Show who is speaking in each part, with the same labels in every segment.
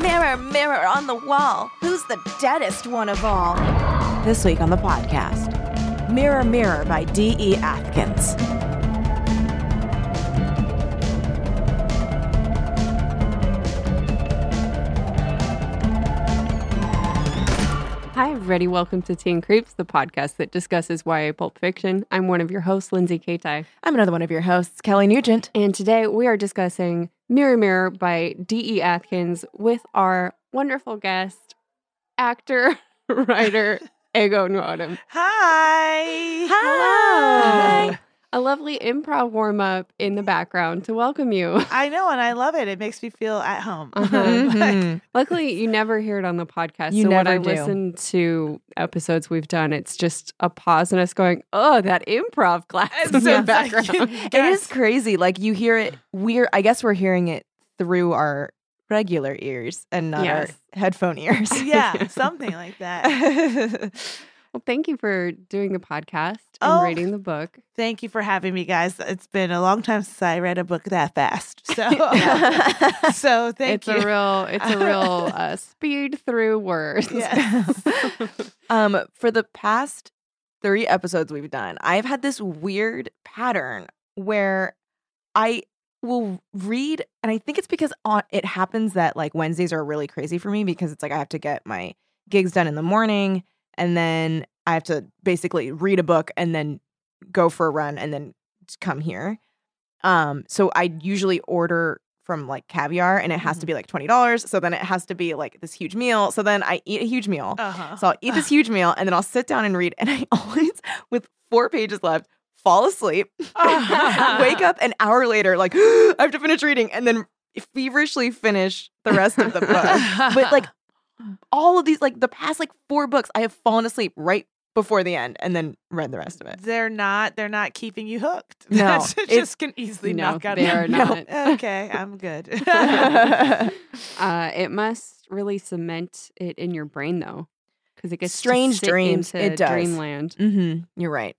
Speaker 1: Mirror, mirror on the wall, who's the deadest one of all?
Speaker 2: This week on the podcast Mirror, Mirror by D.E. Atkins.
Speaker 3: Hi, everybody. Welcome to Teen Creeps, the podcast that discusses YA Pulp Fiction. I'm one of your hosts, Lindsay Kaitai.
Speaker 2: I'm another one of your hosts, Kelly Nugent.
Speaker 3: And today we are discussing Mirror Mirror by D.E. Atkins with our wonderful guest, actor, writer, Ego Nuotum.
Speaker 1: Hi!
Speaker 3: Hello! A lovely improv warm up in the background to welcome you.
Speaker 4: I know, and I love it. It makes me feel at home.
Speaker 3: Uh-huh.
Speaker 4: Like,
Speaker 3: Luckily, you never hear it on the podcast.
Speaker 2: You
Speaker 3: so when
Speaker 2: never
Speaker 3: I
Speaker 2: do.
Speaker 3: listen to episodes we've done, it's just a pause and us going, "Oh, that improv class."
Speaker 4: it's
Speaker 3: in the
Speaker 4: so like,
Speaker 3: background.
Speaker 2: It is
Speaker 4: yes.
Speaker 2: crazy. Like you hear it, we're, I guess we're hearing it through our regular ears and not
Speaker 3: Yes.
Speaker 2: our headphone ears.
Speaker 4: yeah, something like that.
Speaker 3: Well, thank you for doing the podcast and
Speaker 4: Oh.
Speaker 3: reading the book.
Speaker 4: Thank you for having me, guys. It's been a long time since I read a book that fast. So, so thank
Speaker 3: it's
Speaker 4: you.
Speaker 3: a real, it's a real uh, speed through words.
Speaker 4: Yes.
Speaker 2: um, for the past three episodes we've done, I've had this weird pattern where I will read, and I think it's because on it happens that like Wednesdays are really crazy for me because it's like I have to get my gigs done in the morning, and then I have to basically read a book and then go for a run and then come here. Um, so I usually order from like caviar and it has to be like $20. So then it has to be like this huge meal. So then I eat a huge meal.
Speaker 4: Uh-huh.
Speaker 2: So I'll eat this huge meal and then I'll sit down and read. And I always, with four pages left, fall asleep, wake up an hour later, like, I have to finish reading, and then feverishly finish the rest of the book. but like all of these, like the past like four books, I have fallen asleep right before the end and then read the rest of it.
Speaker 4: They're not. They're not keeping you hooked.
Speaker 2: No,
Speaker 4: That's- it
Speaker 2: it's-
Speaker 4: just can easily
Speaker 3: no,
Speaker 4: knock out.
Speaker 3: they are
Speaker 4: No.
Speaker 3: not.
Speaker 4: Okay, I'm good.
Speaker 3: Uh, it must really cement it in your brain though, because it gets to
Speaker 2: Strange
Speaker 3: sit
Speaker 2: dreams,
Speaker 3: into
Speaker 2: it does.
Speaker 3: Dreamland.
Speaker 2: mm-hmm. You're right.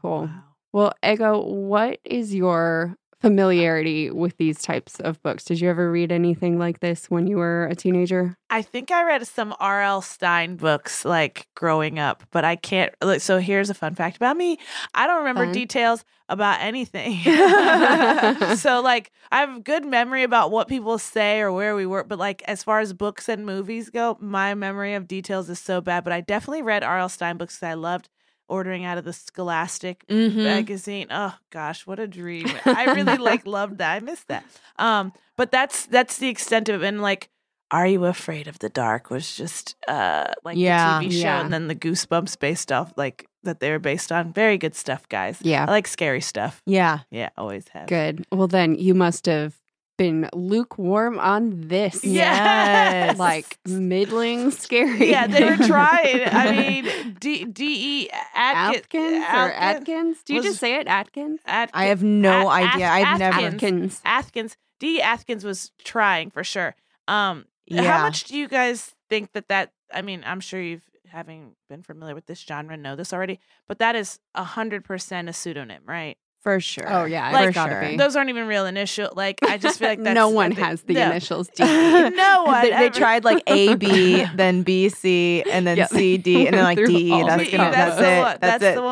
Speaker 3: Cool.
Speaker 4: Wow.
Speaker 3: Well, Ego, what is your familiarity with these types of books? Did you ever read anything like this when you were a teenager?
Speaker 4: I think I read some R.L. Stein books like growing up, but I can't. uh, like, So here's a fun fact about me I don't remember
Speaker 3: Fun.
Speaker 4: details about anything. so, like, I have good memory about what people say or where we were, but like, as far as books and movies go, my memory of details is so bad. But I definitely read R.L. Stein books that I loved ordering out of the Scholastic
Speaker 2: Mm-hmm.
Speaker 4: magazine. Oh gosh, what a dream! I really like loved that. I missed that. Um, but that's that's the extent of it. And like, Are You Afraid of the Dark was just uh like
Speaker 2: Yeah,
Speaker 4: the TV show,
Speaker 3: yeah.
Speaker 4: and then the Goosebumps based off like that they were based on. Very good stuff, guys. I
Speaker 3: Yeah.
Speaker 4: like scary stuff.
Speaker 2: Yeah.
Speaker 4: Yeah, always have.
Speaker 3: Good. Well, then you must have been lukewarm on this.
Speaker 4: Yes.
Speaker 3: Like middling scary.
Speaker 4: Yeah, they were trying. I mean, D D E Atkins,
Speaker 3: Atkins or Atkins? Do you
Speaker 4: was-
Speaker 3: just say it Atkins?
Speaker 4: Atkin-
Speaker 2: I have no
Speaker 4: A-
Speaker 2: idea.
Speaker 4: Ask-
Speaker 2: I've never.
Speaker 4: Atkins. Atkins, D. Atkins was trying for sure. Um,
Speaker 2: Yeah.
Speaker 4: How much do you guys think that that? I mean, I'm sure you've having been familiar with this genre, know this already, but that is hundred percent a pseudonym, right?
Speaker 2: For sure.
Speaker 3: Oh, yeah,
Speaker 4: Like-
Speaker 3: it's gotta
Speaker 2: Mm.
Speaker 3: be.
Speaker 4: Those aren't even real initial. Like, I just feel like that's
Speaker 3: no one
Speaker 4: that-
Speaker 3: has the
Speaker 4: no.
Speaker 3: initials. D.
Speaker 4: No one.
Speaker 2: they, they
Speaker 4: ever-
Speaker 2: tried like A B, then B C, and then
Speaker 3: Yep.
Speaker 2: C D, and then like
Speaker 3: Through
Speaker 2: D E.
Speaker 3: all
Speaker 2: That's
Speaker 3: the
Speaker 2: gonna.
Speaker 3: Ds.
Speaker 2: That's,
Speaker 4: the
Speaker 2: it.
Speaker 4: one.
Speaker 2: That's, it.
Speaker 4: the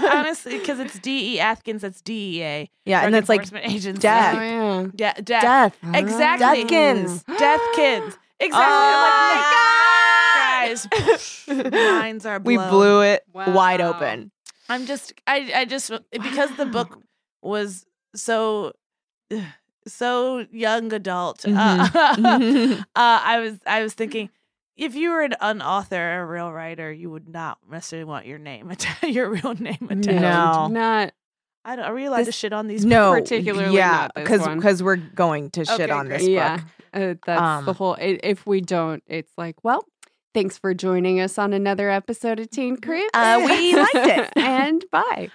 Speaker 4: one. Honestly, because it's D. E. Atkins. That's D. E. A.
Speaker 2: yeah, and
Speaker 4: Drug
Speaker 2: that's like
Speaker 4: enforcement agency.
Speaker 2: death.
Speaker 3: Oh, yeah.
Speaker 4: Yeah, death.
Speaker 2: death.
Speaker 4: Exactly.
Speaker 2: Deathkins. Ah!
Speaker 4: Deathkins. Exactly. I'm like, "No."
Speaker 2: Oh
Speaker 4: guys, minds are
Speaker 2: We
Speaker 4: blown.
Speaker 2: blew it
Speaker 3: Wow.
Speaker 2: wide open.
Speaker 4: I'm just, I, I just because the book was so, so young adult.
Speaker 2: Mm-hmm.
Speaker 4: Uh, uh, I was, I was thinking, if you were an, an author, a real writer, you would not necessarily want your name, atta- your real name attached.
Speaker 2: No.
Speaker 3: Not
Speaker 4: I don't. Are we allowed to
Speaker 2: This-
Speaker 4: shit on these?
Speaker 2: no,
Speaker 3: particularly
Speaker 2: yeah,
Speaker 3: not this one.
Speaker 2: because we're going to shit
Speaker 4: Okay,
Speaker 2: on this
Speaker 3: yeah.
Speaker 2: book.
Speaker 3: Uh, that's the
Speaker 2: Um,
Speaker 3: whole. i if we don't, it's like, well, thanks for joining us on another episode of Teen Creeps.
Speaker 2: Uh, we liked it.
Speaker 3: and bye.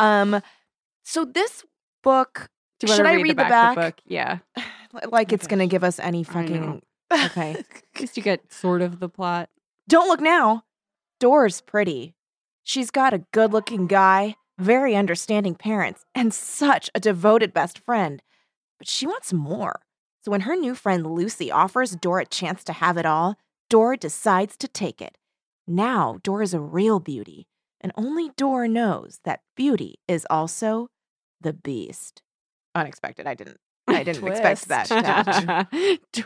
Speaker 2: Um, so this book,
Speaker 3: Do you wanna
Speaker 2: Should I read the back?
Speaker 3: book? Yeah,
Speaker 2: like, it's
Speaker 3: Okay.
Speaker 2: gonna give us any
Speaker 3: know.
Speaker 2: fucking. Okay.
Speaker 3: at least you get sort of the plot.
Speaker 2: Don't look now. Dora's pretty. She's got a good looking guy, very understanding parents, and such a devoted best friend. But she wants more. So when her new friend Lucy offers Dora a chance to have it all, Dora decides to take it. Now, Dora's a real beauty, and only Dora knows that beauty is also the beast. Unexpected. I didn't. I didn't expect that.
Speaker 4: Twist.
Speaker 2: to-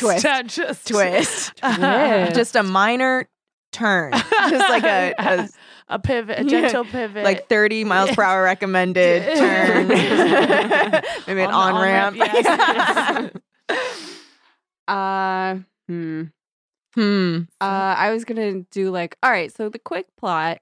Speaker 4: Twist.
Speaker 2: Twist.
Speaker 4: Uh, Just
Speaker 2: Twist.
Speaker 4: Uh,
Speaker 3: Twist.
Speaker 2: Just a minor turn. Just like a- a
Speaker 4: a pivot, a
Speaker 2: Yeah.
Speaker 4: gentle pivot.
Speaker 2: like 30 miles per hour recommended
Speaker 4: Yeah.
Speaker 2: turn. Maybe an on,
Speaker 4: On the
Speaker 2: ramp.
Speaker 4: on-ramp, yes.
Speaker 3: Uh, hmm.
Speaker 2: hmm.
Speaker 3: Uh, I was gonna do like, all right, so the quick plot.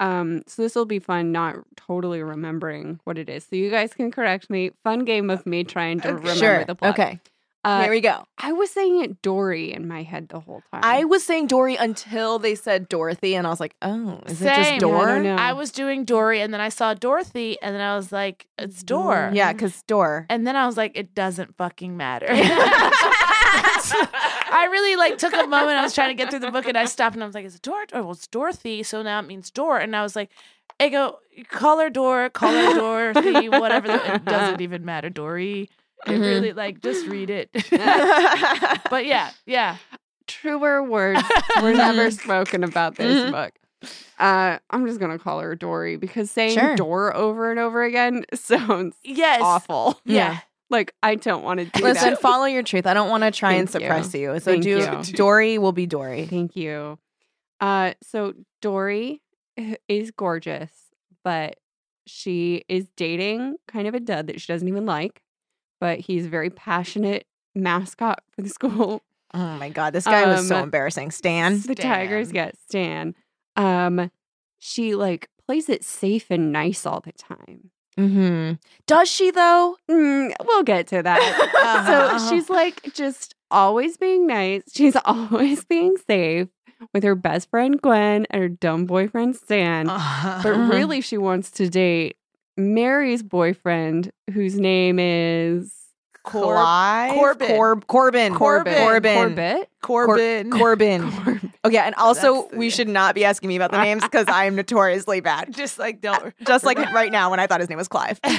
Speaker 3: Um, so this will be fun, not totally remembering what it is. So you guys can correct me. Fun game of me trying to remember
Speaker 2: Sure.
Speaker 3: the plot.
Speaker 2: Okay.
Speaker 3: Uh,
Speaker 2: Here we go.
Speaker 3: I was saying it Dory in my head the whole time.
Speaker 2: I was saying Dory until they said Dorothy, and I was like, oh, is it just
Speaker 4: Same. Yeah,
Speaker 3: I don't
Speaker 2: Dor?
Speaker 3: know.
Speaker 4: I was doing Dory, and then I saw Dorothy, and then I was like, "It's Dor."
Speaker 2: Mm, Yeah, because Dor.
Speaker 4: And then I was like, "It doesn't fucking matter." I really like took a moment. I was trying to get through the book, and I stopped, and I was like, "It's Dor." Oh, well, it's Dorothy, so now it means Dor. And I was like, "I go call her Dor, call her Dorothy, whatever. the- it doesn't even matter, Dory." It
Speaker 2: Mhm.
Speaker 4: really like just read it.
Speaker 2: But
Speaker 4: but yeah, yeah.
Speaker 3: truer words were never
Speaker 2: Mhm.
Speaker 3: spoken about this
Speaker 2: Mhm.
Speaker 3: book. Uh, I'm just gonna call her Dory because saying
Speaker 2: Sure.
Speaker 3: Dor over and over again sounds
Speaker 4: Yes.
Speaker 3: awful.
Speaker 4: Yeah.
Speaker 3: Like I don't want to do
Speaker 2: Listen,
Speaker 3: that.
Speaker 2: follow your truth. I don't want to try and
Speaker 3: Thank you.
Speaker 2: suppress you. So
Speaker 3: Thank
Speaker 2: do
Speaker 3: you.
Speaker 2: Dory will be Dory.
Speaker 3: Thank you. Uh, so Dory eh, is gorgeous, but she is dating kind of a dud that she doesn't even like. But he's a very passionate mascot for the school.
Speaker 2: Oh my god, this guy was so
Speaker 3: Um,
Speaker 2: embarrassing. Stan.
Speaker 3: The Tigers get Stan. Um, she like plays it safe and nice all the time.
Speaker 2: Mm-hmm. Does she though?
Speaker 3: Mm, we'll get to that. so she's like just always being nice. She's always being safe with her best friend Gwen and her dumb boyfriend Stan. But
Speaker 2: Mhm.
Speaker 3: really, she wants to date Mary's boyfriend, whose name is
Speaker 4: Cor-
Speaker 2: Clive?
Speaker 4: Corbin.
Speaker 2: Corb- Corbin.
Speaker 4: Corbin.
Speaker 2: Corbin.
Speaker 3: Corbett.
Speaker 2: Corbin. Corbin.
Speaker 3: Corbett.
Speaker 2: Oh yeah, and also
Speaker 4: that's the-
Speaker 2: we should not be asking me about the names because I am notoriously bad.
Speaker 4: just like don't.
Speaker 2: Just like right now when I thought his name was Clive.
Speaker 4: no,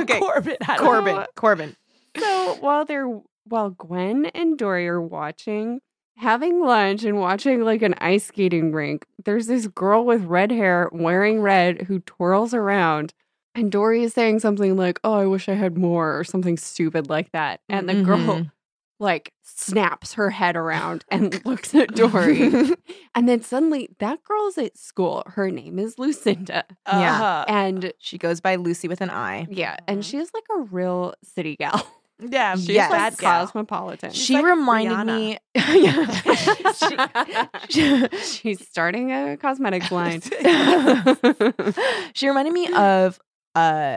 Speaker 2: Okay.
Speaker 4: Corbin. I don't-
Speaker 2: Corbin. Corbin.
Speaker 3: So while they're while Gwen and Dory are watching, having lunch and watching like an ice skating rink, there's this girl with red hair wearing red who twirls around. And Dory is saying something like, Oh, I wish I had more, or something stupid like that. And the girl like snaps her head around and looks at Dory. and then suddenly that girl's at school. Her name is Lucinda.
Speaker 2: Yeah.
Speaker 4: Uh-huh.
Speaker 3: And
Speaker 2: She goes by Lucy with an I.
Speaker 3: yeah, and
Speaker 4: Mhm.
Speaker 3: she is like a real city gal.
Speaker 4: Yeah.
Speaker 3: She's
Speaker 2: Yes.
Speaker 3: like
Speaker 4: bad gal.
Speaker 3: cosmopolitan.
Speaker 2: She
Speaker 4: like
Speaker 2: reminded
Speaker 4: Rihanna.
Speaker 2: me. Yeah. She-
Speaker 3: She's starting a cosmetics line.
Speaker 2: she reminded me of uh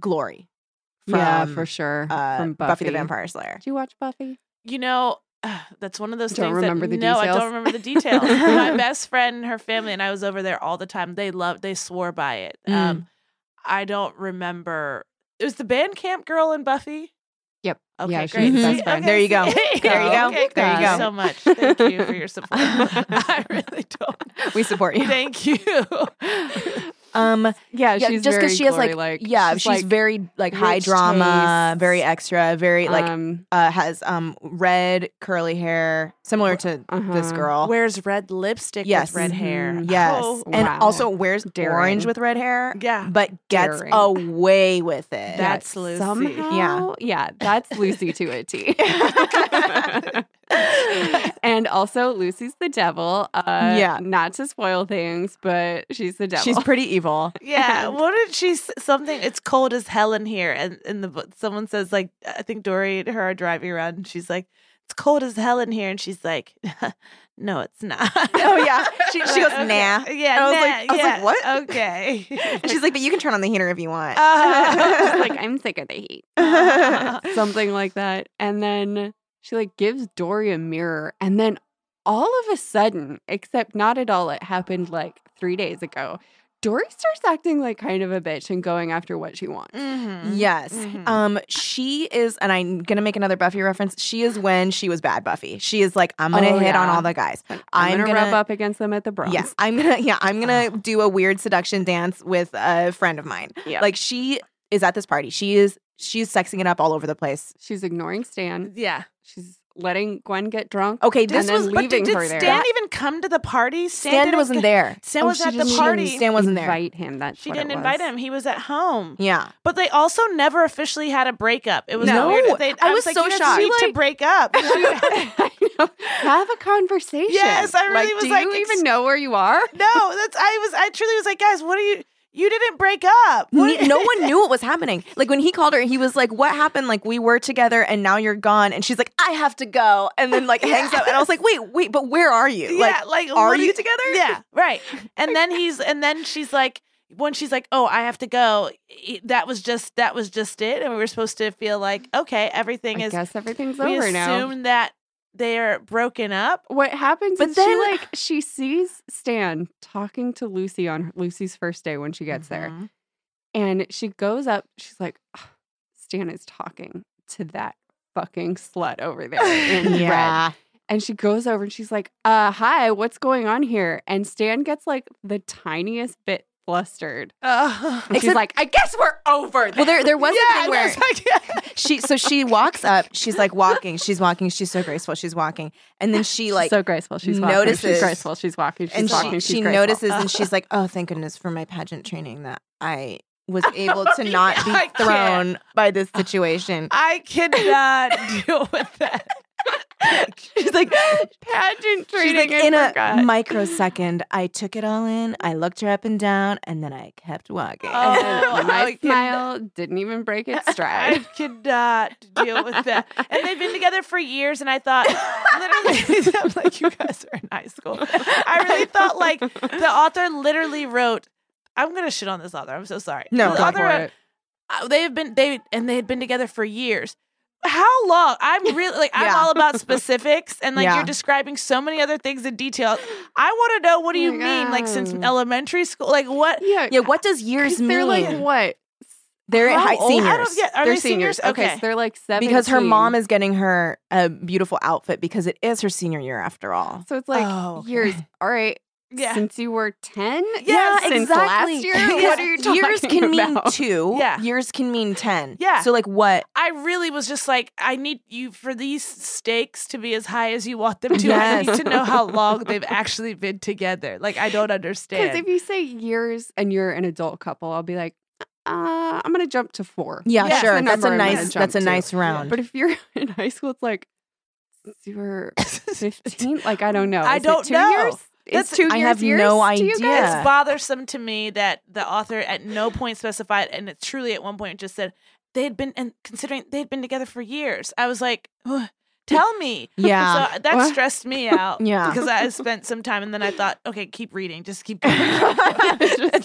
Speaker 2: Glory.
Speaker 3: yeah,
Speaker 2: from,
Speaker 3: for sure.
Speaker 2: Uh,
Speaker 3: From
Speaker 2: Buffy. the Vampire Slayer.
Speaker 3: Did you watch Buffy?
Speaker 4: You know, uh, that's one of those
Speaker 3: Don't
Speaker 4: things.
Speaker 3: remember
Speaker 4: that,
Speaker 3: the
Speaker 4: no, I
Speaker 3: details.
Speaker 4: don't remember the details. My best friend and her family and I was over there all the time. They loved. They swore by it.
Speaker 2: Mm.
Speaker 4: Um, I don't remember. It was the band camp girl in Buffy.
Speaker 3: Yep.
Speaker 4: Okay,
Speaker 3: Yeah, she's
Speaker 4: great.
Speaker 2: the best
Speaker 4: See,
Speaker 2: friend.
Speaker 4: okay,
Speaker 2: There you go.
Speaker 4: see-
Speaker 2: There you go.
Speaker 4: Okay,
Speaker 2: There you
Speaker 4: thank you
Speaker 2: go.
Speaker 4: so much. Thank you for your support. I really don't.
Speaker 2: We support you.
Speaker 4: Thank you.
Speaker 2: Um
Speaker 3: Yeah,
Speaker 2: yeah,
Speaker 3: she's
Speaker 2: just
Speaker 3: very
Speaker 2: because she has like,
Speaker 3: Glory-like.
Speaker 2: yeah, she's,
Speaker 3: like,
Speaker 2: very like high
Speaker 3: rich
Speaker 2: drama,
Speaker 3: tastes.
Speaker 2: very extra, very like
Speaker 3: um,
Speaker 2: uh, has um red curly hair, similar to this
Speaker 3: uh-huh.
Speaker 2: girl.
Speaker 4: wears red lipstick
Speaker 2: Yes. Mm,
Speaker 4: with red hair.
Speaker 3: Mhm.
Speaker 2: yes,
Speaker 4: Oh,
Speaker 2: and
Speaker 3: wow.
Speaker 2: also wears
Speaker 3: Daring.
Speaker 2: orange with red hair,
Speaker 4: yeah.
Speaker 2: but gets
Speaker 3: Daring.
Speaker 2: away with it.
Speaker 4: That-
Speaker 3: yeah,
Speaker 4: that's Lucy.
Speaker 3: Somehow, yeah, that's Lucy to a T. and also, Lucy's the devil. Uh,
Speaker 2: Yeah.
Speaker 3: not to spoil things, but she's the devil.
Speaker 2: She's pretty evil.
Speaker 4: Yeah,
Speaker 3: And-
Speaker 4: what did she s- something? It's cold as hell in here, and in the book, someone says like, I think Dory and her are driving around, and she's like, "It's cold as hell in here," and she's like, "No, it's not."
Speaker 2: Oh, yeah. She- she goes, "Nah."
Speaker 4: Yeah,
Speaker 2: I was
Speaker 4: nah,
Speaker 2: like- I was like,
Speaker 4: yeah,
Speaker 2: "What?"
Speaker 4: Okay.
Speaker 2: And she's like, but you can turn on the heater if you want.
Speaker 4: Uh,
Speaker 3: She's like, I'm sick of the heat. something like that. And then She like gives Dory a mirror and then all of a sudden, except not at all, it happened like three days ago. Dory starts acting like kind of a bitch and going after what she wants.
Speaker 4: Mhm.
Speaker 2: Yes.
Speaker 3: Mm-hmm.
Speaker 4: Mhm.
Speaker 2: Um, she is, and I'm gonna make another Buffy reference. She is when she was bad Buffy. She is like, I'm gonna
Speaker 3: Oh,
Speaker 2: hit on
Speaker 3: yeah.
Speaker 2: all the guys.
Speaker 3: Like,
Speaker 2: I'm
Speaker 3: I'm, gonna,
Speaker 2: gonna-
Speaker 3: rub up against them at the Bronx.
Speaker 2: Yes, I'm gonna. Yeah, I'm gonna do a weird seduction dance with a friend of mine.
Speaker 3: Yeah.
Speaker 2: Like she is at this party. She is she's sexing it up all over the place.
Speaker 3: She's ignoring Stan.
Speaker 4: Yeah.
Speaker 3: She's letting Gwen get drunk.
Speaker 2: Okay, this
Speaker 4: This
Speaker 3: then
Speaker 4: was but
Speaker 3: leaving
Speaker 4: did,
Speaker 3: her
Speaker 4: did
Speaker 3: there.
Speaker 4: Stan even come to the party? Stan,
Speaker 2: Stan
Speaker 4: didn't
Speaker 2: wasn't
Speaker 4: get-
Speaker 2: there.
Speaker 4: Stan
Speaker 3: Oh,
Speaker 4: was
Speaker 3: she
Speaker 4: at the
Speaker 3: didn't even
Speaker 4: party.
Speaker 2: Stan wasn't there.
Speaker 3: invite him. That's
Speaker 4: She
Speaker 3: what it
Speaker 4: didn't invite
Speaker 3: was.
Speaker 4: him. He was at home.
Speaker 2: Yeah.
Speaker 4: But they also never officially had a breakup. It was
Speaker 2: No.
Speaker 4: weird. They,
Speaker 2: I was
Speaker 4: like,
Speaker 2: so
Speaker 4: you guys
Speaker 2: shocked.
Speaker 4: Need to
Speaker 3: Like-
Speaker 4: break up.
Speaker 3: I know. Have a conversation.
Speaker 4: Yes, I really was
Speaker 3: do
Speaker 4: like,
Speaker 3: you
Speaker 4: ex-
Speaker 3: even know where you are?
Speaker 4: No, that's I was I truly was like, guys, what are you you didn't break up. What
Speaker 2: Ne- no one knew what was happening. Like when he called her, he was like, "What happened? Like we were together, and now you're gone." And she's like, "I have to go," and then like hangs up. And I was like, "Wait, wait, but where are you?
Speaker 4: yeah,
Speaker 2: Like,
Speaker 4: like
Speaker 2: are
Speaker 4: what
Speaker 2: you together?"
Speaker 4: Yeah, right. And then he's and then she's like when she's like, "Oh, I have to go." i- That was just that was just it and we were supposed to feel like, "Okay, everything
Speaker 3: I
Speaker 4: is
Speaker 3: guess everything's
Speaker 4: we
Speaker 3: over
Speaker 4: assume
Speaker 3: now.
Speaker 4: that they're broken up.
Speaker 3: What happens
Speaker 2: But
Speaker 3: is
Speaker 2: then-
Speaker 3: she like she sees Stan talking to Lucy on her- Lucy's first day when she gets
Speaker 2: Mm-hmm.
Speaker 3: there,
Speaker 4: Mhm.
Speaker 3: and she goes up. She's like, "Ugh, Stan is talking to that fucking slut over there in red. And she goes over and she's like, uh, hi, what's going on here? And Stan gets like the tiniest bit flustered.
Speaker 4: Ugh.
Speaker 3: And she's
Speaker 2: Except-
Speaker 3: like, I guess we're over.
Speaker 2: Well, there there was a
Speaker 4: yeah,
Speaker 2: thing
Speaker 4: and
Speaker 2: where
Speaker 4: it's like, yeah.
Speaker 2: she so she walks up. She's like walking. She's walking. She's so graceful. She's walking, and then she like.
Speaker 3: so graceful. She's walking.
Speaker 2: notices-
Speaker 3: She's graceful. She's walking. She's
Speaker 2: and
Speaker 3: walking.
Speaker 2: she,
Speaker 3: she's
Speaker 2: she
Speaker 3: graceful.
Speaker 2: notices and she's like, oh, thank goodness for my pageant training that I was able to not be
Speaker 4: I can't.
Speaker 2: thrown by this situation.
Speaker 4: I cannot deal with that.
Speaker 2: She's like,
Speaker 3: pageant
Speaker 2: She's like,
Speaker 3: training. I
Speaker 2: in a
Speaker 3: forgot.
Speaker 2: microsecond, I took it all in. I looked her up and down, and then I kept walking.
Speaker 4: Oh,
Speaker 3: And my
Speaker 4: I can-
Speaker 3: smile didn't even break its
Speaker 4: I
Speaker 3: stride.
Speaker 4: cannot deal with that. And they've been together for years, and I thought, literally, I'm like, you guys are in high school. I really thought, like, the author literally wrote, I'm going to shit on this author. I'm so sorry.
Speaker 2: No,
Speaker 4: the
Speaker 2: go
Speaker 4: author
Speaker 3: e
Speaker 4: wrote, "Uh, they have been, they, and they had been together for years. How long? I'm really like I'm
Speaker 2: Yeah.
Speaker 4: all about specifics and like
Speaker 2: Yeah.
Speaker 4: you're describing so many other things in detail. I want to know what do
Speaker 3: Oh
Speaker 4: you
Speaker 3: my
Speaker 4: mean like since
Speaker 3: God.
Speaker 4: elementary school like what
Speaker 3: yeah,
Speaker 2: yeah, what does years
Speaker 3: 'cause
Speaker 2: mean?
Speaker 3: They're like what?
Speaker 2: They're
Speaker 3: how
Speaker 2: high
Speaker 3: old?
Speaker 2: seniors.
Speaker 4: I don't get are
Speaker 3: they're
Speaker 4: they seniors?
Speaker 3: Okay. so they're like seven
Speaker 2: because her mom is getting her a beautiful outfit because it is her senior year after all.
Speaker 3: So it's like
Speaker 4: Oh, okay.
Speaker 3: years. All right.
Speaker 4: Yeah.
Speaker 3: Since you were ten.
Speaker 4: Yeah,
Speaker 3: Since last year. What are you talking
Speaker 2: years can mean
Speaker 3: about?
Speaker 2: two.
Speaker 4: Yeah.
Speaker 2: Years can mean ten.
Speaker 4: Yeah.
Speaker 2: So like what?
Speaker 4: I really was just like, I need you for these stakes to be as high as you want them to. I
Speaker 2: Yes.
Speaker 4: need to know how long they've actually been together. Like, I don't
Speaker 3: Because
Speaker 4: understand.
Speaker 3: if you say years and you're an adult couple, I'll be like, uh, I'm gonna jump to four.
Speaker 2: Yeah,
Speaker 4: Yes.
Speaker 2: sure.
Speaker 3: The
Speaker 2: That's
Speaker 3: number
Speaker 2: a
Speaker 3: I'm gonna
Speaker 2: nice.
Speaker 3: jump
Speaker 2: That's a
Speaker 3: to.
Speaker 2: nice round.
Speaker 3: But if you're in high school, it's like since you were 15. Like I don't know.
Speaker 4: I
Speaker 3: Is it
Speaker 4: don't
Speaker 3: two
Speaker 4: know.
Speaker 3: Years?
Speaker 4: That's-
Speaker 3: Is two years.
Speaker 2: I have
Speaker 3: years
Speaker 2: no
Speaker 3: to you
Speaker 2: idea.
Speaker 3: guys?
Speaker 4: It's bothersome to me that the author at no point specified, and it truly at one point just said they had been, and considering they had been together for years, I was like, "Ugh, tell me.
Speaker 2: yeah.
Speaker 4: So uh, that
Speaker 3: What?
Speaker 4: stressed me out.
Speaker 2: Yeah.
Speaker 4: Because I spent some time, and then I thought, okay, keep reading, just keep going.
Speaker 3: Just-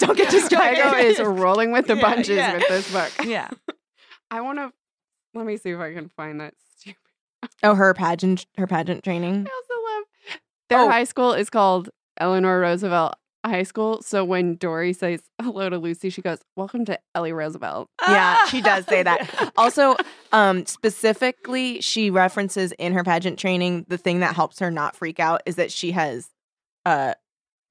Speaker 2: Don't get distracted.
Speaker 3: Chicago is rolling with the
Speaker 4: Yeah,
Speaker 3: bunches
Speaker 4: yeah.
Speaker 3: with this book.
Speaker 4: yeah.
Speaker 3: I want to. Let me see if I can find that. Stupid.
Speaker 2: Oh, her pageant. Her pageant training.
Speaker 3: I also love their
Speaker 2: Oh.
Speaker 3: high school is called Eleanor Roosevelt High School. So when Dory says hello to Lucy, she goes, "Welcome to Ellie Roosevelt."
Speaker 2: Yeah, she does say
Speaker 4: Yeah.
Speaker 2: that. Also, um, specifically, she references in her pageant training the thing that helps her not freak out is that she has uh,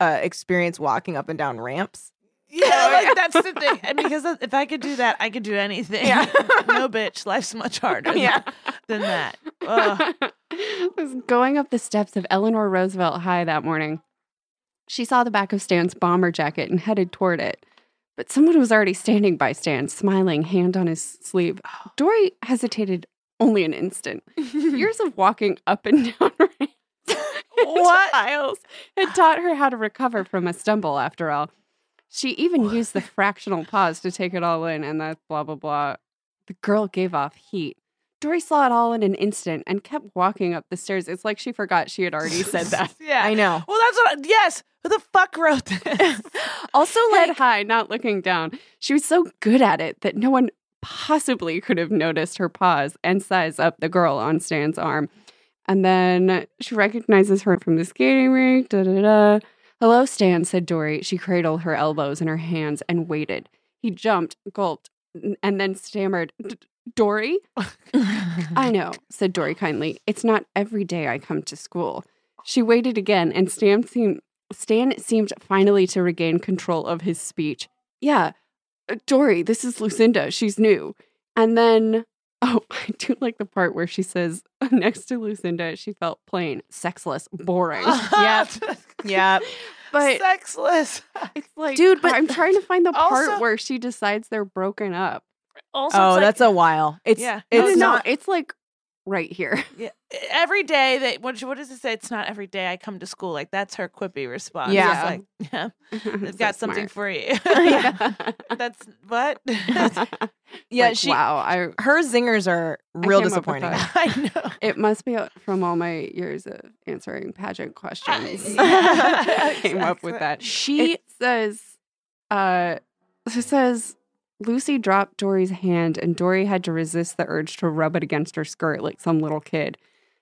Speaker 2: uh, experience walking up and down ramps.
Speaker 4: Yeah, like that's the thing. And because of- if I could do that, I could do anything.
Speaker 2: Yeah.
Speaker 4: no, bitch, life's much harder
Speaker 2: Yeah.
Speaker 4: than that. Ugh.
Speaker 3: I was going up the steps of Eleanor Roosevelt High that morning. She saw the back of Stan's bomber jacket and headed toward it. But someone was already standing by Stan, smiling, hand on his sleeve. Dory hesitated only an instant. Years of walking up and down ramps
Speaker 4: What?
Speaker 3: aisles had taught her how to recover from a stumble, after all. She even used the fractional pause to take it all in, and that blah, blah, blah. The girl gave off heat. Dory saw it all in an instant and kept walking up the stairs. It's like she forgot she had already said that.
Speaker 4: Yeah.
Speaker 2: I know.
Speaker 4: Well, that's what. I, yes. Who the fuck wrote this?
Speaker 2: Also,
Speaker 3: Head
Speaker 2: like
Speaker 3: high, not looking down. She was so good at it that no one possibly could have noticed her pause and size up the girl on Stan's arm. And then she recognizes her from the skating rink. Da da da. Hello, Stan, said Dory. She cradled her elbows in her hands and waited. He jumped, gulped, n- and then stammered, "D- d- Dory? I know, said Dory kindly. It's not every day I come to school. She waited again, and Stan seemed, Stan seemed finally to regain control of his speech. Yeah, uh, Dory, this is Lucinda. She's new. And then, oh, I do like the part where she says, next to Lucinda, she felt plain, sexless, boring.
Speaker 2: Yep. yeah.
Speaker 3: But
Speaker 4: Sexless.
Speaker 3: it's like,
Speaker 2: Dude,
Speaker 3: dude,
Speaker 2: but-
Speaker 3: but I'm trying to find the part
Speaker 4: Also-
Speaker 3: where she decides they're broken up.
Speaker 4: Also,
Speaker 2: Oh,
Speaker 4: it's like-
Speaker 2: that's a while. It's
Speaker 4: Yeah.
Speaker 3: No,
Speaker 2: it's
Speaker 3: no,
Speaker 2: not.
Speaker 3: It's like right here.
Speaker 4: Yeah, every day they what, what does it say? It's not every day I come to school. Like that's her quippy response.
Speaker 2: Yeah.
Speaker 4: It's like, yeah,
Speaker 3: It's
Speaker 4: I've got something for you. that's what.
Speaker 2: Yeah,
Speaker 3: Like,
Speaker 2: she
Speaker 3: wow. I
Speaker 2: her zingers are real
Speaker 3: came up with
Speaker 2: disappointing.
Speaker 3: that.
Speaker 4: I know.
Speaker 3: it must be from all my years of answering pageant questions.
Speaker 4: yeah,
Speaker 3: came up with
Speaker 4: exactly.
Speaker 3: that.
Speaker 2: She
Speaker 3: It says, uh, it says Lucy dropped Dory's hand, and Dory had to resist the urge to rub it against her skirt like some little kid.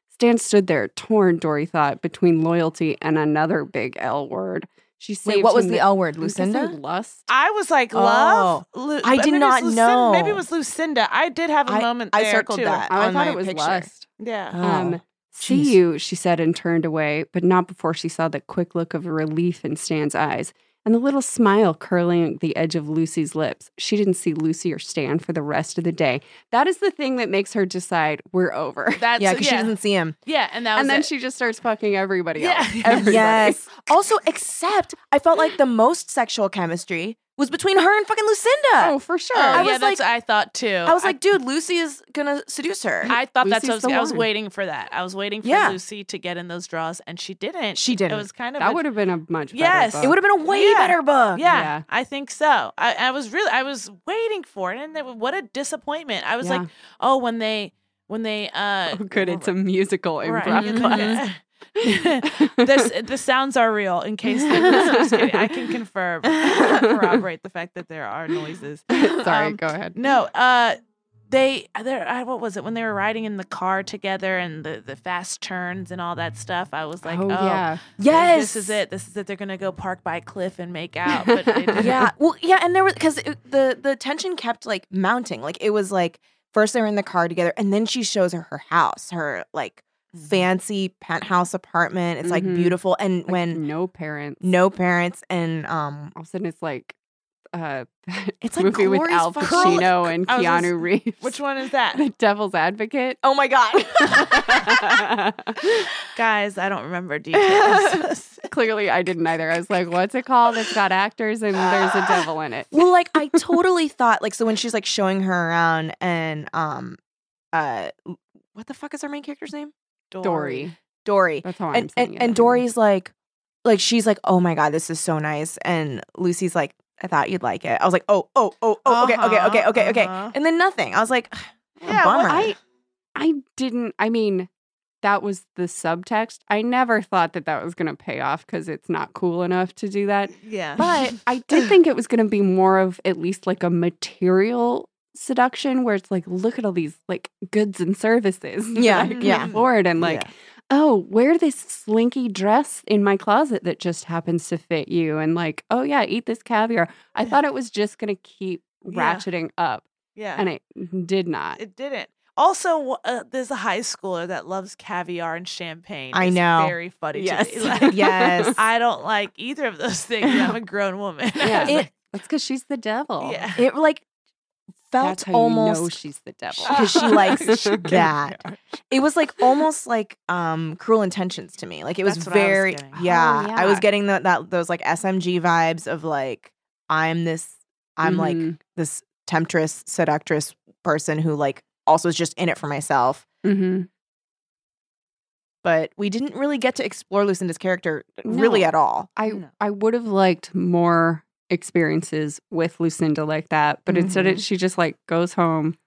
Speaker 3: Stan stood there, torn. Dory thought between loyalty and another big L word. She saved
Speaker 2: wait, what was
Speaker 3: him
Speaker 2: the L word?
Speaker 3: I'm guessing
Speaker 2: Lucinda?
Speaker 3: Lust.
Speaker 4: I was like, love. Lu-
Speaker 2: Oh, I
Speaker 4: but
Speaker 2: did
Speaker 4: maybe it was
Speaker 2: not
Speaker 4: Lucinda- Maybe
Speaker 2: know.
Speaker 4: it was Lucinda. I did have a
Speaker 2: I-
Speaker 4: moment.
Speaker 2: I
Speaker 4: there,
Speaker 2: circled
Speaker 4: too.
Speaker 2: that.
Speaker 3: Oh, I
Speaker 2: on
Speaker 3: thought
Speaker 2: my
Speaker 3: it was
Speaker 2: picture.
Speaker 3: lust.
Speaker 4: Yeah.
Speaker 3: Um,
Speaker 2: Oh, jeez.
Speaker 3: see you, she said and turned away, but not before she saw the quick look of relief in Stan's eyes and the little smile curling the edge of Lucy's lips. She didn't see Lucy or Stan for the rest of the day. That is the thing that makes her decide we're over.
Speaker 4: That's
Speaker 2: Yeah,
Speaker 4: yeah.
Speaker 2: because she
Speaker 4: yeah.
Speaker 2: doesn't see him.
Speaker 4: yeah. And that was
Speaker 3: and then
Speaker 4: it.
Speaker 3: she just starts fucking everybody
Speaker 4: Yeah.
Speaker 3: else. Everybody.
Speaker 2: Yes. Also, except I felt like the most sexual chemistry was between her and fucking Lucinda.
Speaker 3: Oh, for sure.
Speaker 4: Oh,
Speaker 2: I
Speaker 4: yeah,
Speaker 2: was
Speaker 4: that's
Speaker 2: like-
Speaker 4: what I thought too.
Speaker 2: I was like, dude, Lucy is gonna seduce her.
Speaker 4: I thought that's what I
Speaker 3: Lucy's
Speaker 4: was,
Speaker 3: the
Speaker 4: I was
Speaker 3: one.
Speaker 4: waiting for that. I was waiting for
Speaker 2: Yeah.
Speaker 4: Lucy to get in those draws, and she didn't.
Speaker 2: She
Speaker 4: It
Speaker 2: didn't.
Speaker 4: was kind of
Speaker 3: that
Speaker 4: a-
Speaker 3: would have been a much better
Speaker 4: Yes, it
Speaker 3: book.
Speaker 2: it would have been a way
Speaker 4: Yeah.
Speaker 2: better book.
Speaker 4: Yeah,
Speaker 3: Yeah.
Speaker 4: I think so. I, I was really, I was waiting for it, and it, what a disappointment! I was
Speaker 3: Yeah.
Speaker 4: like, oh, when they, when they, uh,
Speaker 3: Oh, good. It's a musical
Speaker 4: right,
Speaker 3: improv
Speaker 4: you
Speaker 3: class.
Speaker 4: know, this, the sounds are real. In case they, I'm just kidding. I can confirm, corroborate the fact that there are noises.
Speaker 3: Sorry,
Speaker 4: Um,
Speaker 3: go ahead.
Speaker 4: No, uh, they, there, I, what was it when they were riding in the car together and the the fast turns and all that stuff? I was like, oh,
Speaker 3: yeah.
Speaker 2: Yes.
Speaker 4: This is it. This is it. They're gonna go park by a cliff and make out. But they didn't.
Speaker 2: yeah well yeah and there was because the the tension kept like mounting like it was like first they were in the car together and then she shows her her house her like fancy penthouse apartment it's
Speaker 3: Mhm.
Speaker 2: Mm-hmm. like beautiful and
Speaker 3: Like,
Speaker 2: when
Speaker 3: no parents.
Speaker 2: no parents and um
Speaker 3: all of a sudden it's like uh
Speaker 2: It's
Speaker 3: it's
Speaker 2: like
Speaker 3: movie with
Speaker 2: glorious
Speaker 3: Al
Speaker 2: fucking-
Speaker 3: Pacino and
Speaker 4: I was just-
Speaker 3: Keanu Reeves.
Speaker 4: Which one is that?
Speaker 3: The Devil's Advocate.
Speaker 2: oh my god
Speaker 4: Guys, I don't remember details.
Speaker 3: Clearly, I didn't either. I was like, "What's it called?" It's got actors and there's a devil in it.
Speaker 2: well like i totally thought like so when she's like showing her around and um uh what the fuck is our main character's name
Speaker 3: Dory.
Speaker 2: dory
Speaker 3: That's how I'm
Speaker 2: and
Speaker 3: saying
Speaker 2: and,
Speaker 3: it.
Speaker 2: and Dory's like, like she's like, oh my god, this is so nice. And Lucy's like, I thought you'd like it. I was like, oh, oh, oh, oh, okay, okay, okay, okay, okay.
Speaker 4: Uh-huh.
Speaker 2: And then nothing. I was like, what a
Speaker 4: Yeah, well,
Speaker 2: bummer.
Speaker 3: I I didn't. I mean, that was the subtext. I never thought that that was going to pay off because it's not cool enough to do that.
Speaker 4: Yeah.
Speaker 3: But I did think it was going to be more of at least like a material seduction where it's like, look at all these like goods and services. that
Speaker 2: Yeah,
Speaker 3: I can
Speaker 2: yeah.
Speaker 3: afford. And like, oh, wear this slinky dress in my closet that just happens to fit you. And like, oh, yeah, eat this caviar. I thought it was just going to keep
Speaker 4: Yeah.
Speaker 3: ratcheting up.
Speaker 2: Uh,
Speaker 4: yeah.
Speaker 3: And it did not.
Speaker 4: it didn't. Also, uh, there's a high schooler that loves caviar and champagne.
Speaker 2: I
Speaker 4: It's
Speaker 2: know.
Speaker 4: Very funny
Speaker 2: Yes.
Speaker 4: to me. Like,
Speaker 2: yes.
Speaker 4: I don't like either of those things. I'm a grown woman.
Speaker 3: Yeah.
Speaker 4: I was
Speaker 2: it
Speaker 3: That's because she's the devil.
Speaker 4: like, yeah.
Speaker 2: it like felt
Speaker 3: That's how you know
Speaker 2: almost
Speaker 3: she's the devil.
Speaker 2: because she likes
Speaker 4: She gives
Speaker 2: that. It was like almost like um cruel intentions to me. Like it was
Speaker 4: That's what I was
Speaker 2: very
Speaker 4: getting.
Speaker 2: yeah,
Speaker 3: Oh,
Speaker 2: I was
Speaker 3: yeah.
Speaker 2: getting the, that those like SMG vibes of like I'm this I'm like
Speaker 3: Mhm.
Speaker 2: this temptress, seductress person who like also is just in it for myself.
Speaker 3: Mhm.
Speaker 2: But we didn't really get to explore Lucinda's character really
Speaker 3: Uh, No.
Speaker 2: at all.
Speaker 3: I
Speaker 4: No.
Speaker 3: I would have liked more experiences with Lucinda like that, but instead
Speaker 2: Mm-hmm.
Speaker 3: it, she just like goes home.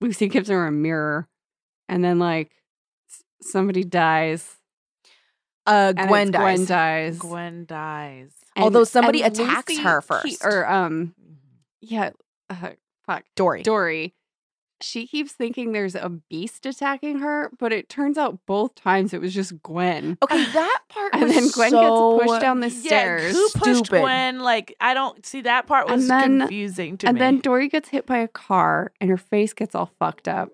Speaker 3: Lucy gives her a mirror, and then like s- somebody dies.
Speaker 2: Uh,
Speaker 3: and
Speaker 2: Gwen
Speaker 3: it's
Speaker 2: dies.
Speaker 3: Gwen dies.
Speaker 4: Gwen dies.
Speaker 3: and-
Speaker 2: Although somebody
Speaker 3: and
Speaker 2: attacks
Speaker 3: Lucy
Speaker 2: her Mm-hmm.
Speaker 3: ke-
Speaker 2: first.
Speaker 3: or um, yeah, uh, fuck
Speaker 2: Dory.
Speaker 3: Dory. she keeps thinking there's a beast attacking her, but it turns out both times it was just Gwen.
Speaker 2: Okay, that part
Speaker 3: And
Speaker 2: was
Speaker 3: then Gwen
Speaker 2: Oh, so
Speaker 3: gets pushed down the
Speaker 4: Yeah,
Speaker 3: stairs.
Speaker 4: who pushed
Speaker 2: Stupid.
Speaker 4: Gwen? Like, I don't see that part
Speaker 3: And
Speaker 4: was
Speaker 3: then-
Speaker 4: confusing to
Speaker 3: and
Speaker 4: me.
Speaker 3: then Dory gets hit by a car and her face gets all fucked up.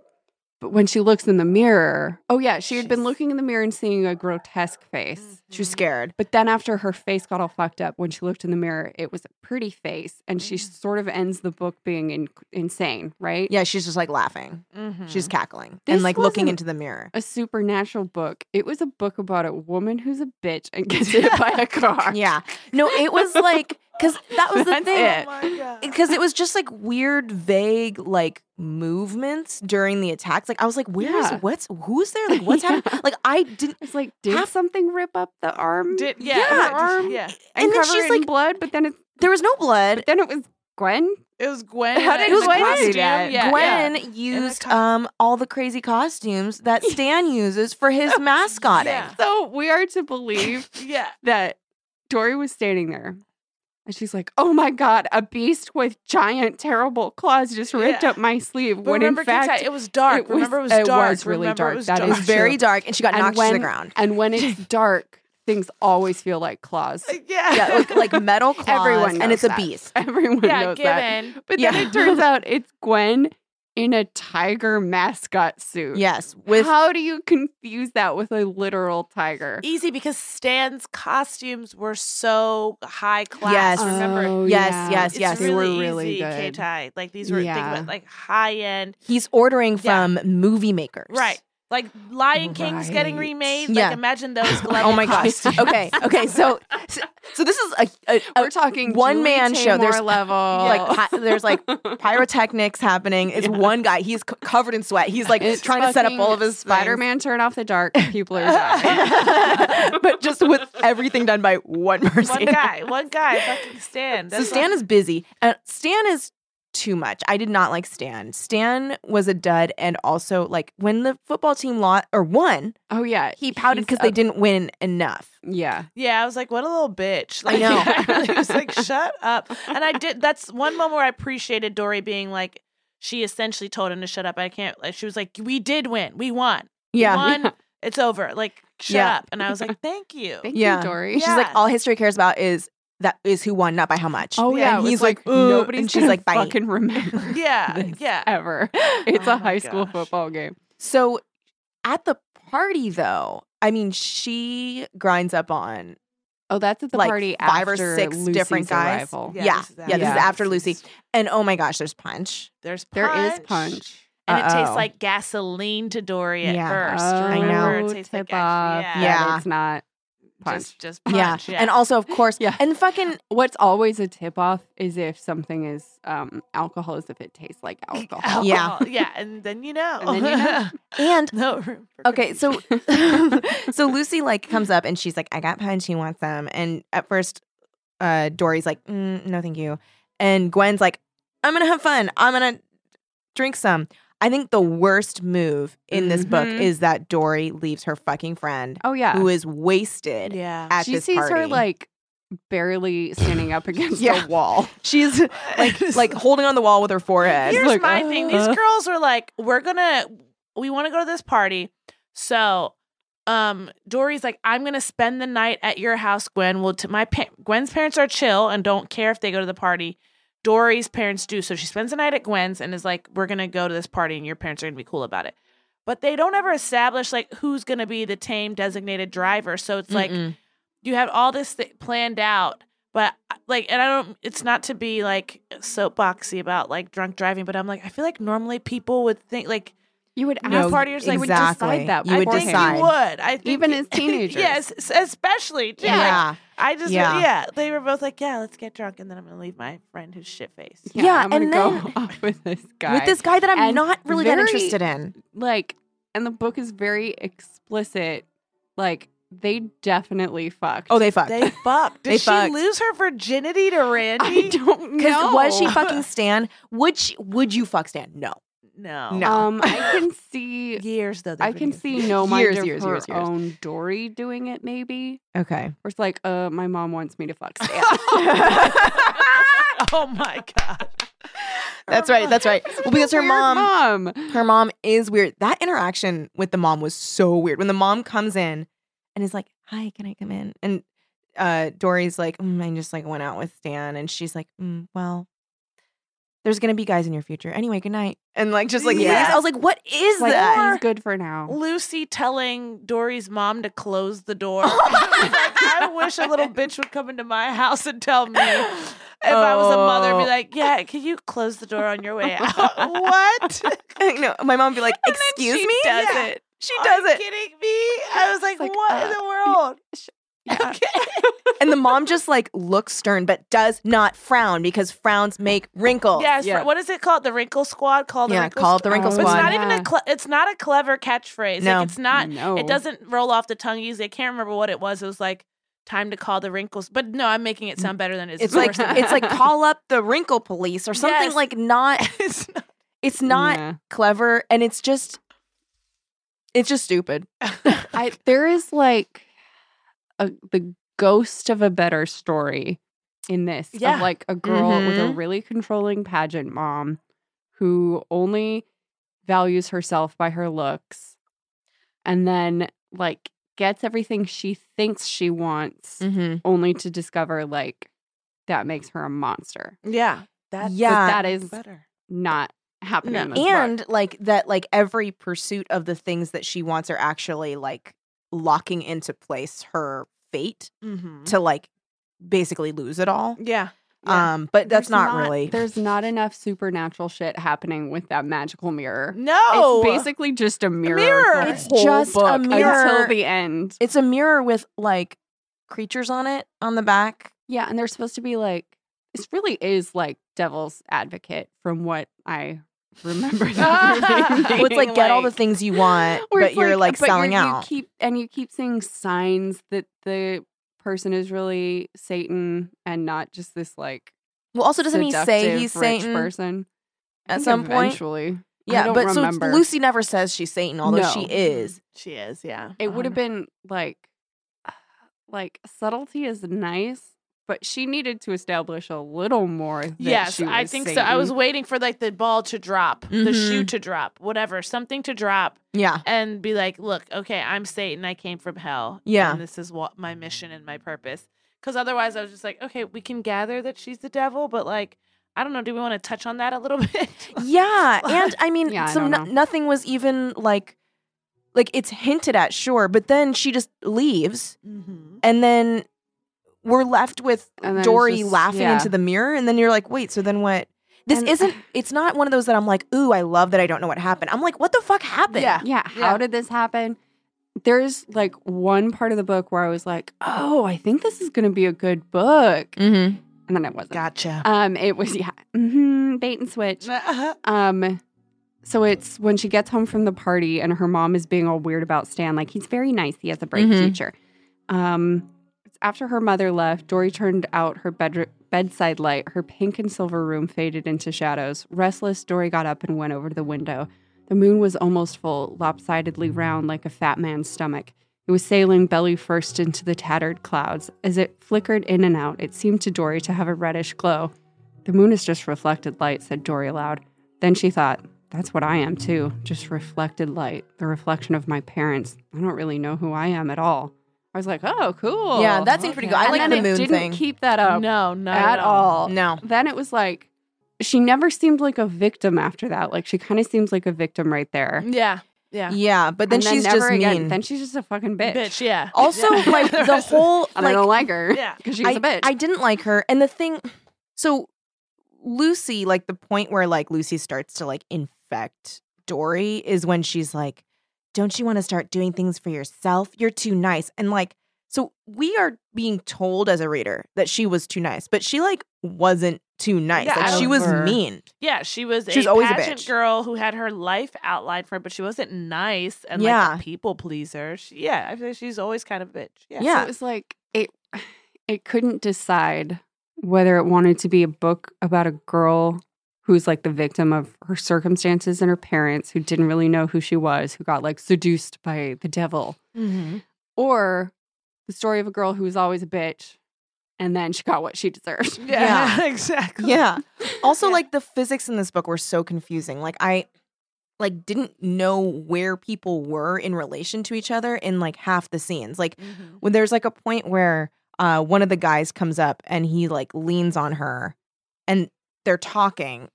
Speaker 3: But when she looks in the mirror, oh yeah, she had been
Speaker 2: She's-
Speaker 3: looking in the mirror and seeing a grotesque face.
Speaker 2: She was scared.
Speaker 3: But then after her face got all fucked up, when she looked in the mirror, it was a pretty face and she sort of ends the book being in- insane, right?
Speaker 2: Yeah, she's just like laughing.
Speaker 4: Mhm.
Speaker 2: She's cackling
Speaker 3: Hmm. This
Speaker 2: and like looking
Speaker 3: wasn't-
Speaker 2: into the mirror.
Speaker 3: A supernatural book. It was a book about a woman who's a bitch and gets hit by a car.
Speaker 2: Yeah. No, it was like because that was the
Speaker 3: That's
Speaker 2: thing.
Speaker 4: Oh
Speaker 3: it.
Speaker 2: because it was just like weird, vague like movements during the attacks. Like I was like, where is
Speaker 3: Yeah.
Speaker 2: what's who's there? Like what's
Speaker 3: Yeah.
Speaker 2: happening? Like I didn't.
Speaker 3: It's like, did
Speaker 2: Half-
Speaker 3: something rip up the arm?
Speaker 4: Did, yeah,
Speaker 2: Yeah.
Speaker 4: yeah,
Speaker 3: Arm-
Speaker 4: yeah.
Speaker 3: and,
Speaker 2: and then
Speaker 3: cover
Speaker 2: she's
Speaker 3: it in
Speaker 2: like-
Speaker 3: blood, but then it
Speaker 2: There was no blood.
Speaker 3: then it was Gwen.
Speaker 4: It was Gwen.
Speaker 3: How did
Speaker 4: in
Speaker 2: It was
Speaker 4: the
Speaker 3: Gwen do
Speaker 4: costume.
Speaker 3: that?
Speaker 4: Yeah,
Speaker 2: Gwen
Speaker 4: yeah.
Speaker 2: used
Speaker 4: co-
Speaker 2: um all the crazy costumes that Stan uses for his mascotting.
Speaker 4: Yeah.
Speaker 3: So we are to believe
Speaker 4: Yeah.
Speaker 3: that Dory was standing there. And she's like, oh my God, a beast with giant, terrible claws just ripped
Speaker 4: Yeah.
Speaker 3: up my sleeve.
Speaker 4: But
Speaker 3: when in
Speaker 4: remember,
Speaker 3: fact,
Speaker 4: Kintai, it was dark.
Speaker 3: it was-
Speaker 4: remember, it was
Speaker 3: it
Speaker 4: dark.
Speaker 3: was really
Speaker 4: Remember,
Speaker 3: dark.
Speaker 4: It was
Speaker 3: That
Speaker 4: dark.
Speaker 2: It was
Speaker 3: True.
Speaker 2: very dark, and she got
Speaker 3: And
Speaker 2: knocked to the
Speaker 3: when-
Speaker 2: ground.
Speaker 3: and when it's dark, things always feel like claws.
Speaker 4: Yeah.
Speaker 2: Yeah, like, like metal claws,
Speaker 3: Everyone
Speaker 2: and
Speaker 3: knows
Speaker 2: it's a
Speaker 3: that.
Speaker 2: beast.
Speaker 3: Everyone
Speaker 4: yeah,
Speaker 3: knows that.
Speaker 4: given.
Speaker 3: But then
Speaker 2: Yeah.
Speaker 3: it turns out it's Gwen in a tiger mascot suit.
Speaker 2: Yes, with
Speaker 3: How do you confuse that with a literal tiger?
Speaker 4: Easy because Stan's costumes were so high class.
Speaker 2: Yes.
Speaker 4: Remember,
Speaker 2: yes, yes,
Speaker 4: it's
Speaker 2: yes.
Speaker 3: Oh, They were
Speaker 4: really,
Speaker 3: really
Speaker 4: easy,
Speaker 3: good.
Speaker 4: K-tie. Like these were think
Speaker 3: Yeah.
Speaker 4: about like high end,
Speaker 2: he's ordering
Speaker 4: Yeah.
Speaker 2: from movie makers.
Speaker 4: right? Like Lion King's getting
Speaker 3: Right.
Speaker 4: remade.
Speaker 2: Yeah.
Speaker 4: Like imagine those level
Speaker 2: Oh my gosh.
Speaker 4: costumes.
Speaker 2: Okay. Okay. So, so this is a, a, a
Speaker 3: We're talking
Speaker 2: one man
Speaker 3: Julie
Speaker 2: show. There's
Speaker 3: Taymor level.
Speaker 2: like pi- there's like pyrotechnics happening. It's one guy. He's c- covered in sweat. He's like
Speaker 3: It's
Speaker 2: trying to set up all of
Speaker 3: fucking
Speaker 2: his things.
Speaker 3: Spider-Man turn off the dark. People are dying.
Speaker 2: but just with everything done by one person.
Speaker 4: One guy, one guy, fucking Stan.
Speaker 2: so
Speaker 4: That's
Speaker 2: Stan is busy. Uh, Stan is too much. I did not like Stan. Stan was a dud, and also like when the football team lost or won,
Speaker 3: oh yeah,
Speaker 2: he pouted
Speaker 3: he's
Speaker 2: because they
Speaker 3: up-
Speaker 2: didn't win enough.
Speaker 3: Yeah,
Speaker 4: Yeah, I was like, what a little bitch.
Speaker 2: I
Speaker 4: Like,
Speaker 2: know.
Speaker 4: really was like, shut up. And I did. That's one moment where I appreciated Dory being like, she essentially told him to shut up. I can't. Like, she was like, we did win. We won. We
Speaker 2: Yeah.
Speaker 4: won. It's over. Like, shut
Speaker 2: Yeah.
Speaker 4: up. And I was like, thank you.
Speaker 3: thank
Speaker 2: Yeah.
Speaker 3: you, Dory.
Speaker 4: Yeah.
Speaker 2: She's like, all history cares about is that is who won, not by how much.
Speaker 3: Oh
Speaker 4: Yeah,
Speaker 3: yeah,
Speaker 4: and
Speaker 3: it was
Speaker 2: he's
Speaker 3: like,
Speaker 2: like, "Ugh,"
Speaker 3: nobody's
Speaker 2: and she's
Speaker 3: gonna
Speaker 2: like, "Bye."
Speaker 3: fucking remember
Speaker 4: yeah.
Speaker 3: this
Speaker 4: Yeah.
Speaker 3: ever. It's
Speaker 4: Oh
Speaker 3: a
Speaker 4: my
Speaker 3: high school
Speaker 4: gosh.
Speaker 3: football game.
Speaker 2: So at the party, though, I mean, she grinds up on.
Speaker 3: Oh, that's at the
Speaker 2: Like
Speaker 3: party
Speaker 2: five or
Speaker 3: after
Speaker 2: six
Speaker 3: Lucy's
Speaker 2: different guys.
Speaker 3: arrival.
Speaker 2: Yeah, yeah, this is,
Speaker 3: after
Speaker 2: after
Speaker 3: Lucy.
Speaker 2: Lucy, and oh my gosh, there's punch.
Speaker 4: There's punch.
Speaker 3: There is punch.
Speaker 4: And it tastes
Speaker 2: Uh-oh.
Speaker 4: like gasoline to Dory at
Speaker 2: Yeah.
Speaker 4: first.
Speaker 3: Oh,
Speaker 2: I
Speaker 4: Remember?
Speaker 2: know.
Speaker 4: It tastes like
Speaker 3: Tip off.
Speaker 4: gasoline.
Speaker 2: Yeah.
Speaker 4: Yeah.
Speaker 3: that it's not punch.
Speaker 4: Just, just punch.
Speaker 2: yeah.
Speaker 4: Yeah.
Speaker 2: and also of course,
Speaker 3: Yeah.
Speaker 2: and fucking
Speaker 3: What's always a tip off is if something is um, alcohol, is if it tastes like alcohol.
Speaker 2: Yeah.
Speaker 4: Alcohol. Yeah. And then you know.
Speaker 3: And then you know.
Speaker 2: and
Speaker 4: no room for
Speaker 2: okay, so so Lucy like comes up and she's like, "I got punch. He wants them." And at first, uh, Dory's like, mm, "No, thank you," and Gwen's like, "I'm gonna have fun. I'm gonna drink some." I think the worst move in this book
Speaker 3: Mhm.
Speaker 2: is that Dory leaves her fucking friend
Speaker 3: Oh yeah,
Speaker 2: who is wasted
Speaker 4: Yeah.
Speaker 2: at
Speaker 3: she
Speaker 2: this
Speaker 3: sees her
Speaker 2: party.
Speaker 3: like barely standing up against
Speaker 2: Yeah.
Speaker 3: a wall.
Speaker 2: she's like like holding on the wall with her forehead.
Speaker 4: Here's
Speaker 3: like,
Speaker 4: my thing. These
Speaker 3: uh.
Speaker 4: girls are like, we're gonna we wanna go to this party. So um Dory's like, I'm gonna spend the night at your house, Gwen. Well t- my pa- Gwen's parents are chill and don't care if they go to the party. Dory's parents do. So she spends the night at Gwen's and is like, We're gonna go to this party and your parents are gonna be cool about it. But they don't ever establish like who's gonna be the tame designated driver. So it's like
Speaker 2: Mm-mm.
Speaker 4: you have all this th- planned out but uh, like and i don't it's not to be like soapboxy about like drunk driving but i'm like i feel like normally people would think like
Speaker 3: You would ask
Speaker 4: No, partiers, like,
Speaker 3: you would
Speaker 2: exactly.
Speaker 3: decide that.
Speaker 2: You would
Speaker 4: i think
Speaker 2: decide.
Speaker 3: beforehand.
Speaker 4: you would i think
Speaker 3: Even as teenagers.
Speaker 4: yes s- especially too.
Speaker 2: yeah.
Speaker 4: yeah
Speaker 2: yeah.
Speaker 4: i just
Speaker 2: Yeah.
Speaker 4: yeah. they were both like yeah let's get drunk and then i'm gonna leave my friend who's shit faced
Speaker 3: Yeah,
Speaker 2: Yeah,
Speaker 3: I'm gonna
Speaker 2: and
Speaker 3: go
Speaker 2: then-
Speaker 3: off with this guy.
Speaker 2: With this guy that I'm
Speaker 3: And
Speaker 2: not really that
Speaker 3: very-
Speaker 2: interested in.
Speaker 3: like, and the book is very explicit. Like, they definitely fucked.
Speaker 2: Oh, they fucked.
Speaker 4: they fucked did
Speaker 2: They
Speaker 4: she
Speaker 2: fucked.
Speaker 4: lose her virginity to
Speaker 3: I
Speaker 4: randy
Speaker 3: don't
Speaker 2: Because
Speaker 3: know.
Speaker 2: was she fucking Stan? Would she, would you fuck Stan? No.
Speaker 4: no
Speaker 2: No.
Speaker 3: Um, I can see.
Speaker 4: years though they've
Speaker 3: I
Speaker 4: been
Speaker 3: can
Speaker 4: together.
Speaker 3: see no mind
Speaker 2: Years,
Speaker 3: of
Speaker 2: years,
Speaker 3: her
Speaker 2: years, years.
Speaker 3: own Dory doing it. Maybe
Speaker 2: Okay.
Speaker 3: or it's like, uh, my mom wants me to fuck Stan.
Speaker 4: oh my god
Speaker 2: That's right. That's right. Well, because her
Speaker 3: Weird
Speaker 2: mom,
Speaker 3: mom.
Speaker 2: her mom is weird. That interaction with the mom was so weird. When the mom comes in and is like, "Hi, can I come in?" and uh, Dory's like, mm, "I just like went out with Stan," and she's like, mm, "Well, there's gonna be guys in your future anyway. Good night." And like, just like,
Speaker 4: Yeah.
Speaker 2: leaves. I was like, "What is
Speaker 3: Like,
Speaker 2: that?"
Speaker 3: he's good for now.
Speaker 4: Lucy telling Dory's mom to close the door.
Speaker 2: Oh
Speaker 4: I wish a little bitch would come into my house and tell me if I was a mother, be
Speaker 2: Oh.
Speaker 4: like, "Yeah, can you close the door on your way out?" what?
Speaker 2: I know. My mom would be like,
Speaker 4: And then
Speaker 2: "Excuse
Speaker 4: she
Speaker 2: me."
Speaker 4: does
Speaker 2: Yeah.
Speaker 4: it.
Speaker 2: She
Speaker 4: Are
Speaker 2: does
Speaker 4: you
Speaker 2: it.
Speaker 4: kidding me? I was like,
Speaker 3: like,
Speaker 4: "What in
Speaker 3: uh,
Speaker 4: the world?"
Speaker 3: yeah.
Speaker 4: Okay.
Speaker 2: And the mom just like looks stern, but does not frown because frowns make wrinkles.
Speaker 4: Yes.
Speaker 2: Yeah.
Speaker 4: fr- What is it called? The Wrinkle Squad. Call the
Speaker 2: yeah,
Speaker 4: Wrinkle
Speaker 2: call
Speaker 4: Squad.
Speaker 2: it the wrinkle
Speaker 3: Oh,
Speaker 4: But it's
Speaker 2: squad.
Speaker 4: not even
Speaker 3: Yeah.
Speaker 4: a. Cle- it's not a clever catchphrase.
Speaker 2: No.
Speaker 4: Like it's not.
Speaker 3: no.
Speaker 4: It doesn't roll off the tongue easy. I can't remember what it was. It was like time to call the wrinkles. But no, I'm making it sound better than it is.
Speaker 2: It's
Speaker 4: Of
Speaker 2: like
Speaker 4: course not.
Speaker 2: it's like call up the wrinkle police or something
Speaker 4: Yes.
Speaker 2: like not
Speaker 4: It's not-
Speaker 2: it's not
Speaker 3: Yeah.
Speaker 2: clever and it's just it's just stupid.
Speaker 3: I there is like a the ghost of a better story in this
Speaker 4: Yeah.
Speaker 3: of like a girl with a
Speaker 2: Mhm.
Speaker 3: really controlling pageant mom who only values herself by her looks and then like gets everything she thinks she wants
Speaker 2: Mm-hmm.
Speaker 3: only to discover like that makes her a monster.
Speaker 4: yeah. That's
Speaker 2: Yeah.
Speaker 3: But that is
Speaker 4: better.
Speaker 3: not happening.
Speaker 4: No.
Speaker 3: in this book.
Speaker 2: And like that like every pursuit of the things that she wants are actually like locking into place her fate
Speaker 4: Mm-hmm.
Speaker 2: to like basically lose it all.
Speaker 4: Yeah.
Speaker 2: Um but that's
Speaker 3: There's
Speaker 2: not, really
Speaker 3: There's not enough supernatural shit happening with that magical mirror.
Speaker 4: No. Mm-hmm.
Speaker 3: It's basically just a Oh. mirror.
Speaker 4: mirror.
Speaker 3: for
Speaker 4: It's
Speaker 3: the whole
Speaker 2: just a
Speaker 3: book
Speaker 2: mirror.
Speaker 3: until the end.
Speaker 2: it's a mirror with like creatures on it on the back.
Speaker 3: Yeah, and they're supposed to be like this. Really is like devil's advocate from what I remember. that movie
Speaker 4: Well,
Speaker 2: Well, it's
Speaker 3: being
Speaker 2: like get all the things you want,
Speaker 3: where
Speaker 2: but
Speaker 3: it's
Speaker 2: you're like
Speaker 3: but
Speaker 2: selling
Speaker 3: you're- you
Speaker 2: out.
Speaker 3: keep and you keep seeing signs that the person is really Satan and not just this like
Speaker 2: Well, also doesn't he say
Speaker 3: seductive
Speaker 2: he's
Speaker 3: rich
Speaker 2: Satan
Speaker 3: person
Speaker 2: at
Speaker 3: I think
Speaker 2: some point?
Speaker 3: Eventually, I
Speaker 2: Yeah,
Speaker 3: don't
Speaker 2: but
Speaker 3: remember.
Speaker 2: so Lucy never says she's Satan, although
Speaker 3: No.
Speaker 2: she is.
Speaker 4: She is. Yeah. Um,
Speaker 3: It would have been like, uh, like subtlety is nice, but she needed to establish a little more. That
Speaker 4: Yes,
Speaker 3: she
Speaker 4: I
Speaker 3: was
Speaker 4: think so.
Speaker 3: Satan.
Speaker 4: I was waiting for like the ball to drop, the shoe
Speaker 2: Mhm.
Speaker 4: to drop, whatever, something to drop,
Speaker 2: Yeah,
Speaker 4: and be like, "Look, okay, I'm Satan. I came from hell.
Speaker 2: Yeah.
Speaker 4: and this is what my mission and my purpose." Because otherwise, I was just like, "Okay, we can gather that she's the devil, but like, I don't know. Do we want to touch on that a little bit?"
Speaker 2: yeah, and I mean,
Speaker 3: Yeah, I
Speaker 2: some
Speaker 3: don't
Speaker 2: no-
Speaker 3: know.
Speaker 2: nothing was even like, like it's hinted at, sure, but then she just leaves,
Speaker 4: Mhm.
Speaker 2: and then we're left with
Speaker 3: And then it's
Speaker 2: Dory
Speaker 3: just-
Speaker 2: laughing
Speaker 3: yeah.
Speaker 2: into the mirror, and then you're like, wait, so then what? This
Speaker 3: And-
Speaker 2: isn't. It's not one of those that I'm like, ooh, I love that I don't know what happened. I'm like, what the fuck happened?
Speaker 4: Yeah.
Speaker 3: Yeah. How
Speaker 4: Yeah.
Speaker 3: did this happen? There's like one part of the book where I was like, oh, I think this is going to be a good book,
Speaker 2: Mm-hmm.
Speaker 3: and then it wasn't.
Speaker 4: Gotcha.
Speaker 3: Um, it was yeah, hmm bait and
Speaker 4: Uh,
Speaker 3: switch.
Speaker 4: uh-huh.
Speaker 3: Um, so it's when she gets home from the party and her mom is being all weird about Stan. Like he's very nice. He has a bright
Speaker 2: Mhm.
Speaker 3: future. Um, it's after her mother left, Dory turned out her bed- bedside light. Her pink and silver room faded into shadows. Restless, Dory got up and went over to the window. The moon was almost full, lopsidedly round like a fat man's stomach. It was sailing belly first into the tattered clouds. As it flickered in and out, it seemed to Dory to have a reddish glow. The moon is just reflected light, said Dory aloud. Then she thought, that's what I am too, just reflected light, the reflection of my parents. I don't really know who I am at all. I was like, oh, cool.
Speaker 2: Yeah, that seemed pretty
Speaker 4: Okay.
Speaker 2: good. I
Speaker 4: And
Speaker 2: like
Speaker 3: then
Speaker 2: the
Speaker 3: it
Speaker 2: moon
Speaker 3: didn't
Speaker 2: thing.
Speaker 3: keep that up
Speaker 4: no, no,
Speaker 3: at all.
Speaker 2: no.
Speaker 3: Then it was like, she never seemed like a victim after that. Like, she kind of seems like a victim right there.
Speaker 4: Yeah, yeah.
Speaker 2: Yeah, but then
Speaker 3: And
Speaker 2: she's
Speaker 3: never
Speaker 2: just
Speaker 3: again.
Speaker 2: mean.
Speaker 3: Then she's just a fucking bitch.
Speaker 4: Bitch, yeah.
Speaker 2: also,
Speaker 4: Yeah.
Speaker 2: like the
Speaker 4: rest of-
Speaker 2: whole
Speaker 3: And
Speaker 2: like
Speaker 3: I don't like "Oh, her
Speaker 4: Yeah.
Speaker 3: because
Speaker 2: I,
Speaker 3: she's a bitch.
Speaker 2: I didn't like her, and the thing, so Lucy, like the point where like Lucy starts to like infect Dory is when she's like, "Don't you want to start doing things for yourself? You're too nice." And like, so we are being told as a reader that she was too nice, but she like wasn't too nice.
Speaker 4: Yeah,
Speaker 2: like
Speaker 4: I
Speaker 2: she
Speaker 3: don't-
Speaker 2: was
Speaker 3: Her-
Speaker 2: mean.
Speaker 4: Yeah, she was
Speaker 2: She was
Speaker 4: a
Speaker 2: always a
Speaker 4: pageant
Speaker 2: bitch.
Speaker 4: girl who had her life outlined for her, but she wasn't nice and
Speaker 2: Yeah.
Speaker 4: like a people pleaser. She, yeah, I feel like she's always kind of a bitch. Yeah.
Speaker 2: Yeah.
Speaker 3: So it was like it it couldn't decide whether it wanted to be a book about a girl who's like the victim of her circumstances and her parents who didn't really know who she was, who got like seduced by the devil,
Speaker 4: Mm-hmm.
Speaker 3: or the story of a girl who was always a bitch and then she got what she deserved.
Speaker 2: Yeah.
Speaker 4: exactly.
Speaker 2: Yeah. Also,
Speaker 4: Yeah.
Speaker 2: like the physics in this book were so confusing. Like I like didn't know where people were in relation to each other in like half the scenes. Like
Speaker 4: Mm-hmm.
Speaker 2: when there's like a point where uh one of the guys comes up and he like leans on her and they're talking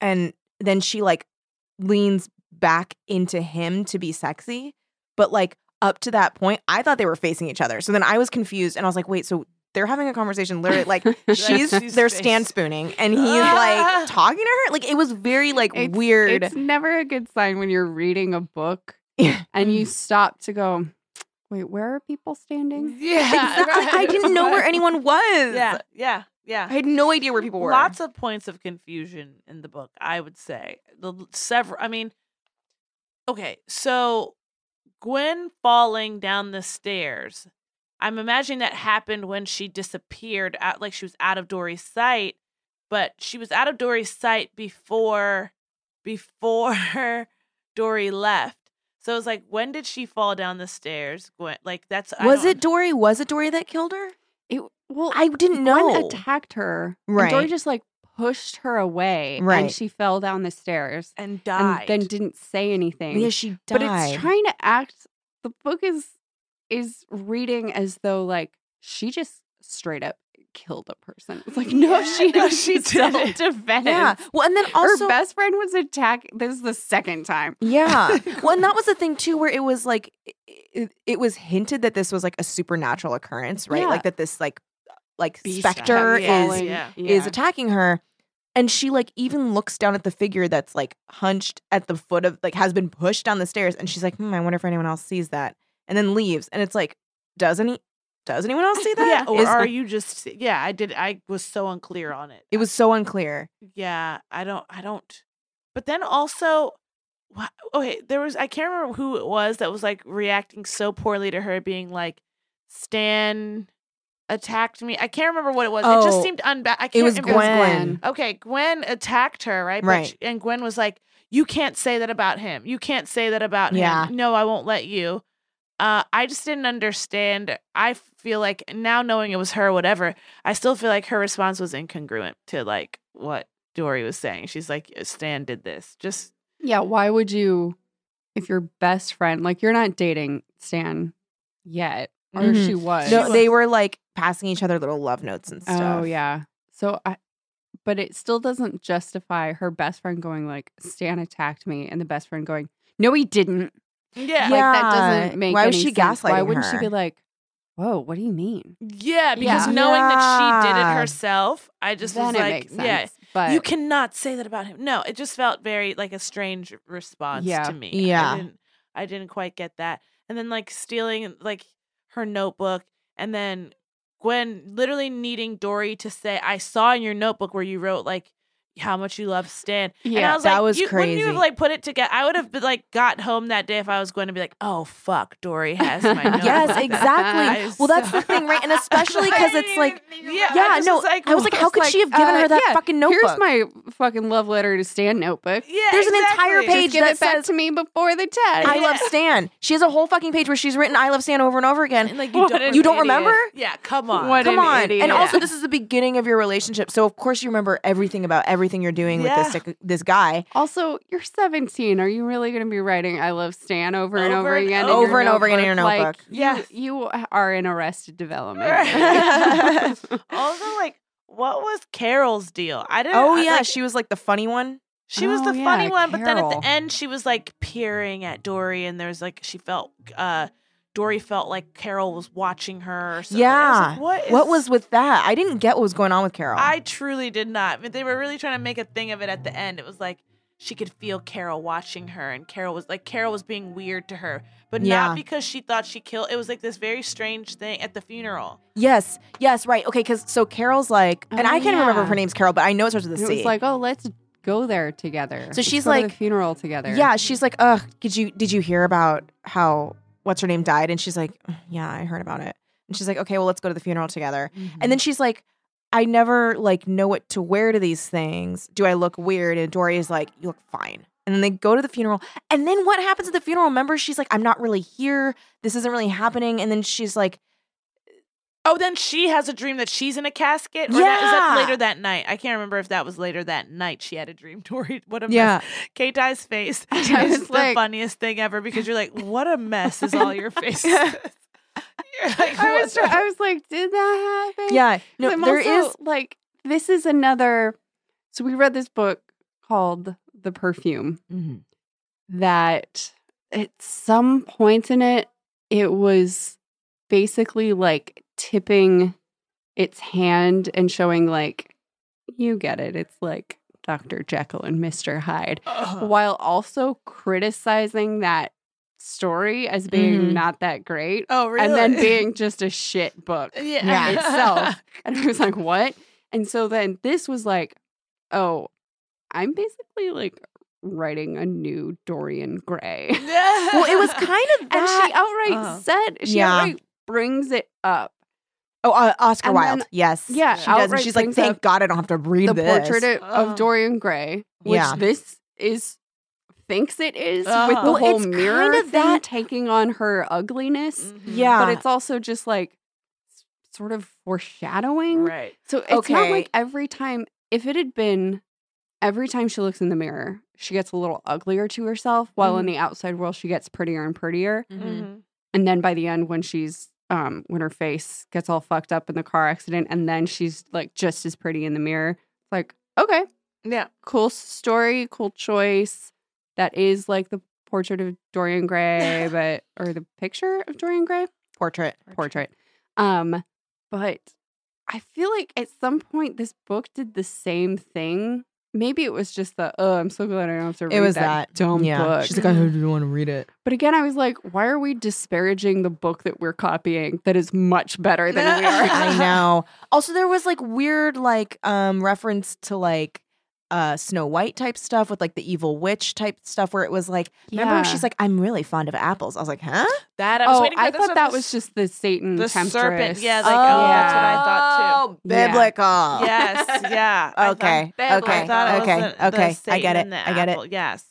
Speaker 2: and then she like leans back into him to be sexy. But like up to that point, I thought they were facing each other. So then I was confused and I was like, wait, so they're having a conversation literally like she's
Speaker 4: She's
Speaker 2: they're
Speaker 4: face.
Speaker 2: stand spooning and he's like talking to her like it was very like
Speaker 3: It's-
Speaker 2: weird
Speaker 3: It's never a good sign when you're reading a book and you stop to go, wait, where are people standing?
Speaker 4: Yeah.
Speaker 2: Exactly. i didn't know where anyone was
Speaker 4: Yeah. Yeah. Yeah.
Speaker 2: i had no idea where people were
Speaker 4: Lots of points of confusion in the book, I would say. The l- several I mean Okay, so Gwen falling down the stairs. I'm imagining that happened when she disappeared out like she was out of Dory's sight, but she was out of Dory's sight before before Dory left. So it's like when did she fall down the stairs? Gwen like that's I
Speaker 2: was
Speaker 4: don't-
Speaker 2: it dory was it dory that killed her
Speaker 3: It, well,
Speaker 2: i didn't
Speaker 3: Gwen
Speaker 2: know
Speaker 3: attacked her. And
Speaker 2: Right.
Speaker 3: Dory just like pushed her away.
Speaker 2: Right.
Speaker 3: And she fell down the stairs
Speaker 4: and
Speaker 3: and
Speaker 4: died.
Speaker 3: then didn't say anything.
Speaker 2: yeah she died
Speaker 3: but it's trying to act the book is is reading as though like she just straight up killed a person. It's like no,
Speaker 4: Yeah,
Speaker 3: she
Speaker 4: no,
Speaker 3: no,
Speaker 4: she
Speaker 3: she self
Speaker 4: didn't.
Speaker 3: defense.
Speaker 2: yeah well and then also
Speaker 3: her best friend was attacked. This is the second time.
Speaker 2: Yeah. well, and that was the thing too, where it was like it, it was hinted that this was like a supernatural occurrence, right?
Speaker 3: Yeah.
Speaker 2: Like that this like like
Speaker 4: Beast
Speaker 2: specter
Speaker 4: kept
Speaker 2: is
Speaker 4: falling. yeah.
Speaker 2: is attacking her, and she like even looks down at the figure that's like hunched at the foot of like has been pushed down the stairs, and she's like, hmm, I wonder if anyone else sees that, and then leaves, and it's like, does any does anyone else see
Speaker 4: yeah,
Speaker 2: that?
Speaker 4: or
Speaker 2: Is-
Speaker 4: are you just yeah, I did I was so unclear on it.
Speaker 2: it was so unclear.
Speaker 4: Yeah, I don't, I don't. But then also, wha- okay, there was, I can't remember who it was that was like reacting so poorly to her being like, Stan attacked me. I can't remember what it was. It just
Speaker 2: Oh,
Speaker 4: seemed unbad. I can't
Speaker 2: It was
Speaker 4: remember.
Speaker 2: Gwen.
Speaker 4: Okay, Gwen attacked her, right? But
Speaker 2: Right.
Speaker 4: she- and Gwen was like, "You can't say that about him. You can't say that about
Speaker 2: Yeah.
Speaker 4: him. No, I won't let you." Uh, I just didn't understand. I feel like now knowing it was her, whatever. I still feel like her response was incongruent to like what Dory was saying. She's like, "Stan did this." Just
Speaker 3: Yeah, why would you if your best friend like you're not dating Stan yet or
Speaker 2: Mhm.
Speaker 3: she was.
Speaker 2: No, they were like passing each other little love notes and stuff.
Speaker 3: Oh yeah. So I but it still doesn't justify her best friend going like Stan attacked me and the best friend going, No he didn't.
Speaker 4: yeah,
Speaker 3: Like that
Speaker 2: Yeah.
Speaker 3: doesn't make
Speaker 2: Why was
Speaker 3: any
Speaker 2: she
Speaker 3: sense. Why
Speaker 2: gaslighting
Speaker 3: wouldn't
Speaker 2: her?
Speaker 3: she be like, Whoa, what do you mean?
Speaker 4: yeah. Because
Speaker 3: Yeah.
Speaker 4: knowing that she did it
Speaker 2: Yeah.
Speaker 4: herself, I just
Speaker 3: then
Speaker 4: was
Speaker 3: it
Speaker 4: like,
Speaker 3: makes sense.
Speaker 4: "Yeah,
Speaker 3: But
Speaker 4: you cannot say that about him. No, it just felt very like a strange response
Speaker 3: Yeah.
Speaker 4: to me. I
Speaker 2: Yeah.
Speaker 4: didn't, I didn't quite get that. And then like stealing like her notebook, and then Gwen literally needing Dory to say, "I saw in your notebook where you wrote like." How much you love Stan, and I
Speaker 3: yeah.
Speaker 4: was
Speaker 2: that
Speaker 4: like,
Speaker 2: was
Speaker 4: you, Wouldn't you have
Speaker 2: crazy.
Speaker 4: like put it together? I would have been, like got home that day if I was going to be like, "Oh fuck, Dory has my notebook."
Speaker 2: Yes,
Speaker 4: That-
Speaker 2: exactly.
Speaker 4: I
Speaker 2: well, that's
Speaker 4: saw-
Speaker 2: the thing, right? And especially because it's like
Speaker 4: yeah, I
Speaker 2: Yeah,
Speaker 4: just
Speaker 2: no,
Speaker 4: was like,
Speaker 2: I was like, how
Speaker 4: "What?"
Speaker 2: could she have given
Speaker 3: uh,
Speaker 2: her that
Speaker 3: yeah,
Speaker 2: fucking notebook?
Speaker 3: Here's my fucking love letter to Stan notebook.
Speaker 4: Yeah,
Speaker 2: There's an entire
Speaker 4: exactly.
Speaker 2: page
Speaker 3: Just give
Speaker 2: that
Speaker 3: it back
Speaker 2: says-
Speaker 3: to me before the test.
Speaker 2: I love Stan. She has a whole fucking page where she's written "I love Stan" over and over again.
Speaker 4: And, like you
Speaker 3: What
Speaker 4: don't,
Speaker 3: an
Speaker 2: You don't
Speaker 3: idiot.
Speaker 2: remember?
Speaker 4: Yeah, come on.
Speaker 3: What
Speaker 2: Come
Speaker 3: an
Speaker 2: on.
Speaker 3: idiot.
Speaker 2: And also, this is the beginning of your relationship, so of course you remember everything about everything you're doing
Speaker 4: Yeah.
Speaker 2: with this this guy
Speaker 3: Also, you're 17. Are you really going to be writing "I love Stan" over and
Speaker 4: Over
Speaker 3: over
Speaker 4: and
Speaker 3: again, in
Speaker 4: over
Speaker 3: your
Speaker 2: and over again in your
Speaker 3: Like,
Speaker 2: notebook.
Speaker 3: you-
Speaker 4: Yes.
Speaker 3: you, are in arrested development.
Speaker 4: Right. also, like, what was Carol's deal? I didn't.
Speaker 2: Oh
Speaker 4: I-
Speaker 2: yeah,
Speaker 4: like,
Speaker 2: she was like the funny one.
Speaker 4: she was
Speaker 3: Oh,
Speaker 4: the funny
Speaker 3: yeah,
Speaker 4: one, but then at
Speaker 3: Carol.
Speaker 4: the end, she was like peering at Dory, and there was like she felt. uh Dory felt like Carol was watching her. Or something. I was like,
Speaker 2: Yeah.
Speaker 4: what? Is,
Speaker 2: What was with that? I didn't get what was going on with Carol.
Speaker 4: I truly did not. But they were really trying to make a thing of it at the end. It was like she could feel Carol watching her, and Carol was like Carol was being weird to her, but
Speaker 2: Yeah.
Speaker 4: not because she thought she killed. It was like this very strange thing at the funeral.
Speaker 2: yes, yes, right. Okay, because so Carol's like, and
Speaker 3: Oh,
Speaker 2: I can't remember
Speaker 3: yeah.
Speaker 2: if her name's Carol, but I know it starts with a
Speaker 3: It
Speaker 2: C.
Speaker 3: was like, oh, let's go there together.
Speaker 2: So
Speaker 3: Let's
Speaker 2: she's
Speaker 3: go to the
Speaker 2: like-
Speaker 3: funeral together.
Speaker 2: Yeah, she's like, ugh, did you did you hear about how what's her name died? And she's like, yeah, I heard about it. And she's like, okay, well, let's go to the funeral together. And
Speaker 3: Mm-hmm.
Speaker 2: then she's like, I never like know what to wear to these things. Do I look weird? And Dory is like, you look fine. And then they go to the funeral. And then what happens at the funeral? Remember, she's like, I'm not really here. This isn't really happening. And then she's like,
Speaker 4: Oh, then she has a dream that she's in a casket. Or that, is that
Speaker 2: Yeah.
Speaker 4: later that night? I can't remember if that was later that night she had a dream. Tori, what a
Speaker 2: Yeah.
Speaker 4: mess. Kate Dye's face
Speaker 3: I
Speaker 4: is
Speaker 3: was
Speaker 4: the
Speaker 3: like-
Speaker 4: funniest thing ever because you're like, what a mess is all your face. is. You're like,
Speaker 3: I
Speaker 4: what
Speaker 3: was,
Speaker 4: the-
Speaker 3: tr- I was like, did that happen?
Speaker 2: Yeah. No,
Speaker 3: I'm
Speaker 2: there
Speaker 3: also,
Speaker 2: is-
Speaker 3: like this is another. So we read this book called The Perfume.
Speaker 2: Mm-hmm.
Speaker 3: That at some points in it, it was basically like tipping its hand and showing like, you get it. It's like Dr. Jekyll and Mr. Hyde,
Speaker 4: Ugh.
Speaker 3: while also criticizing that story as being
Speaker 2: Mhm.
Speaker 3: not that great.
Speaker 4: Oh, really?
Speaker 3: And then being just a shit book
Speaker 4: yeah.
Speaker 2: Yeah,
Speaker 3: itself. And I was like, what? And so then this was like, oh, I'm basically like writing a new Dorian Gray.
Speaker 2: Well, it was kind of
Speaker 3: And
Speaker 2: that.
Speaker 3: she outright
Speaker 4: oh.
Speaker 3: said, she
Speaker 2: Yeah.
Speaker 3: outright brings it up.
Speaker 2: oh, uh, Oscar
Speaker 3: and
Speaker 2: Wilde.
Speaker 3: then-
Speaker 2: yes.
Speaker 3: yeah,
Speaker 2: She does. And
Speaker 3: outright
Speaker 2: she's like,
Speaker 3: brings
Speaker 2: thank
Speaker 3: up
Speaker 2: God I don't have to read
Speaker 3: the
Speaker 2: this.
Speaker 3: portrait of,
Speaker 4: Oh.
Speaker 3: of Dorian Gray, which
Speaker 2: Yeah.
Speaker 3: this is thinks it is with
Speaker 4: Uh-huh.
Speaker 3: the
Speaker 4: Well,
Speaker 3: whole
Speaker 2: it's kind
Speaker 3: mirror
Speaker 2: of
Speaker 3: thing
Speaker 2: that-
Speaker 3: taking on her ugliness.
Speaker 4: Mhm.
Speaker 2: Yeah.
Speaker 3: But it's also just like s- sort of foreshadowing.
Speaker 4: Right.
Speaker 3: So it's not
Speaker 2: Okay.
Speaker 3: like every time, if it had been every time she looks in the mirror, she gets a little uglier to herself, while in the outside world, she gets prettier and prettier.
Speaker 4: Mm-hmm.
Speaker 3: And then by the end, when she's, um, when her face gets all fucked up in the car accident, and then she's like just as pretty in the mirror, it's like, okay,
Speaker 4: Yeah.
Speaker 3: cool story, cool choice. That is like the portrait of Dorian Gray, but, or the picture of Dorian Gray
Speaker 2: portrait.
Speaker 3: portrait. Um, but I feel like at some point this book did the same thing. Maybe it was just the oh, I'm so glad I don't have to read
Speaker 2: It was
Speaker 3: that,
Speaker 2: that,
Speaker 3: dumb
Speaker 2: yeah.
Speaker 3: book.
Speaker 2: She's like, I
Speaker 4: Mm-hmm.
Speaker 2: don't want to read it.
Speaker 3: but again, I was like, why are we disparaging the book that we're copying that is much better than we are?
Speaker 2: I know. Also, there was like weird like um reference to like uh Snow White type stuff with like the evil witch type stuff where it was like remember when
Speaker 3: Yeah.
Speaker 2: she's like I'm really fond of apples. I was like, huh?
Speaker 4: That I was
Speaker 3: Oh,
Speaker 4: waiting for
Speaker 3: I
Speaker 4: this
Speaker 3: thought
Speaker 4: one
Speaker 3: that
Speaker 4: to
Speaker 3: was
Speaker 4: s-
Speaker 3: just the Satan
Speaker 4: the
Speaker 3: temptress.
Speaker 4: serpent. Yeah, like, oh, that's what I thought
Speaker 2: Oh,
Speaker 3: Yeah.
Speaker 2: biblical.
Speaker 4: Yes. Yeah. I thought-
Speaker 2: Okay.
Speaker 3: I thought-
Speaker 4: I
Speaker 2: okay.
Speaker 4: thought it
Speaker 2: okay.
Speaker 4: was the- the
Speaker 2: okay. I
Speaker 4: Satan
Speaker 2: get it.
Speaker 4: and the
Speaker 2: I get it.
Speaker 4: apple. Yes.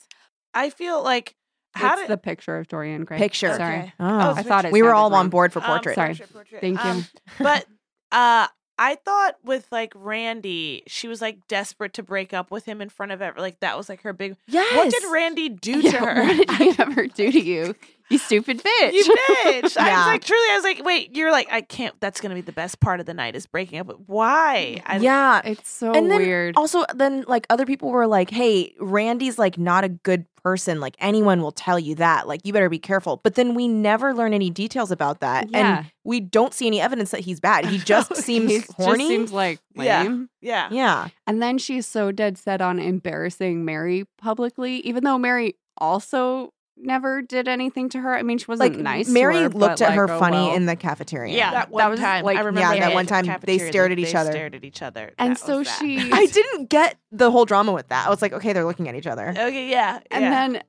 Speaker 4: I feel like how
Speaker 3: it's
Speaker 4: did
Speaker 3: the picture of Dorian Gray.
Speaker 2: Picture.
Speaker 3: Sorry,
Speaker 4: Okay.
Speaker 2: Oh,
Speaker 3: I thought it
Speaker 2: we were
Speaker 3: sounded
Speaker 2: all on
Speaker 3: wrong.
Speaker 2: board for
Speaker 4: Um,
Speaker 2: portrait.
Speaker 3: sorry.
Speaker 4: portrait.
Speaker 3: Thank
Speaker 4: Um,
Speaker 3: you.
Speaker 4: but uh I thought with like Randy, she was like desperate to break up with him in front of ever like that was like her big
Speaker 2: Yes.
Speaker 4: What did Randy do to
Speaker 3: Yeah,
Speaker 4: her?
Speaker 3: What did I ever do to you? You stupid bitch.
Speaker 4: You bitch. I
Speaker 2: Yeah.
Speaker 4: was like truly I was like, wait, you're like, I can't that's gonna be the best part of the night is breaking up with why? I
Speaker 2: Yeah.
Speaker 3: It's so
Speaker 2: And then
Speaker 3: weird.
Speaker 2: Also, then like other people were like, "Hey, Randy's like not a good person. Like anyone will tell you that. Like you better be careful." But then we never learn any details about that,
Speaker 3: Yeah.
Speaker 2: and we don't see any evidence that he's bad. He just seems
Speaker 3: He
Speaker 2: horny.
Speaker 3: Just seems like lame.
Speaker 4: Yeah. yeah.
Speaker 2: yeah,
Speaker 3: And then she's so dead set on embarrassing Mary publicly, even though Mary also never did anything to her. I mean, she wasn't
Speaker 2: like
Speaker 3: nice. to
Speaker 2: Mary
Speaker 3: her, but,
Speaker 2: looked at
Speaker 3: like,
Speaker 2: her
Speaker 3: oh,
Speaker 2: funny
Speaker 3: well.
Speaker 2: in the cafeteria.
Speaker 4: Yeah, that
Speaker 3: that
Speaker 4: one
Speaker 3: was,
Speaker 4: time.
Speaker 3: like,
Speaker 4: I
Speaker 3: yeah,
Speaker 4: remember
Speaker 2: that
Speaker 4: it
Speaker 2: one
Speaker 4: in
Speaker 2: time they
Speaker 4: cafeteria,
Speaker 2: stared at
Speaker 4: they
Speaker 2: each other.
Speaker 4: stared at each other.
Speaker 3: And
Speaker 4: That
Speaker 3: so
Speaker 4: was that.
Speaker 3: she-
Speaker 2: I didn't get the whole drama with that. I was like, okay, they're looking at each other.
Speaker 4: Okay, yeah.
Speaker 3: And
Speaker 4: yeah.
Speaker 3: then,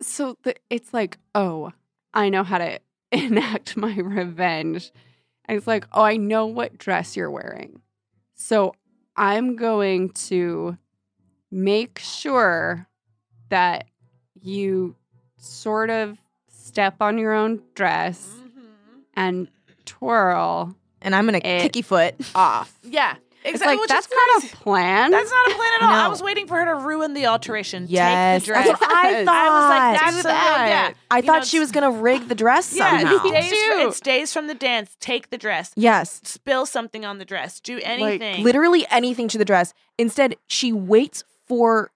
Speaker 3: so the, it's like, oh, I know how to enact my revenge. And it's like, oh, I know what dress you're wearing. So I'm going to make sure that you sort of step on your own dress
Speaker 4: Mhm.
Speaker 3: and twirl
Speaker 2: And I'm gonna
Speaker 3: It-
Speaker 2: kicky foot.
Speaker 3: off.
Speaker 4: Yeah.
Speaker 3: It's
Speaker 4: Exactly.
Speaker 3: like,
Speaker 4: which is
Speaker 3: that's not
Speaker 4: crazy.
Speaker 3: a plan.
Speaker 4: That's not a plan at all. I
Speaker 2: No.
Speaker 4: was waiting for her to ruin the alteration.
Speaker 2: Yes,
Speaker 4: Take the dress.
Speaker 2: that's what I
Speaker 3: Yes.
Speaker 2: thought.
Speaker 4: I was like, that's
Speaker 3: Do
Speaker 4: the- yeah.
Speaker 3: that.
Speaker 2: I
Speaker 4: You
Speaker 2: thought
Speaker 4: know,
Speaker 2: she was gonna rig the dress
Speaker 4: Yeah,
Speaker 2: somehow.
Speaker 4: it stays,
Speaker 3: Me
Speaker 4: fr-
Speaker 3: too.
Speaker 4: it stays from the dance. Take the dress.
Speaker 2: yes.
Speaker 4: Spill something on the dress. Do anything.
Speaker 2: literally anything to the dress. Instead, she waits for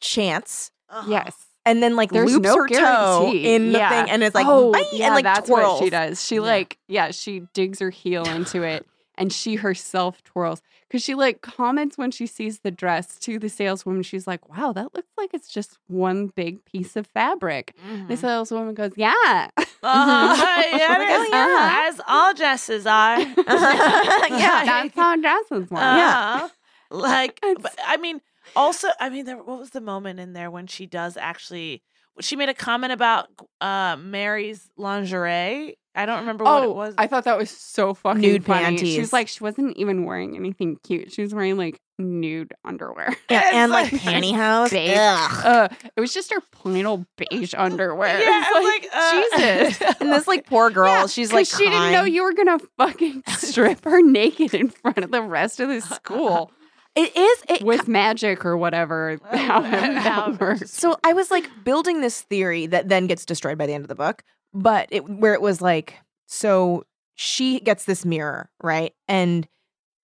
Speaker 2: chance
Speaker 4: Ugh.
Speaker 3: yes.
Speaker 2: and then like
Speaker 3: There's
Speaker 2: loops
Speaker 3: no
Speaker 2: her toe
Speaker 3: guarantee.
Speaker 2: in the
Speaker 3: Yeah. Oh,
Speaker 2: thing and it's like "Bye," and like
Speaker 3: that's
Speaker 2: twirls.
Speaker 3: what she does. She
Speaker 2: Yeah.
Speaker 3: like yeah, she digs her heel into it and she herself twirls because she like comments when she sees the dress to the saleswoman. She's like, "Wow, that looks like it's just one big piece of fabric."
Speaker 4: Mhm.
Speaker 2: Mm.
Speaker 3: The saleswoman goes, "Yeah,
Speaker 4: Uh-huh. yeah, it
Speaker 2: Oh,
Speaker 4: is.
Speaker 2: yeah.
Speaker 4: As all dresses are.
Speaker 2: Yeah. Uh,
Speaker 3: that's how dresses work."
Speaker 4: Uh-huh. Like,
Speaker 3: It's-
Speaker 4: but, I mean, also, I mean, there, what was the moment in there when she does actually? She made a comment about uh, Mary's lingerie I don't remember what
Speaker 3: Oh,
Speaker 4: it was.
Speaker 3: I thought that was so fucking
Speaker 2: Nude
Speaker 3: funny. She
Speaker 2: panties.
Speaker 3: was like, she wasn't even wearing anything cute. She was wearing like nude underwear.
Speaker 2: Yeah, and like
Speaker 4: It's
Speaker 2: pantyhose.
Speaker 3: Babe.
Speaker 2: Ugh.
Speaker 3: Uh, it was just her plain old beige underwear.
Speaker 4: yeah,
Speaker 3: It's
Speaker 4: I was
Speaker 3: like,
Speaker 4: like, uh,
Speaker 3: Jesus.
Speaker 2: And this like poor girl,
Speaker 3: Yeah,
Speaker 2: she's
Speaker 3: 'cause
Speaker 2: like
Speaker 3: she didn't know
Speaker 2: crying.
Speaker 3: you were gonna fucking strip her naked in front of the rest of the school
Speaker 2: It is it
Speaker 3: with magic or whatever.
Speaker 4: Oh,
Speaker 3: However
Speaker 4: however.
Speaker 3: that works.
Speaker 2: So I was like building this theory that then gets destroyed by the end of the book, but it, where it was like, so she gets this mirror, right? And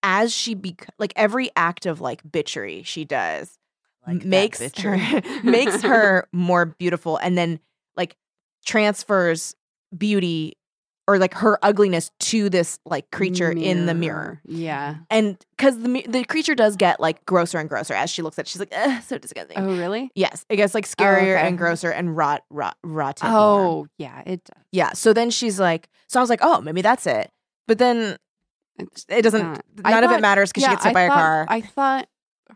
Speaker 2: as she bec- like every act of like bitchery she does
Speaker 4: Like that
Speaker 2: makes her makes her more beautiful, and then like transfers beauty or like her ugliness to this like creature in the mirror
Speaker 3: Yeah.
Speaker 2: and because the mi- the creature does get like grosser and grosser as she looks at it, she's like Ugh, so disgusting
Speaker 3: Oh really?
Speaker 2: Yes, it gets like scarier
Speaker 3: okay.
Speaker 2: and grosser and rot, rot, rotten. more.
Speaker 3: Oh yeah. It does.
Speaker 2: yeah. So then she's like, so I was like, oh, maybe that's it. But then
Speaker 3: It's-
Speaker 2: it doesn't.
Speaker 3: not. I
Speaker 2: None of
Speaker 3: thought-
Speaker 2: it matters because
Speaker 3: yeah,
Speaker 2: she gets hit
Speaker 3: I
Speaker 2: by
Speaker 3: thought-
Speaker 2: a car.
Speaker 3: I thought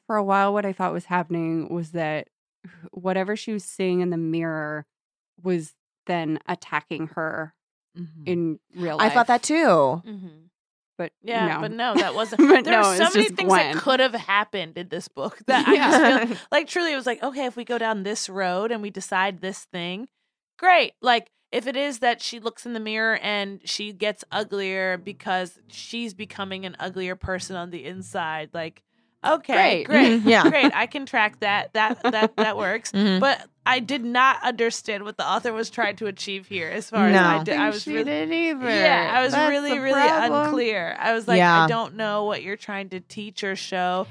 Speaker 3: for a while what I thought was happening was that whatever she was seeing in the mirror was then attacking her in real
Speaker 2: I
Speaker 3: life.
Speaker 2: thought that too.
Speaker 4: Mm-hmm.
Speaker 3: But
Speaker 4: Yeah,
Speaker 3: no.
Speaker 4: but no, that wasn't.
Speaker 3: But
Speaker 4: there
Speaker 3: no,
Speaker 4: were so
Speaker 3: it's
Speaker 4: many
Speaker 3: just
Speaker 4: things
Speaker 3: Gwen.
Speaker 4: that could have happened in this book that I just feel like truly it was like, okay, if we go down this road and we decide this thing, great. Like if it is that she looks in the mirror and she gets uglier because she's becoming an uglier person on the inside, like
Speaker 3: Great.
Speaker 4: okay, great,
Speaker 2: Mhm. Yeah. Mm-hmm.
Speaker 4: great, I can track that. That that that works. But I did not understand what the author was trying to achieve here. As far as I
Speaker 2: No.
Speaker 4: did, I was really,
Speaker 3: did either.
Speaker 4: yeah, I was really, really unclear. I was like,
Speaker 2: Yeah.
Speaker 4: I don't know what you're trying to teach or show.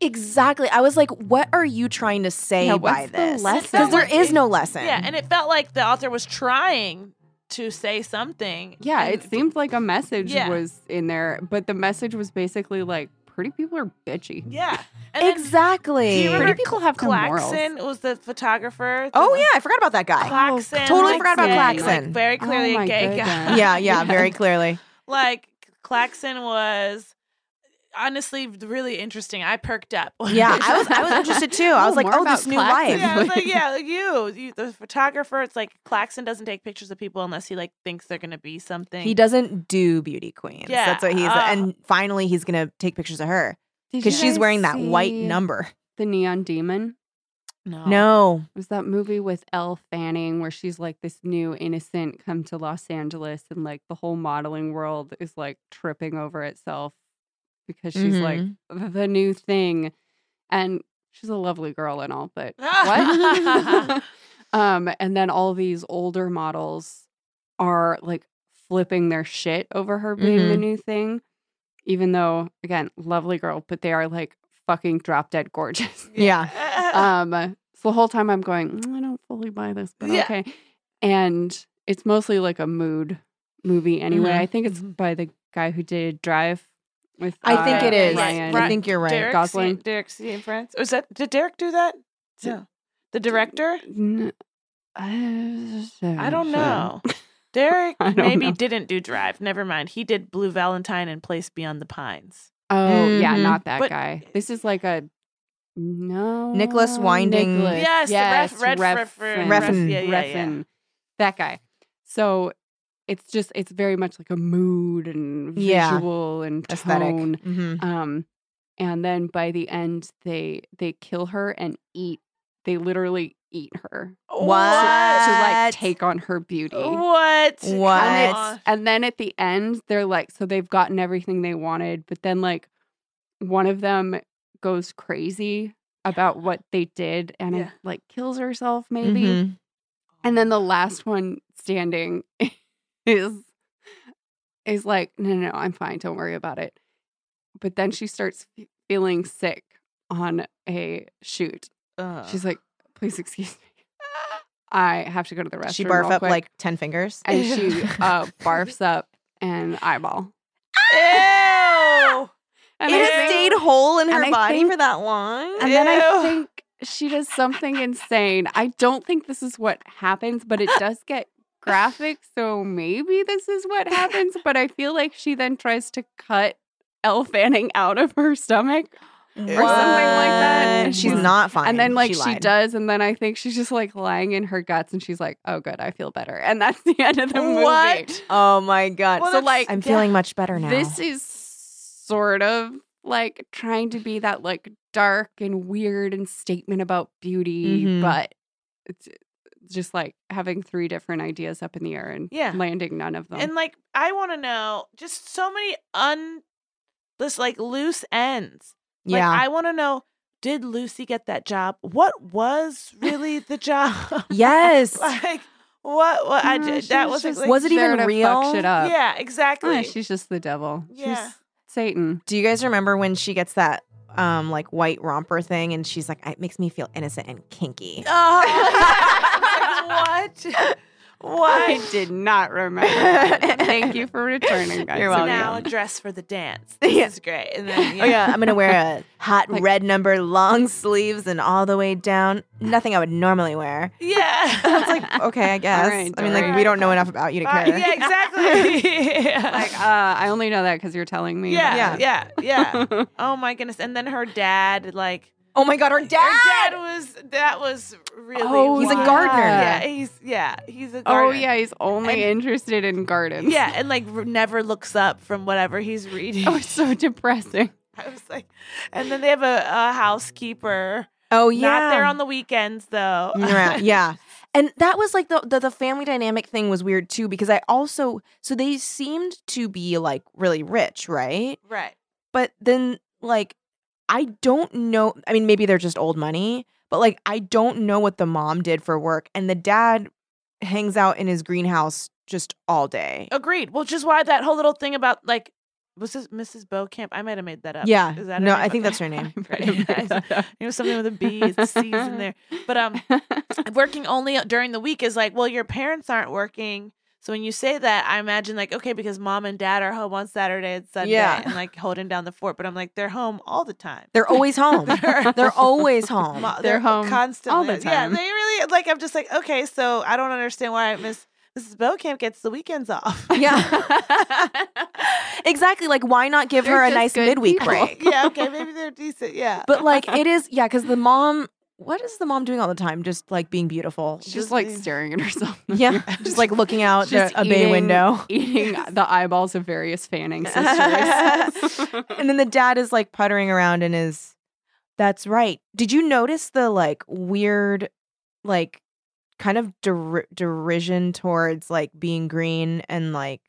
Speaker 2: Exactly. I was like, what are you trying to say by
Speaker 3: Yeah, what's the
Speaker 2: this?
Speaker 3: lesson?
Speaker 2: Because there
Speaker 4: It-
Speaker 2: is no lesson.
Speaker 4: Yeah, and it felt like the author was trying to say something.
Speaker 3: Yeah,
Speaker 4: and-
Speaker 3: it seemed like a message
Speaker 4: Yeah.
Speaker 3: was in there, but the message was basically like pretty people are bitchy.
Speaker 4: Yeah, and then,
Speaker 2: exactly.
Speaker 4: do you remember
Speaker 3: Pretty people have no morals.
Speaker 4: Claxon was the photographer. the
Speaker 2: oh
Speaker 4: one-
Speaker 2: yeah, I forgot about that guy.
Speaker 4: Claxon.
Speaker 2: totally forgot about
Speaker 4: like,
Speaker 2: Claxon.
Speaker 4: very
Speaker 3: Oh
Speaker 4: clearly
Speaker 3: my
Speaker 4: a gay guy.
Speaker 3: goodness.
Speaker 2: yeah, yeah, very clearly.
Speaker 4: like Claxon was honestly really interesting. I perked up.
Speaker 2: Yeah, I was. I was interested too. I
Speaker 3: Oh,
Speaker 2: was like,
Speaker 3: more
Speaker 2: oh,
Speaker 3: about
Speaker 2: this new
Speaker 3: classism.
Speaker 2: life.
Speaker 4: yeah, I was like, yeah, like you, you, the photographer. It's like Claxon doesn't take pictures of people unless he like thinks they're gonna be something.
Speaker 2: He doesn't do beauty queens.
Speaker 4: Yeah,
Speaker 2: That's what he's.
Speaker 4: uh,
Speaker 2: and finally, he's gonna take pictures of her
Speaker 3: Did
Speaker 2: because
Speaker 3: you
Speaker 2: she's
Speaker 3: guys
Speaker 2: wearing that white
Speaker 3: see
Speaker 2: number.
Speaker 3: The Neon Demon
Speaker 4: No,
Speaker 2: Oh. No,
Speaker 3: It was that movie with Elle Fanning where she's like this new innocent come to Los Angeles and like the whole modeling world is like tripping over itself because she's
Speaker 2: Mm-hmm.
Speaker 3: like the new thing, and she's a lovely girl and all, but what? um, and then all these older models are like flipping their shit over her being the
Speaker 2: Mhm.
Speaker 3: new thing, even though, again, lovely girl, but they are like fucking drop dead gorgeous.
Speaker 2: yeah,
Speaker 3: um, so the whole time I'm going, "Mm, I don't fully buy this, but
Speaker 4: Yeah.
Speaker 3: okay. And it's mostly like a mood movie anyway.
Speaker 2: Mhm.
Speaker 3: I think it's
Speaker 4: Mhm.
Speaker 3: by the guy who did Drive. With
Speaker 2: I think
Speaker 3: uh,
Speaker 2: it is.
Speaker 4: Ryan.
Speaker 2: I think you're right.
Speaker 4: Derek
Speaker 3: Gosling.
Speaker 4: C, Derek C. and Friends. Was that did Derek do that? No. The director?
Speaker 3: N- I
Speaker 4: I
Speaker 3: Mm,
Speaker 4: don't know. Derek
Speaker 3: I don't
Speaker 4: maybe
Speaker 3: know.
Speaker 4: didn't do Drive. Never mind. He did Blue Valentine and Place Beyond the Pines.
Speaker 3: Oh yeah,
Speaker 2: Mhm.
Speaker 3: not that
Speaker 4: But-
Speaker 3: guy. This is like a no
Speaker 2: Nicholas Winding-
Speaker 3: Nicholas.
Speaker 4: Yes, the
Speaker 3: yes,
Speaker 4: ref- red- ref-
Speaker 3: Refn.
Speaker 2: ref- Refn.
Speaker 4: yeah, yeah, yeah.
Speaker 3: Refn. That guy. So it's just it's very much like a mood and
Speaker 2: Yeah.
Speaker 3: visual and
Speaker 2: aesthetic.
Speaker 3: tone.
Speaker 2: Mhm.
Speaker 3: Um, and then by the end, they they kill her and eat. They literally eat her to,
Speaker 2: What?
Speaker 3: to like
Speaker 2: What?
Speaker 3: take on her beauty.
Speaker 4: What?
Speaker 2: What?
Speaker 3: And,
Speaker 4: Come
Speaker 3: it's, and then at the end, they're like, so they've gotten everything they wanted, but then like one of them goes crazy about what they did and
Speaker 4: Yeah.
Speaker 3: like kills herself maybe.
Speaker 2: Mhm.
Speaker 3: And then the last one standing is is like, no, no, no, I'm fine. Don't worry about it. But then she starts f- feeling sick on a shoot.
Speaker 4: on.
Speaker 3: She's like, please excuse me. I have to go to the restroom.
Speaker 2: She
Speaker 3: real
Speaker 2: barfed up
Speaker 3: quick."
Speaker 2: like ten fingers.
Speaker 3: and she uh, barfs up an eyeball.
Speaker 4: Ew.
Speaker 3: And,
Speaker 2: Oh, it
Speaker 3: I
Speaker 4: has
Speaker 3: think-
Speaker 2: has stayed whole in
Speaker 3: and
Speaker 2: her
Speaker 3: I
Speaker 2: body
Speaker 3: think-
Speaker 2: for that long.
Speaker 3: and then I
Speaker 4: Ew.
Speaker 3: think she does something insane. I don't think this is what happens, but it does get graphic. So maybe this is what happens. But I feel like she then tries to cut Elle Fanning out of her stomach. something like that. And
Speaker 2: She's
Speaker 3: she's-
Speaker 2: not fine.
Speaker 3: And then like she,
Speaker 2: lied.
Speaker 3: does, and then I think she's just like lying in her guts, and she's like, "Oh, good, I feel better." And that's the end of the movie.
Speaker 4: What?
Speaker 2: Oh my god.
Speaker 4: Well,
Speaker 2: so
Speaker 4: that's-
Speaker 2: like I'm
Speaker 4: yeah.
Speaker 2: feeling much better now.
Speaker 3: This is sort of like trying to be that like dark and weird and statement about beauty,
Speaker 2: Mhm.
Speaker 3: but it's uh, just like having three different ideas up in the air and
Speaker 4: Yeah.
Speaker 3: landing none of them.
Speaker 4: And like, I want to know just so many un, this like loose ends. Like,
Speaker 2: yeah.
Speaker 4: I want to know did Lucy get that job? What was really the job?
Speaker 2: yes. Mm,
Speaker 4: like, what? what I,
Speaker 3: No,
Speaker 4: ju-
Speaker 3: she
Speaker 4: that
Speaker 3: was Mm,
Speaker 4: was like,
Speaker 3: just
Speaker 4: like-
Speaker 2: Was it
Speaker 3: There
Speaker 2: even
Speaker 3: to
Speaker 2: real?
Speaker 3: Fuck shit up.
Speaker 4: yeah, exactly.
Speaker 3: Yeah, eh, she's just the devil.
Speaker 4: Yeah.
Speaker 3: She's Satan.
Speaker 2: Do you guys remember when she gets that um like white romper thing and she's like it makes me feel innocent and kinky?
Speaker 4: Oh, I was like, what?
Speaker 3: I
Speaker 4: Why?
Speaker 3: did not remember. that. Thank you for returning that.
Speaker 2: You're
Speaker 3: to me.
Speaker 2: welcome.
Speaker 4: Now a dress for the dance. This
Speaker 2: Yeah.
Speaker 4: is great. And then,
Speaker 2: Oh yeah, I'm gonna wear a hot
Speaker 3: Like-
Speaker 2: red number, long sleeves, and all the way down. Nothing I would normally wear.
Speaker 4: Yeah.
Speaker 2: It's like okay, I guess.
Speaker 3: right,
Speaker 2: I mean,
Speaker 3: Dory.
Speaker 2: like we don't know enough about you to
Speaker 4: Uh,
Speaker 2: care.
Speaker 4: yeah, exactly.
Speaker 3: Like, uh, I only know that because you're telling me.
Speaker 4: yeah,
Speaker 2: yeah.
Speaker 4: yeah, yeah,
Speaker 3: about it.
Speaker 4: Oh my goodness! And then her dad, like
Speaker 2: Oh my god, her dad.
Speaker 4: her dad was that was really.
Speaker 3: Oh,
Speaker 2: He's a
Speaker 4: wild.
Speaker 2: gardener.
Speaker 4: Yeah, he's yeah, he's a gardener.
Speaker 3: Oh yeah, he's only interested in gardens.
Speaker 4: yeah, and like r- never looks up from whatever he's reading.
Speaker 3: Oh, it's so depressing.
Speaker 4: I was like, and then they have a, a housekeeper.
Speaker 2: Oh yeah.
Speaker 4: Not there on the weekends though.
Speaker 2: Yeah, yeah. And that was like the, the the family dynamic thing was weird too because I also so they seemed to be like really rich, right?
Speaker 4: right.
Speaker 2: But then like I don't know, I mean maybe they're just old money, but like I don't know what the mom did for work and the dad hangs out in his greenhouse just all day.
Speaker 4: Agreed. Which is why that whole little thing about like was this Mrs. Bowcamp? I might have made that up.
Speaker 2: Yeah.
Speaker 4: Is that her
Speaker 2: no,
Speaker 4: name?
Speaker 2: I think
Speaker 4: Okay.
Speaker 2: that's her name.
Speaker 4: Right. it was something with a B, it's C's in there. But um working only during the week is like, well, your parents aren't working. So when you say that, I imagine like, okay, because mom and dad are home on Saturday and Sunday
Speaker 2: Yeah.
Speaker 4: and like holding down the fort. But I'm like, they're home all the time.
Speaker 2: They're always home. they're always home.
Speaker 4: Mo-
Speaker 3: They're home all
Speaker 4: constantly.
Speaker 3: the
Speaker 4: Yeah,
Speaker 3: time.
Speaker 4: they really like. I'm just like, okay, so I don't understand why Miss Mrs. Bowcamp gets the weekends off.
Speaker 2: Yeah. exactly. Like why not give
Speaker 3: They're
Speaker 2: her a
Speaker 3: just
Speaker 2: nice
Speaker 3: good
Speaker 2: midweek
Speaker 3: people.
Speaker 2: break?
Speaker 4: yeah, okay, maybe they're decent. Yeah,
Speaker 2: But like it is, yeah, because the mom, what is the mom doing all the time? Just like being beautiful.
Speaker 3: She's just like staring at herself.
Speaker 2: Yeah, just like looking out
Speaker 3: Just
Speaker 2: the, a bay
Speaker 3: eating-
Speaker 2: window.
Speaker 3: Eating the eyeballs of various fanning sisters.
Speaker 2: and then the dad is like puttering around in his. That's right. Did you notice the like weird, like kind of der- derision towards like being green and like,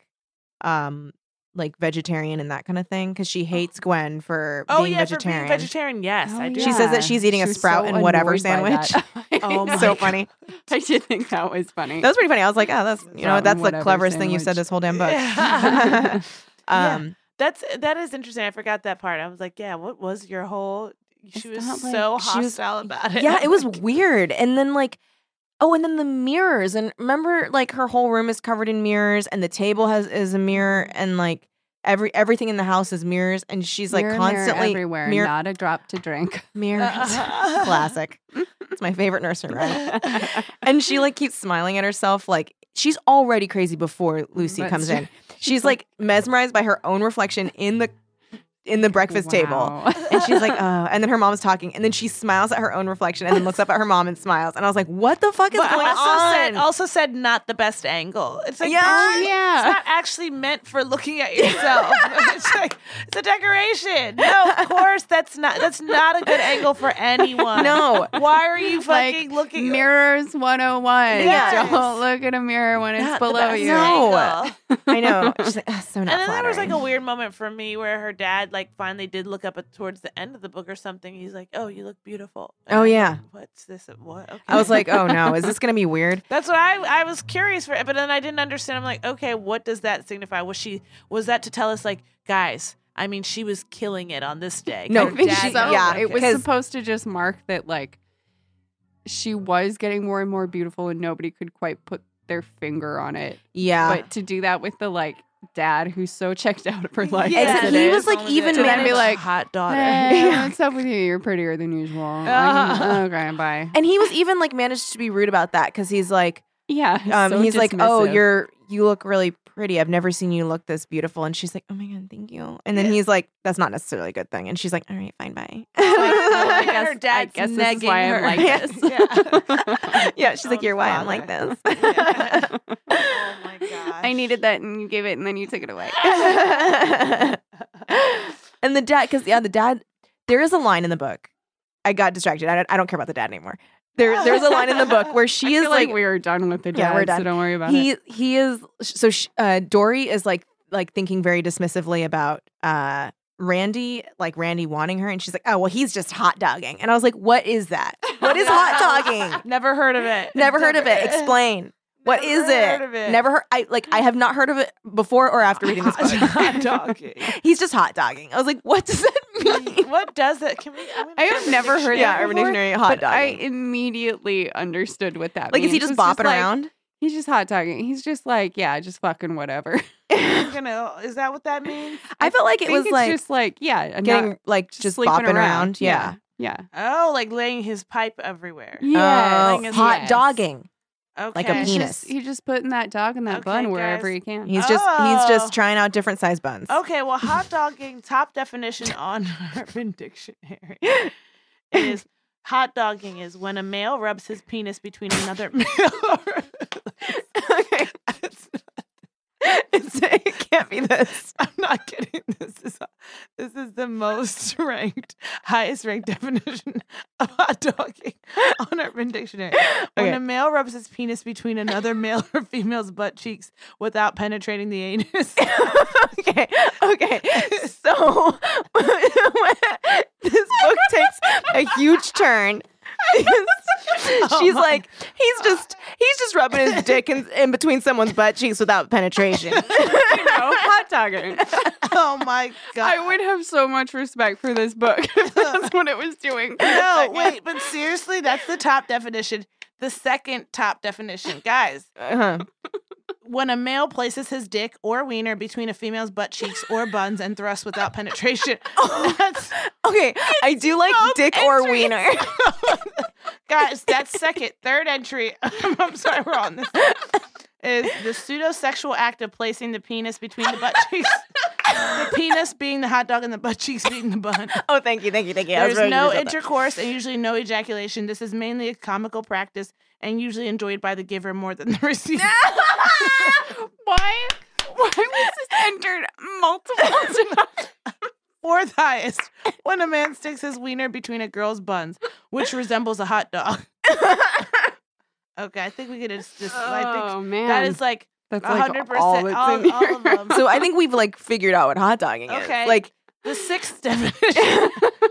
Speaker 2: um, like vegetarian and that kind of thing? Because she hates Gwen for
Speaker 4: Oh
Speaker 2: being
Speaker 4: yeah,
Speaker 2: vegetarian. Oh,
Speaker 4: for being vegetarian. Yes, I do.
Speaker 2: She says that she's eating a
Speaker 3: Oh, She was
Speaker 2: sprout and whatever
Speaker 3: annoyed by that.
Speaker 4: Oh my
Speaker 2: so
Speaker 4: God.
Speaker 2: funny.
Speaker 3: I did think that was funny.
Speaker 2: That was pretty funny. I was like, oh, that's you know,
Speaker 3: Something,
Speaker 2: that's the
Speaker 3: whatever
Speaker 2: cleverest thing you've
Speaker 3: sandwich.
Speaker 2: said this whole damn book.
Speaker 4: Yeah.
Speaker 2: um,
Speaker 4: That's eh, that is interesting. I forgot that part. I was like, yeah, what was your whole?
Speaker 3: It's
Speaker 4: She was
Speaker 3: not like-
Speaker 4: so
Speaker 2: she was-
Speaker 4: hostile about
Speaker 2: yeah.
Speaker 4: it.
Speaker 2: it was weird. And then like, oh, and then the mirrors. And remember, like her whole room is covered in mirrors, and the table has is a mirror, and like every everything in the house is mirrors, and she's like
Speaker 3: Mirror, mirror
Speaker 2: constantly
Speaker 3: everywhere,
Speaker 2: mirror-
Speaker 3: not a drop to drink.
Speaker 4: uh,
Speaker 2: mirrors. Classic. It's my favorite nursery rhyme. And she like keeps smiling at herself, like she's already crazy before Lucy
Speaker 3: But
Speaker 2: comes
Speaker 3: she-
Speaker 2: in. She's like mesmerized by her own reflection in the in the breakfast table.
Speaker 3: Wow.
Speaker 2: And she's like, oh. And then her mom's talking. And then she smiles at her own reflection and then looks up at her mom and smiles. And I was like, what the fuck is
Speaker 4: But
Speaker 2: going
Speaker 4: also
Speaker 2: on?
Speaker 4: said also said not the best angle. It's like
Speaker 2: Yeah.
Speaker 4: bitch,
Speaker 3: Oh,
Speaker 4: It's
Speaker 3: yeah.
Speaker 4: not actually meant for looking at yourself. it's like it's a decoration. No, of course that's not that's not a good angle for anyone.
Speaker 2: No.
Speaker 4: Why are you
Speaker 3: like
Speaker 4: fucking looking
Speaker 3: mirrors 101
Speaker 4: Yes.
Speaker 3: don't look at a mirror when it's
Speaker 4: Not the
Speaker 3: below
Speaker 4: best
Speaker 3: you
Speaker 2: No.
Speaker 4: angle.
Speaker 2: I know. She's like, "Ugh, so not
Speaker 4: and then there was like a
Speaker 2: flattering."
Speaker 4: weird moment for me where her dad like finally did look up at, towards the end of the book or something. He's like, "Oh, you look beautiful." And
Speaker 2: Oh,
Speaker 4: I'm
Speaker 2: yeah.
Speaker 4: like, What's this? What? Okay.
Speaker 2: I was like, oh no, is this going to be weird?
Speaker 4: That's what I I was curious for, but then I didn't understand. I'm like, okay, what does that signify? Was she was that to tell us like, guys? I mean, she was killing it on this day.
Speaker 2: No,
Speaker 3: i
Speaker 4: Her
Speaker 3: think
Speaker 4: dad-
Speaker 3: so
Speaker 2: she- yeah,
Speaker 3: it was
Speaker 2: 'cause-
Speaker 3: supposed to just mark that like she was getting more and more beautiful and nobody could quite put their finger on it
Speaker 2: Yeah.
Speaker 3: but to do that with the like dad who's so checked out of her life
Speaker 4: Yeah.
Speaker 3: as
Speaker 2: Except
Speaker 3: it
Speaker 2: he
Speaker 3: is,
Speaker 2: was like
Speaker 4: Oh my
Speaker 2: even
Speaker 4: God.
Speaker 3: To then be
Speaker 2: managed-
Speaker 3: like,
Speaker 4: hot daughter.
Speaker 3: "Hey, what's up with you you're prettier than usual
Speaker 4: Ah.
Speaker 3: like, okay bye
Speaker 2: and he was even like managed to be rude about that because he's like,
Speaker 3: yeah
Speaker 2: um,
Speaker 3: so
Speaker 2: he's like, oh,
Speaker 3: dismissive.
Speaker 2: you're you look really pretty. I've never seen you look this beautiful. And she's like, oh my God, thank you. And then he's like, that's not necessarily a good thing. And she's like, all right, fine, bye.
Speaker 4: Oh, I guess-
Speaker 1: her dad's
Speaker 3: I guess this is
Speaker 1: negging
Speaker 3: why
Speaker 1: her.
Speaker 3: I'm like
Speaker 2: Yeah.
Speaker 3: this.
Speaker 2: yeah, she's like,
Speaker 4: Sounds
Speaker 2: you're why I'm
Speaker 4: Oh, father.
Speaker 2: like this.
Speaker 4: Yeah. Oh my gosh.
Speaker 3: I needed that, and you gave it, and then you took it away.
Speaker 2: and the dad, because yeah, the dad. There is a line in the book. I got distracted. I don't, I don't care about the dad anymore. There, there's a line in the book where she
Speaker 3: I
Speaker 2: is
Speaker 3: feel like, we are done with the dad,
Speaker 2: Yeah, we're done.
Speaker 3: so don't worry about
Speaker 2: he
Speaker 3: it.
Speaker 2: he is so sh uh, Dory is like like thinking very dismissively about uh Randy like Randy wanting her and she's like oh well he's just hot dogging and I was like what is that what is hot dogging
Speaker 4: Never heard of it.
Speaker 2: never heard of it explain what
Speaker 4: Never
Speaker 2: is it?
Speaker 4: heard of it.
Speaker 2: never heard I like I have not heard of it before or after reading this book
Speaker 4: Hot dogging.
Speaker 2: he's just hot dogging I was like what does that mean
Speaker 4: what does it? Can we? I'm gonna
Speaker 3: I have
Speaker 4: Urban
Speaker 3: never heard
Speaker 4: Dictionary.
Speaker 3: that
Speaker 2: yeah Urban
Speaker 3: before,
Speaker 2: Dictionary hot
Speaker 3: But I
Speaker 2: dogging
Speaker 3: immediately understood what that
Speaker 2: like is
Speaker 3: means.
Speaker 2: he just
Speaker 3: It's
Speaker 2: bopping
Speaker 3: like,
Speaker 2: around
Speaker 3: He's just hot dogging. He's just like, yeah, just fucking whatever.
Speaker 4: I'm gonna. Is that what that means?
Speaker 2: I felt like
Speaker 3: I
Speaker 2: it
Speaker 3: think
Speaker 2: was
Speaker 3: it's
Speaker 2: like
Speaker 3: just like, yeah, a
Speaker 2: getting
Speaker 3: nut
Speaker 2: like
Speaker 3: just
Speaker 2: just,
Speaker 3: sleeping
Speaker 2: bopping around, yeah.
Speaker 3: yeah,
Speaker 4: Oh, like laying his pipe everywhere.
Speaker 3: yeah.
Speaker 2: Oh,
Speaker 4: Yes.
Speaker 2: hot dogging.
Speaker 4: Okay.
Speaker 2: like a
Speaker 3: He's
Speaker 2: penis.
Speaker 3: just, he's just putting that dog in that
Speaker 4: Okay,
Speaker 3: bun wherever
Speaker 4: guys.
Speaker 3: he can.
Speaker 2: He's just he's
Speaker 4: Oh.
Speaker 2: just trying out different size buns.
Speaker 3: Oh.
Speaker 4: Okay, well, hot dogging top definition on Urban Dictionary is hot dogging is when a male rubs his penis between another male.
Speaker 2: okay.
Speaker 4: It's-
Speaker 2: It's, it can't be this.
Speaker 4: I'm not kidding. This is this is the most ranked, highest ranked definition of hot dogging on Urban Dictionary. When
Speaker 2: Okay.
Speaker 4: a male rubs his penis between another male or female's butt cheeks without penetrating the anus.
Speaker 2: okay. Okay. So this book takes a huge turn.
Speaker 3: Oh
Speaker 2: She's
Speaker 4: Oh my
Speaker 2: like, he's just he's just rubbing his dick in, in between someone's butt cheeks without penetration.
Speaker 3: you know, hot dogging.
Speaker 4: oh my god!
Speaker 3: I would have so much respect for this book if that's what it was doing.
Speaker 4: No, wait, but seriously, that's the top definition. The second top definition, guys,
Speaker 2: Uh-huh.
Speaker 4: when a male places his dick or wiener between a female's butt cheeks or buns and thrusts without penetration. That's,
Speaker 2: Okay, I do like dick or wiener.
Speaker 4: guys, that's second. Third entry. I'm sorry, we're on this. Is the pseudosexual act of placing the penis between the butt cheeks. the penis being the hot dog and the butt cheeks being the bun.
Speaker 2: Oh, thank you, thank you, thank you. I was very
Speaker 4: There's no
Speaker 2: confused about
Speaker 4: intercourse and usually no ejaculation. This is mainly a comical practice and usually enjoyed by the giver more than the receiver.
Speaker 3: Why? Why was this entered multiple times?
Speaker 4: Fourth highest when a man sticks his wiener between a girl's buns, which resembles a hot dog. okay, I think we could just. just I
Speaker 3: Oh
Speaker 4: think
Speaker 3: man,
Speaker 4: that is like
Speaker 3: that's like
Speaker 4: 100%
Speaker 3: all that's
Speaker 4: all,
Speaker 3: in
Speaker 4: all,
Speaker 3: here.
Speaker 4: of them.
Speaker 2: that. So I think we've like figured out what hot dogging
Speaker 4: Okay.
Speaker 2: is. Like,
Speaker 4: the sixth definition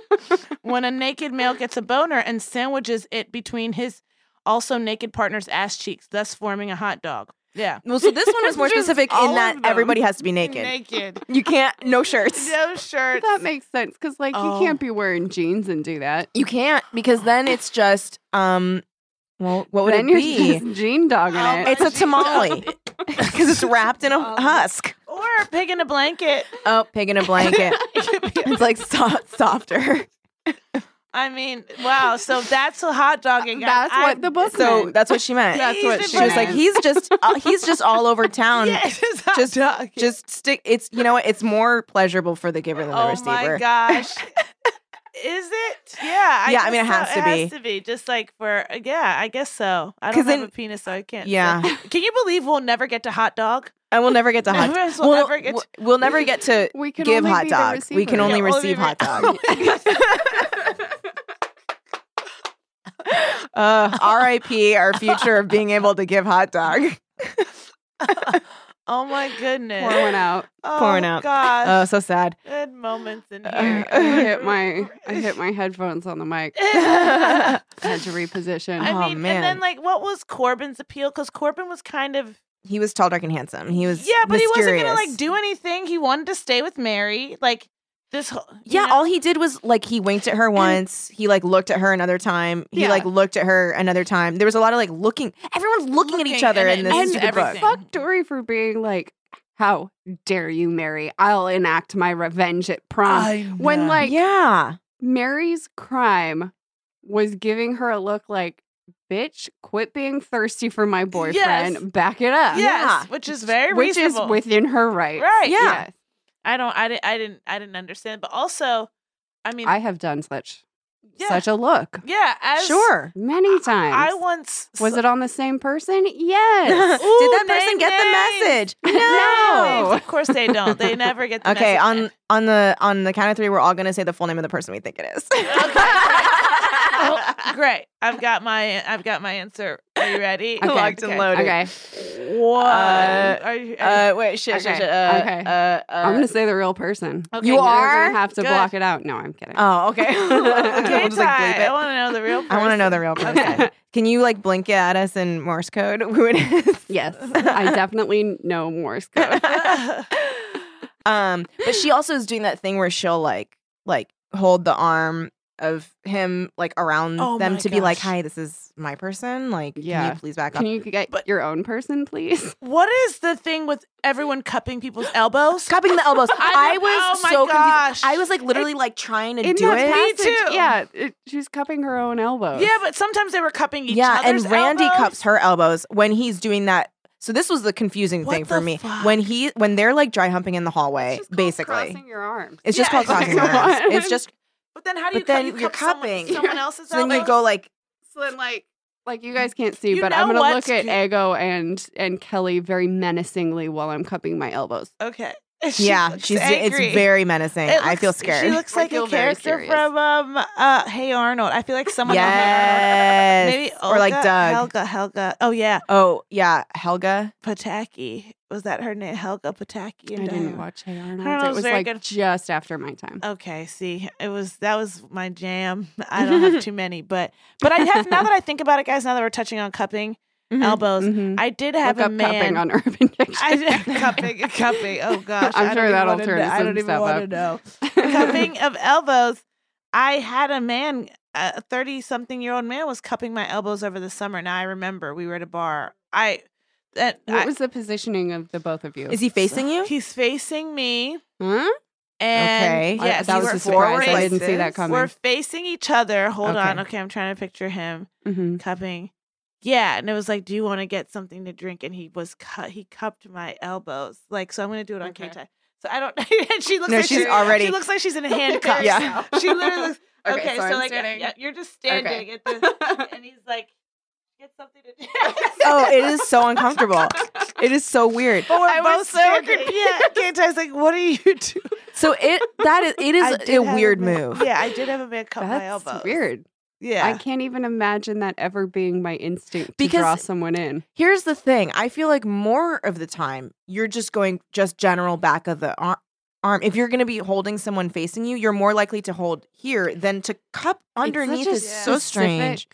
Speaker 4: when a naked male gets a boner and sandwiches it between his also naked partner's ass cheeks, thus forming a hot dog. Yeah.
Speaker 2: well, so this one is more
Speaker 3: Just
Speaker 2: specific
Speaker 3: all
Speaker 2: in that
Speaker 3: of them.
Speaker 2: everybody has to be naked.
Speaker 4: Naked.
Speaker 2: You can't no shirts.
Speaker 4: No shirts.
Speaker 3: that makes sense because like
Speaker 4: Oh.
Speaker 3: you can't be wearing jeans and do that.
Speaker 2: You can't because then it's just um. Well, what would
Speaker 3: then
Speaker 2: it
Speaker 3: you're
Speaker 2: be?
Speaker 3: just jean dogging
Speaker 4: Oh,
Speaker 3: it.
Speaker 4: but-
Speaker 2: It's a tamale because it's wrapped in
Speaker 3: Um,
Speaker 2: a husk.
Speaker 4: Or pig in a blanket.
Speaker 2: Oh, pig in a blanket. It's like so- softer.
Speaker 4: I mean, wow. So that's a hot dogging.
Speaker 3: That's
Speaker 4: I,
Speaker 3: what the book
Speaker 2: So
Speaker 3: meant.
Speaker 2: that's what she meant.
Speaker 3: That's what
Speaker 2: she was like.
Speaker 3: meant.
Speaker 2: He's just uh, he's just all over town.
Speaker 4: just
Speaker 2: just just stick. It's you know what? It's more pleasurable for the giver than the
Speaker 4: oh
Speaker 2: receiver.
Speaker 4: my gosh. Is it? Yeah.
Speaker 2: Yeah, I mean, it
Speaker 4: just
Speaker 2: has
Speaker 4: thought
Speaker 2: to
Speaker 4: it
Speaker 2: be.
Speaker 4: Has to be just like for yeah. I guess so. I
Speaker 2: 'Cause
Speaker 4: don't have
Speaker 2: then-
Speaker 4: a penis, so I can't. say.
Speaker 2: Yeah,
Speaker 4: Can you believe we'll never get to hot dog?
Speaker 2: and we'll never get to hot.
Speaker 4: Never as well
Speaker 2: we'll,
Speaker 4: ever get
Speaker 2: we'll- we'll never get to
Speaker 3: We can
Speaker 2: give
Speaker 3: only
Speaker 2: hot
Speaker 3: be the
Speaker 2: dog. We can
Speaker 3: receiver.
Speaker 2: only
Speaker 4: Yeah, only
Speaker 2: receive
Speaker 4: re-
Speaker 2: hot dog. uh, R.I.P. Our future of being able to give hot dog.
Speaker 4: Oh my goodness.
Speaker 3: Pour one out.
Speaker 4: Oh,
Speaker 2: Pouring out.
Speaker 4: Gosh.
Speaker 2: Oh, so sad.
Speaker 4: Good moments in
Speaker 3: I
Speaker 4: here.
Speaker 3: hit my I hit my headphones on the mic.
Speaker 4: I
Speaker 3: Had to reposition.
Speaker 4: mean,
Speaker 2: Oh, man.
Speaker 4: and then like, what was Corbin's appeal? Because Corbin was kind of
Speaker 2: He was tall, dark, and handsome. He was
Speaker 4: yeah, but he wasn't gonna like
Speaker 2: mysterious.
Speaker 4: do anything. He wanted to stay with Mary. Like this whole
Speaker 2: Yeah, all he did was like he winked at her once. He like looked at her another time. He
Speaker 3: Yeah.
Speaker 2: like looked at her another time. There was a lot of like looking. Everyone's looking, at each
Speaker 4: Looking
Speaker 2: other
Speaker 4: and-
Speaker 2: in this
Speaker 4: and
Speaker 2: stupid
Speaker 4: everything.
Speaker 2: book.
Speaker 3: Fuck Dory for being like, how dare you, Mary? I'll enact my revenge at prom.
Speaker 4: Mm.
Speaker 3: when, like,
Speaker 2: Yeah,
Speaker 3: Mary's crime was giving her a look like bitch, quit being thirsty for my boyfriend. Back it up.
Speaker 4: Yes, which is very
Speaker 3: Which
Speaker 4: reasonable.
Speaker 3: is within her rights.
Speaker 4: Right.
Speaker 3: Yeah.
Speaker 4: Yeah. I don't. I didn't. I didn't. I didn't understand. But also, I mean,
Speaker 3: I have done such
Speaker 4: yeah,
Speaker 3: such a look
Speaker 4: yeah. As
Speaker 2: sure.
Speaker 3: many times.
Speaker 4: I once
Speaker 3: was it on the same person?
Speaker 2: Did
Speaker 3: Yes.
Speaker 2: that
Speaker 4: Ooh,
Speaker 2: person
Speaker 4: name
Speaker 2: get the
Speaker 4: names.
Speaker 2: message? No.
Speaker 4: Of course they don't. They never get the
Speaker 2: Okay,
Speaker 4: message.
Speaker 2: on on the on the count of three, we're all gonna say the full name of the person we think it is.
Speaker 4: Oh, great. I've got my. I've got my answer. Are you ready?
Speaker 3: Okay.
Speaker 2: Locked and loaded.
Speaker 3: Okay.
Speaker 4: One.
Speaker 2: Uh,
Speaker 4: are you, are
Speaker 2: Uh, wait, shit, shit,
Speaker 3: Okay,
Speaker 2: shit. Uh,
Speaker 3: okay.
Speaker 2: Uh, uh,
Speaker 3: I'm gonna say the real person.
Speaker 4: Okay,
Speaker 3: You
Speaker 4: you're
Speaker 3: are Um,
Speaker 4: gonna
Speaker 3: gonna have to
Speaker 4: good.
Speaker 3: block it out. No, I'm kidding.
Speaker 2: Oh, okay. okay
Speaker 4: you, okay,
Speaker 2: we'll just, like, bleep
Speaker 4: Ty, I
Speaker 2: it.
Speaker 4: want to know the real. Person.
Speaker 2: I want to know the real person. Can you like blink at us in Morse code who it is?
Speaker 3: yes, I definitely know Morse code.
Speaker 2: Um, but she also is doing that thing where she'll like like hold the arm of him like around
Speaker 4: Oh
Speaker 2: them
Speaker 4: my
Speaker 2: to be like,
Speaker 4: gosh.
Speaker 2: "Hi, this is my person. Like, can
Speaker 3: Yeah.
Speaker 2: you please back
Speaker 3: Can
Speaker 2: up?"
Speaker 3: you get
Speaker 4: But-
Speaker 3: your own person, please?
Speaker 4: what is the thing with everyone cupping people's elbows?
Speaker 2: Cupping the elbows.
Speaker 4: I
Speaker 2: I,
Speaker 4: don't-
Speaker 2: was
Speaker 4: oh my
Speaker 2: so
Speaker 4: gosh.
Speaker 2: confused. I was like literally like trying to
Speaker 3: In
Speaker 2: do
Speaker 3: that
Speaker 2: it.
Speaker 4: Me
Speaker 3: passage,
Speaker 4: too.
Speaker 3: Yeah, it, she's cupping her own elbows.
Speaker 4: Yeah, but sometimes they were cupping each
Speaker 2: yeah,
Speaker 4: other's
Speaker 2: and Randy
Speaker 4: elbows.
Speaker 2: cups her elbows when he's doing that. So this was the confusing
Speaker 4: What
Speaker 2: thing
Speaker 4: the
Speaker 2: for me
Speaker 4: fuck?
Speaker 2: when he when they're like dry humping in the
Speaker 3: It's
Speaker 2: hallway,
Speaker 3: just called
Speaker 2: basically.
Speaker 3: crossing your arms.
Speaker 2: It's just
Speaker 4: Yeah,
Speaker 2: called
Speaker 4: it's-
Speaker 2: crossing your
Speaker 3: Come
Speaker 2: arms.
Speaker 3: on.
Speaker 2: It's just
Speaker 4: But then how do
Speaker 2: But
Speaker 4: you? cup-
Speaker 2: then
Speaker 4: you
Speaker 2: you're
Speaker 4: cup someone-
Speaker 2: cupping.
Speaker 4: someone else's
Speaker 2: so then you
Speaker 4: elbows?
Speaker 2: go like
Speaker 3: So then, like, like you guys can't see,
Speaker 4: You
Speaker 3: but I'm
Speaker 4: know
Speaker 3: gonna
Speaker 4: what's
Speaker 3: look at
Speaker 4: good.
Speaker 3: Ego and and Kelly very menacingly while I'm cupping my elbows.
Speaker 4: Okay. She
Speaker 2: yeah,
Speaker 4: looks
Speaker 2: she's it's
Speaker 4: angry.
Speaker 2: very menacing.
Speaker 4: It
Speaker 2: I feel
Speaker 4: looks- She
Speaker 2: scared.
Speaker 4: looks
Speaker 3: I
Speaker 4: like a
Speaker 3: feel very
Speaker 4: character
Speaker 3: curious.
Speaker 4: from um uh Hey Arnold. I feel like someone on Hey
Speaker 2: yes,
Speaker 4: Arnold. Maybe
Speaker 2: or like
Speaker 4: Olga-
Speaker 2: Doug.
Speaker 4: Helga Helga. Oh yeah,
Speaker 2: Oh yeah, Helga.
Speaker 4: Pataki. Was that her name? Helga Pataki
Speaker 3: I
Speaker 4: and
Speaker 3: didn't
Speaker 4: Diane.
Speaker 3: watch Hey
Speaker 4: Arnold's
Speaker 3: Arnold. It was
Speaker 4: very
Speaker 3: like
Speaker 4: good.
Speaker 3: just after my time.
Speaker 4: Okay, see, it was that was my jam. I don't have too many, but but I have now that I think about it, guys. Now that we're touching on cupping
Speaker 2: Mhm.
Speaker 4: elbows,
Speaker 3: Mhm.
Speaker 4: I did have
Speaker 3: Look
Speaker 4: a
Speaker 3: up
Speaker 4: man
Speaker 3: cupping on Urban
Speaker 4: I
Speaker 3: Dictionary.
Speaker 4: did, cupping, cupping. Oh gosh,
Speaker 3: I'm sure
Speaker 4: I don't even
Speaker 3: that'll
Speaker 4: wanna
Speaker 3: turn
Speaker 4: know- I
Speaker 3: some
Speaker 4: don't even
Speaker 3: stuff
Speaker 4: want to
Speaker 3: up.
Speaker 4: know. cupping of elbows. I had a man, a thirty-something-year-old man, was cupping my elbows over the summer. Now I remember we were at a bar. I that
Speaker 3: What
Speaker 4: I-
Speaker 3: was the positioning of the both of you?
Speaker 2: Is he facing you?
Speaker 4: he's facing me,
Speaker 3: Huh?
Speaker 4: and
Speaker 2: Okay. I-
Speaker 4: yes,
Speaker 2: that
Speaker 4: we
Speaker 2: was
Speaker 4: were
Speaker 2: a surprise.
Speaker 4: facing-
Speaker 3: I didn't see that
Speaker 2: places.
Speaker 3: coming.
Speaker 4: We're facing each other. Hold on.
Speaker 3: Okay.
Speaker 4: Okay, I'm trying to picture him
Speaker 3: Mhm.
Speaker 4: cupping. Yeah, and it was like, "Do you want to get something to drink?" And he was cut. He cupped my elbows. Like, so I'm gonna do it on
Speaker 3: Okay.
Speaker 4: okay. K-Tie. So I don't. and she looks.
Speaker 2: No,
Speaker 4: like
Speaker 2: she's
Speaker 4: she-
Speaker 2: already-
Speaker 4: She looks like she's in handcuffs.
Speaker 2: Yeah.
Speaker 4: She literally looks. Okay, so,
Speaker 3: I'm
Speaker 4: like, uh,
Speaker 3: standing.
Speaker 4: yeah, you're just standing
Speaker 3: Okay.
Speaker 4: at the, and he's like, "Get something to drink."
Speaker 2: Oh, it is so uncomfortable. It is so weird.
Speaker 4: Oh, But we're
Speaker 2: I was
Speaker 4: both
Speaker 2: so
Speaker 4: standing.
Speaker 2: confused.
Speaker 4: Yeah, K-Tie's like, "What are you doing?"
Speaker 2: So it that is it
Speaker 4: I
Speaker 2: is
Speaker 4: did
Speaker 2: a
Speaker 4: have
Speaker 2: weird
Speaker 4: man-
Speaker 2: move.
Speaker 4: Yeah, I did have a man cup my
Speaker 3: That's
Speaker 4: elbows.
Speaker 3: weird.
Speaker 4: Yeah.
Speaker 3: I can't even imagine that ever being my instinct to
Speaker 2: Because-
Speaker 3: draw someone in.
Speaker 2: Here's the thing. I feel like more of the time you're just going just general back of the ar- arm. If you're going to be holding someone facing you, you're more likely to hold here than to cup underneath
Speaker 3: it's
Speaker 2: is
Speaker 3: such a
Speaker 2: so
Speaker 3: specific
Speaker 2: strange.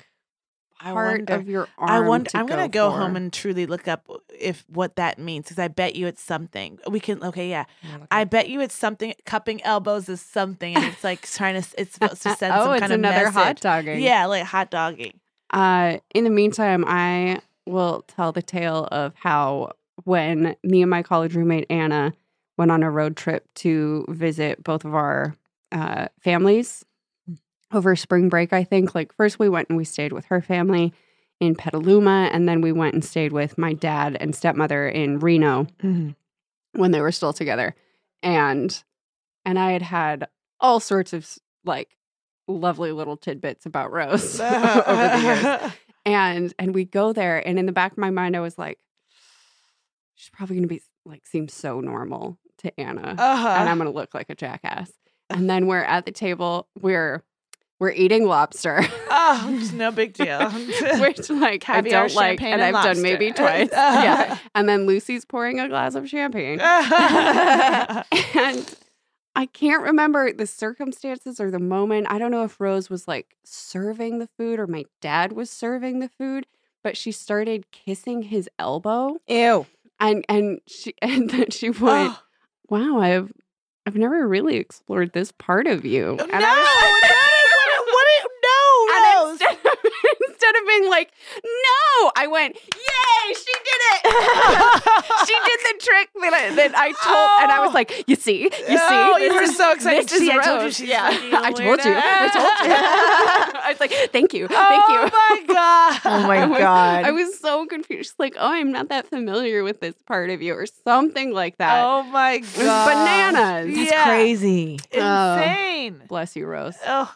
Speaker 4: I
Speaker 3: Part
Speaker 4: wonder-
Speaker 3: of your arm.
Speaker 4: I wonder.
Speaker 3: to
Speaker 4: I'm gonna
Speaker 3: go
Speaker 4: go home
Speaker 3: for.
Speaker 4: and truly look up if what that means because I bet you it's something. We can. Okay, yeah. I bet you it's something. Cupping elbows is something, and it's like trying to. s- It's supposed to send
Speaker 3: oh,
Speaker 4: some
Speaker 3: it's
Speaker 4: kind
Speaker 3: another
Speaker 4: of
Speaker 3: hot
Speaker 4: message.
Speaker 3: dogging.
Speaker 4: Yeah, like hot dogging.
Speaker 3: Uh, in the meantime, I will tell the tale of how when me and my college roommate Anna went on a road trip to visit both of our uh, families over spring break, I think. Like, first we went and we stayed with her family in Petaluma, and then we went and stayed with my dad and stepmother in Reno when they were still together and and i had had all sorts of s- like lovely little tidbits about rose over the years and and we go there and in the back of my mind i was like she's probably gonna be like seem so normal to anna and
Speaker 4: Uh-huh.
Speaker 3: i'm gonna look like a jackass and then we're at the table we're we're eating lobster
Speaker 4: Oh, it's no big deal.
Speaker 3: which like i
Speaker 4: Caviar,
Speaker 3: don't like
Speaker 4: champagne,
Speaker 3: and,
Speaker 4: and
Speaker 3: i've
Speaker 4: lobster. Uh-huh.
Speaker 3: done maybe twice yeah and then lucy's pouring a glass of champagne
Speaker 4: Oh,
Speaker 3: and I can't remember the circumstances or the moment. I don't know if Rose was like serving the food or my dad was serving the food, but she started kissing his elbow
Speaker 2: Ew.
Speaker 3: and and she and then she went,
Speaker 4: Oh,
Speaker 3: "Wow, I've I've never really explored this part of you."
Speaker 4: no,
Speaker 3: And
Speaker 4: no,
Speaker 3: I was-
Speaker 4: what? it-
Speaker 3: and
Speaker 4: No, Rose.
Speaker 3: instead of, instead of being like, "No," I went, "Yay,
Speaker 5: Yay! She did it. she did the trick that I, that I told, and I was like, "You see, you
Speaker 4: Oh,
Speaker 5: see,
Speaker 4: you were so excited.
Speaker 5: This is
Speaker 4: See, I told you
Speaker 5: Rose.
Speaker 4: she's
Speaker 5: yeah,
Speaker 4: fucking a
Speaker 5: I told you. I told you.
Speaker 4: weirdo.
Speaker 5: I was like, "Thank you, thank you."
Speaker 4: Oh my god.
Speaker 3: I was- I was so confused. She's like, oh, I'm not that familiar with this part of you, or something like that.
Speaker 4: Oh my
Speaker 3: It
Speaker 4: god.
Speaker 3: was bananas.
Speaker 4: That's Yeah.
Speaker 5: crazy.
Speaker 3: Oh.
Speaker 4: Insane.
Speaker 3: Bless you, Rose.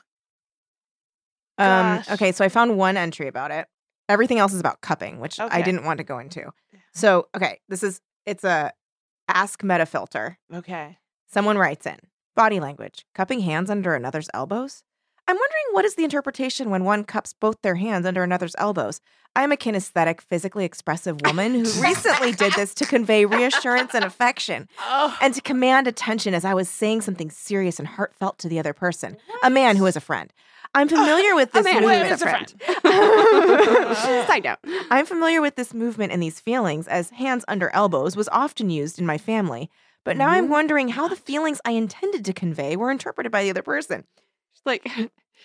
Speaker 4: Oh.
Speaker 2: Um,
Speaker 4: Gosh.
Speaker 2: okay, so I found one entry about it. Everything else is about cupping, which I
Speaker 4: Okay.
Speaker 2: didn't want to go into. So, okay, this is it's a ask meta filter.
Speaker 4: Okay.
Speaker 2: Someone writes in body language, cupping hands under another's elbows. I'm wondering what is the interpretation when one cups both their hands under another's elbows. I am a kinesthetic, physically expressive woman who recently did this to convey reassurance and affection
Speaker 4: Oh.
Speaker 2: and to command attention as I was saying something serious and heartfelt to the other person, a man who is a friend. I'm familiar with this
Speaker 3: man who
Speaker 2: movement.
Speaker 4: is a friend.
Speaker 3: Side note.
Speaker 2: I'm familiar with this movement and these feelings as hands under elbows was often used in my family. But now I'm wondering how the feelings I intended to convey were interpreted by the other person.
Speaker 3: She's like,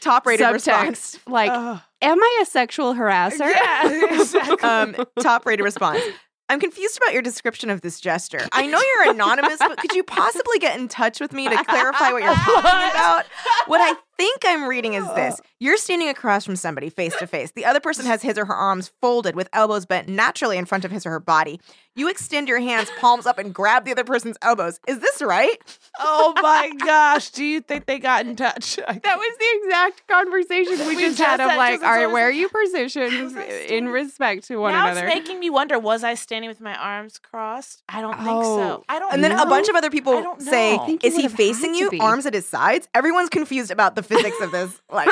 Speaker 2: Top rated response.
Speaker 3: subtext. Like,
Speaker 4: Oh.
Speaker 3: am I a sexual harasser?
Speaker 4: Yeah, exactly.
Speaker 2: Um, top rated response. I'm confused about your description of this gesture. I know you're anonymous, but could you possibly get in touch with me to clarify what you're talking about? What I think I'm reading is this you're standing across from somebody face to face. The other person has his or her arms folded with elbows bent naturally in front of his or her body. You extend your hands, palms up, and grab the other person's elbows. Is this right?
Speaker 4: oh my gosh. Do you think they got in touch? I-
Speaker 3: That was the exact conversation we,
Speaker 4: We
Speaker 3: just,
Speaker 4: just
Speaker 3: had.
Speaker 4: had
Speaker 3: of like,
Speaker 4: just
Speaker 3: all right,
Speaker 4: as I
Speaker 3: where are
Speaker 4: was-
Speaker 3: you positioned in respect to one
Speaker 4: now
Speaker 3: another?
Speaker 4: it's making me wonder was I standing with my arms crossed? I don't think so.
Speaker 3: Oh.
Speaker 4: I don't
Speaker 2: And then a
Speaker 4: know.
Speaker 2: bunch of other
Speaker 4: I
Speaker 2: people
Speaker 4: don't
Speaker 2: say,
Speaker 4: know. I think
Speaker 3: you
Speaker 2: Is he
Speaker 3: would have had
Speaker 2: facing
Speaker 3: to
Speaker 2: you,
Speaker 3: be.
Speaker 2: arms at his sides? Everyone's confused about the physics of this. Like,